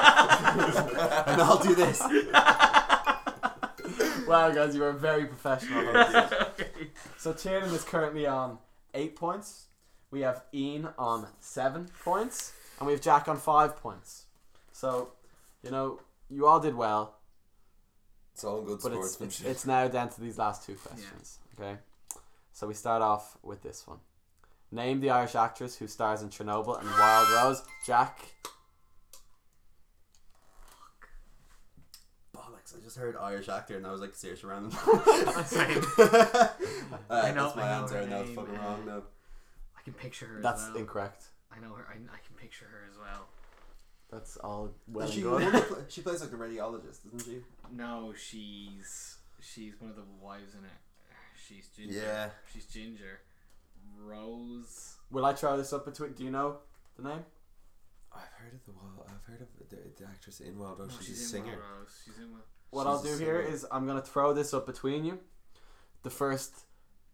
and I'll do this.
Wow guys, you are very professional. on this. so Tiernan is currently on eight points. We have Ian on seven points, and we have Jack on five points. So, you know, you all did well.
It's all good
But it's, it's,
sportsmanship.
it's now down to these last two questions. Okay, so we start off with this one. Name the Irish actress who stars in Chernobyl and Wild Rose. Jack.
Bollocks! I just heard Irish actor, and I was like, seriously random.
[laughs]
[laughs]
Same.
uh,
I
that's my
know- I know
answer,
her
and that was
name,
fucking
uh,
wrong. No.
I can picture her.
That's
as well.
incorrect.
I know her. I, I can picture her as well.
That's all well
she,
and good.
she plays like a radiologist, isn't she?
No, she's she's one of the wives in it. She's ginger.
Yeah.
She's ginger. Rose.
Will I try this up between? Do you know the name?
I've heard of the Wild. I've heard of the, the actress in Wild Rose.
No,
Oh, she's, a
in
singer.
Wild Rose. She's in. Wild-
What
She's
I'll
a
do here
singer.
is I'm gonna throw this up between you. The first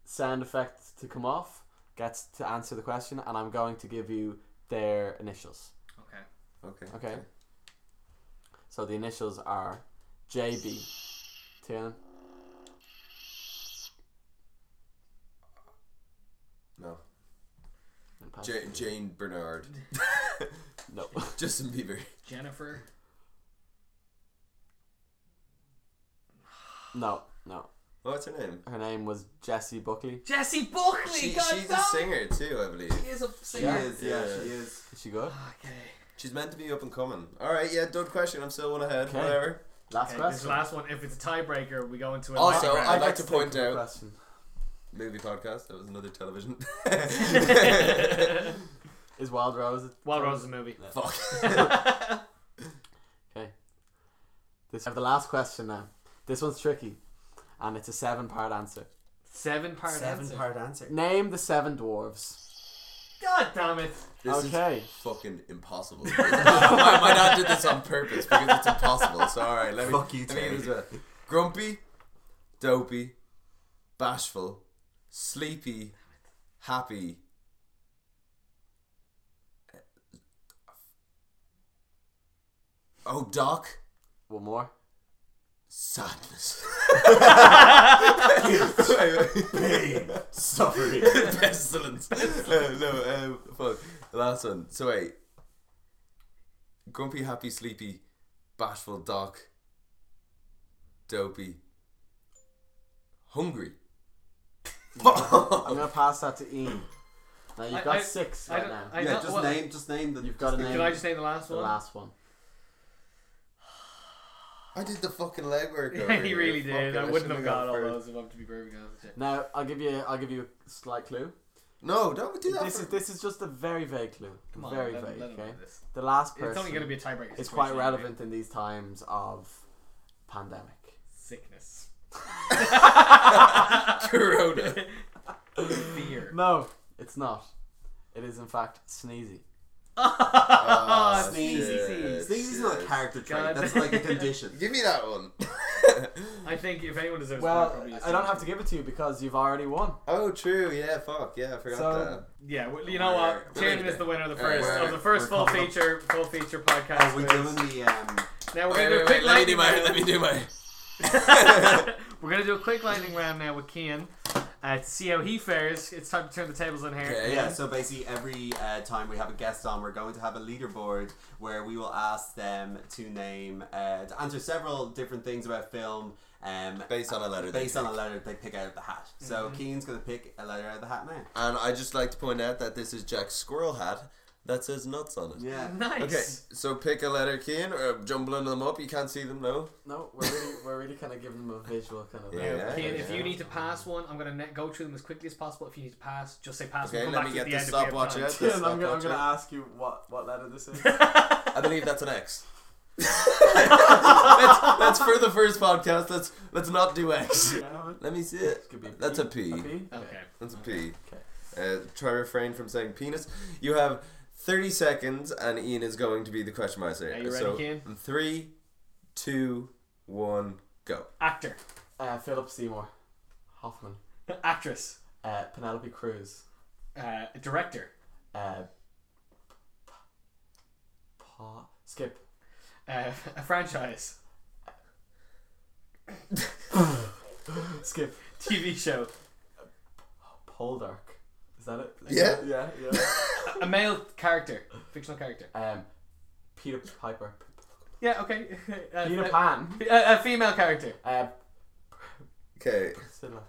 sound effect to come off gets to answer the question, and I'm going to give you their initials.
Okay.
Okay.
Okay. So the initials are JB. Tiernan.
No.
and pass.
Ja- Jane Bernard. [laughs]
no. [laughs]
Justin Bieber.
Jennifer.
no, no.
What's her name?
Her name was Jessie Buckley.
Jesse Buckley.
She,
God
she's a
damn.
singer too, I believe.
She is a
She
singer.
is. Yeah,
Yeah.
she is.
Is she good?
Okay.
She's meant to be up and coming. All right, yeah. Don't question. I'm still one ahead.
Okay.
Whatever.
Last
Okay, this
question.
last one. If it's a tiebreaker, we go into a
Also,
lightning round.
I'd like
Next
to point
technical
out-
Question.
Movie podcast. That was another
[laughs]
television. [laughs]
Is Wild Rose?
[laughs] Wild Rose is a movie.
Fuck. [laughs]
This I have the last question now. This one's tricky, and it's a seven-part answer.
Seven part
Seven
answer.
part answer.
Name the seven dwarves.
God damn it.
This
okay.
is fucking impossible. [laughs] my, my dad did this on purpose because it's impossible. So all right, let me.
Fuck you,
let me
Terry.
give this a- Grumpy, dopey, bashful, sleepy, happy. Oh, Doc,
One more.
sadness.
Pain, suffering.
Pestilence. no, no, um, fuck. The last one. So wait. Grumpy, happy, sleepy, bashful, doc, dopey, hungry.
I'm gonna pass that to Ian. Now you've
I-
got
I-
six
I
right
don't-
now.
I
yeah,
know-
just
well,
name, just name the.
you've got to name
Can I just name the last [laughs]
the
one?
last one.
I did the fucking legwork.
Yeah,
over
he
here.
really
Fuck
did.
it,
I wouldn't
shouldn't
have got all
gone
those if I'm to be perfectly honest. with you.
Now I'll give you. I'll give you a slight clue.
first. No, don't do that.
This
[laughs]
is
for-
this is just a very vague clue.
Come on,
very
let,
vague.
let him
okay.
have this.
The last person.
It's only going to be a tiebreaker.
It's
situation
quite
anyway.
relevant in these times of pandemic.
Sickness. [laughs]
Corona.
[laughs]
Fear. [laughs]
No, it's not. It is in fact sneezy.
Ah,
Sneezy
shit,
Sneezy's not a
shit.
character trait.
God.
That's like a
[laughs]
condition.
Give me that one. [laughs]
I think if anyone deserves one,
Well,
probably it's
I don't have
Sneezy.
to give it to you because you've already won.
oh, true. Yeah, fuck. Yeah, I forgot
So-
that.
Yeah, well, you know
We're-
what?
we're
Tiernan
ready
is the winner of the
All right,
first
we're-
of the first
we're
full
coming up.
feature full feature podcast.
Are we
quiz.
doing the um?
Now we're
Wait,
gonna do a
wait,
quick
wait, let me
lightning
do my.
round. [laughs]
Let me do my. [laughs]
We're gonna do a quick lightning round now with Kian. uh, to see how he fares. It's time to turn the tables on here.
Okay.
Yeah, so basically every uh, time we have a guest on, we're going to have a leaderboard where we will ask them to name, uh, to answer several different things about film. Um,
Based on a letter they
Based on a letter they pick out of the hat. So
Mm-hmm.
Keen's going to pick a letter out of the hat now.
And I just like to point out that this is Jack's squirrel hat that says nuts on it.
Yeah.
Okay,
Nice.
so pick a letter, Keen, or jumbling them up. You can't see them, no?
No, we're really, we're really kind of giving them a visual kind of.
Yeah.
Keane, if
yeah.
you need
[laughs]
to pass one, I'm gonna ne- go through them as quickly as possible. If you need to pass, just say pass.
Okay,
we'll come
let
back
me
to it
get
at
the
the end if
stopwatch
we have
out.
time.
The
I'm, gonna, I'm
stopwatch
gonna
out.
ask you what, what letter
[laughs]
this is.
I believe that's an X. that's, that's for the first podcast. Let's let's not do X. Let me see it.
Could be
That's a P.
A P?
Okay.
That's a P. Uh, try refrain from saying penis. You have thirty seconds, and Ian is going to be the question master.
Are you ready,
so,
Cian?
Three, two, one, go.
Actor, [laughs]
Uh, Philip Seymour Hoffman.
actress,
Uh, Penelope Cruz.
uh, director,
Uh, pa- Skip. [laughs]
uh, [laughs] a franchise,
Skip.
TV show,
Poldark. Is that it?
Yeah.
Yeah.
[laughs]
Yeah.
a male character, fictional character.
um, Peter Piper.
Yeah. Okay. [laughs] Uh,
Peter
uh,
Pan.
[laughs] a, a female character.
Uh,
Okay, [laughs]
Priscilla.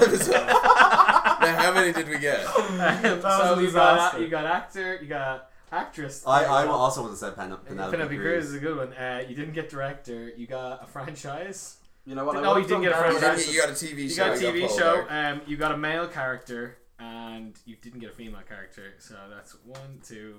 time is up. now, how many did
[laughs]
we get?
[laughs]
Um,
was
so
a
you got
disaster.
you got actor, you got actress.
I,
you
I
got-
will also want to say Pen- Penelope,
Penelope Cruz
Cruz.
is a good one. Uh, you didn't get director. You got a franchise.
You know what?
Oh, you didn't get a
You,
franchise.
didn't- you got a TV
You
show.
got a TV
Paul
show.
Dark.
Um, you got a male character, and you didn't get a female character. So that's one, two,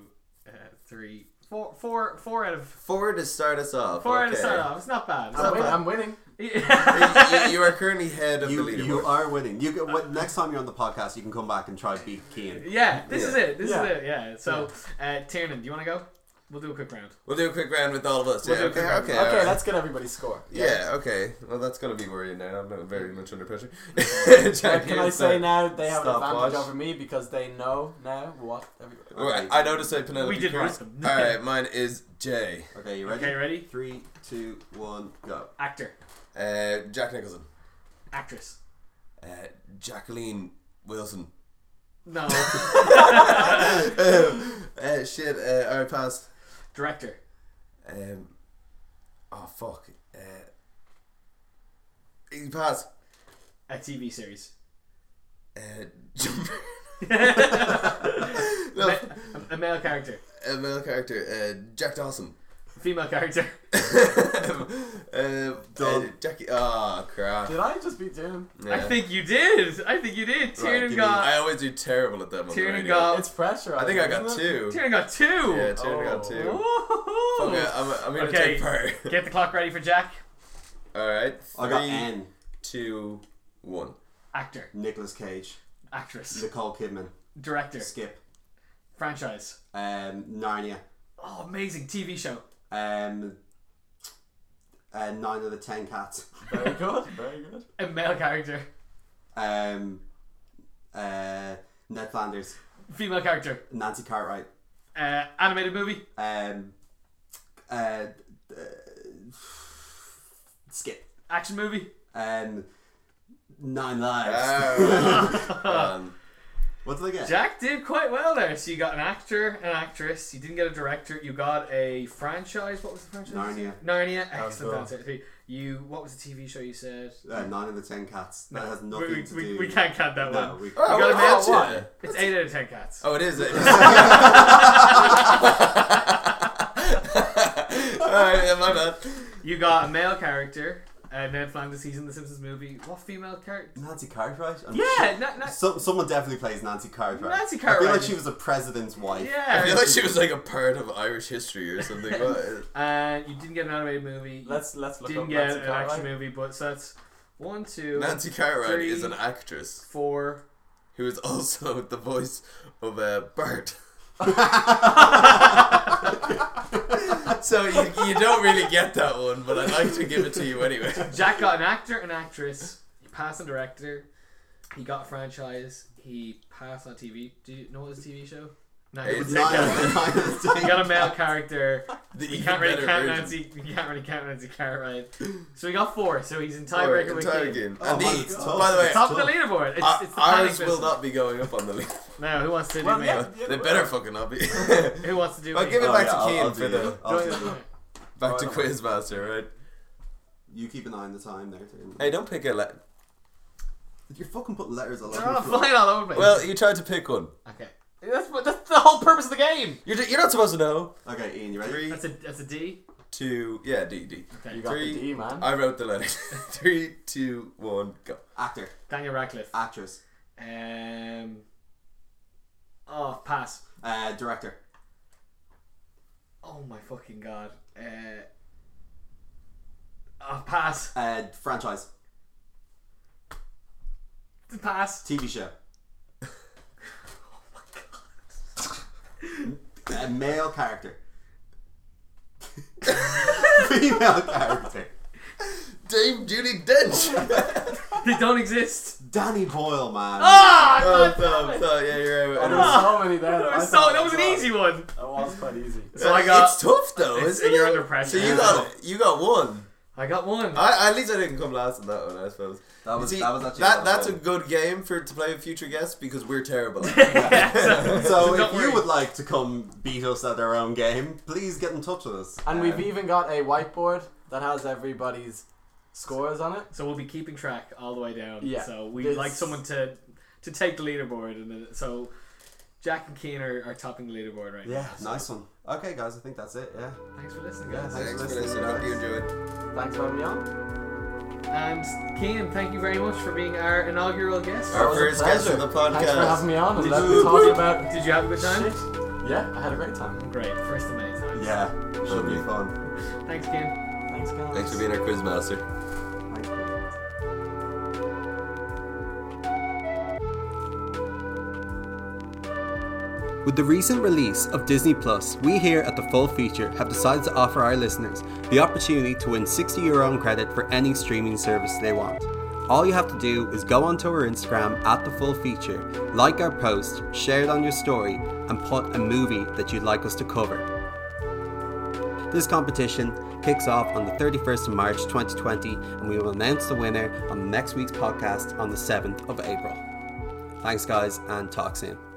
uh, three, four, four, four out of
Four to start us off.
four out
okay.
of start off. It's not bad. It's
I'm,
not
win-
bad.
I'm winning.
[laughs]
[laughs]
You, you- you are currently head of
You,
the leaderboard.
you are winning. You can, what, next time you're on the podcast, you can come back and try to beat Keane.
yeah, this is
Yeah.
it. This
Yeah.
is it. Yeah. So, uh, Tiernan, do you want to go? We'll do a quick round.
We'll do a quick round with all of us.
We'll
yeah,
do a
okay,
quick
okay,
round.
all
Okay,
right.
let's get everybody's score.
[laughs] Yeah, okay. Well, that's going to be worrying now. I'm not very much
[laughs]
under pressure. [laughs]
Now,
Jack,
Can
you
I say
start.
now they have an
Stopwatch.
advantage over me because they know now what? Everybody.
All right, I know to say Penelope
we did
Cruz.
write them.
All right, mine is J.
Okay, you ready?
Okay, ready?
Three, two, one, go.
Actor,
Uh, Jack Nicholson.
actress.
Uh, Jacqueline Wilson.
No.
Uh, shit, uh, all right, pass.
Director,
Um, oh, fuck. eh, Uh, you pass.
a TV [laughs] series.
Uh,
Ma-
[laughs] no,
a- a male character,
a male character. Uh, Jack Dawson. [laughs]
female character.
uh, uh, Jackie. Oh, crap.
Did I just beat Jim?
I
Yeah.
think you did. I think you did.
Right,
Tiernan
give me- I
got.
always do terrible at them. On the
Tiernan
radio.
got-
It's pressure.
I think I got
isn't it?
two.
Tiernan got two.
Yeah, Tiernan got
Oh.
Woohoo!
two. Okay, I'm, I'm gonna
Okay.
take part.
Get the clock ready for Jack.
All right,
I got
three,
N.
two, one.
Actor,
Nicolas Cage,
actress,
Nicole Kidman,
director,
Skip,
franchise.
um, Narnia,
Oh, amazing TV show.
um, uh, Nine of the Ten Cats,
Very good. Very good.
A male character,
um, uh, Ned Flanders,
female character,
Nancy Cartwright,
uh, animated movie.
um, uh, uh, Skip,
Action movie.
um, Nine Lives. Oh. [laughs]
Uh,
um,
what did I get?
[laughs] Jack did quite well there. So you got an actor, an actress. You didn't get a director. You got a franchise. What was the franchise?
Narnia.
Narnia.
was
Excellent
cool.
answer. You. What was the TV show you said?
Uh, Nine of the Ten Cats. That has
We,
nothing
we,
to
we,
do.
we can't count that
No,
one.
we,
[laughs]
oh,
gotta
what
match
about
it.
you?
It's eight out of ten cats.
Oh,
[laughs]
it is. [laughs] It is. All right, yeah, my bad.
You got a male character, uh, Ned Flanders. He's in the Simpsons movie. What female character?
Nancy Cartwright. I'm
Yeah, na- na-
So, someone definitely plays Nancy Cartwright.
Nancy
I feel
Cartwright.
like she was the president's wife.
yeah.
I feel like she was like a part of Irish history or something.
[laughs]
What?
And Uh, you didn't get an animated movie. You
Let's let's look
didn't
up
get
Nancy
an
Cartwright.
action movie, but so that's one, two,
Nancy Cartwright
Three.
is an actress
four.
who is also [laughs] the voice of uh, Bart. [laughs] so you, you don't really get that one, but I'd like to give it to you anyway.
[laughs]
Jack got an actor, an actress. He passed on director. He got a franchise. He passed on TV. Do you know what his TV show? No,
It's
you
not- [laughs]
[laughs] you got a male character.
The
You
even
can't really
better
count
version.
Nancy. You can't really count Nancy Cartwright. So we got four. So he's in
Sorry,
tiebreaker with
entire
Keane.
game.
Oh
and
my
these,
God.
by the way,
Top of the leaderboard. It's,
our-
it's the
ours
panic
will
business.
not be going up on
[laughs]
the league.
No, who wants to do
Well,
me?
yeah.
they better fucking
[laughs]
not be. [laughs]
Who wants to do
I'll
me?
give it
Oh,
back
yeah, I'll-
to
I'll do
Keane for the
you. I'll do
[laughs]
you.
back to
Right.
Quizmaster, right?
You keep an eye on the time there, too.
Hey, don't pick a le-
You're fucking putting letters all over
They're all
the floor.
Oh, flying all over the place.
Well, you tried to pick one.
okay. That's, what- that's the whole purpose of the game.
You're, d- you're not supposed to know.
Okay, Ian, you ready?
Three,
That's a that's a D.
two, yeah, D D.
You got
Three.
the D, man.
I wrote the letters. [laughs] Three, two, one, go.
Actor.
Daniel Radcliffe.
Actress.
Um. Oh, pass.
Uh, director.
Oh my fucking god. Uh. Oh, pass.
Uh, franchise.
Pass. [laughs]
TV [laughs] show. A male character. [laughs] Female character.
Dame Judy
[laughs]
Dench. Oh,
They don't exist.
Danny Boyle, man.
[laughs] Ah, god
oh,
damn
so,
it.
so, yeah,
Oh,
you're right.
there
[laughs]
were so many there.
That
I
was
thought
so. That was an
was-
easy one.
That was quite easy.
So I got.
It's tough though,
it's-
isn't
you're
it?
under pressure.
So you got you got one.
I got one.
Uh,
I at least I didn't come last in that one, I suppose.
That was,
See,
that was actually
that, that's a
good.
good game for to play with future guests because we're
[laughs]
terrible.
so,
[laughs]
So
don't
if
worry.
you would like to come beat us at our own game, please get in touch with us. Um,
And we've e- even got a whiteboard that has everybody's scores on it.
so we'll be keeping track all the way down.
Yeah.
So we'd
This-
like someone to to take the leaderboard, and then, so Jack and Keen are, are topping the leaderboard right
Yeah, nice one. Okay, guys, I think that's it. Yeah.
now. Thanks for listening,
Yeah,
guys.
Thanks for listening. Hope you enjoyed.
Thanks for having me on.
And Keen, thank you very much for being our inaugural guest.
Our
was a
first guest
pleasure.
of the
Thanks for
podcast.
having me on and
Did
letting
you-
me talk about
Did you have a good time?
shit. Yeah, I had a great time.
Great, first of many times.
Yeah, should be
Lovely.
fun.
Thanks, Keen.
Thanks, guys.
Thanks for being our quizmaster.
With the recent release of Disney Plus, we here at The Full Feature have decided to offer our listeners the opportunity to win 60 euro on credit for any streaming service they want. All you have to do is go onto our Instagram at The Full Feature, like our post, share it on your story, and put a movie that you'd like us to cover. This competition kicks off on the 31st of March 2020, and we will announce the winner on next week's podcast on the 7th of April. Thanks, guys, and talk soon.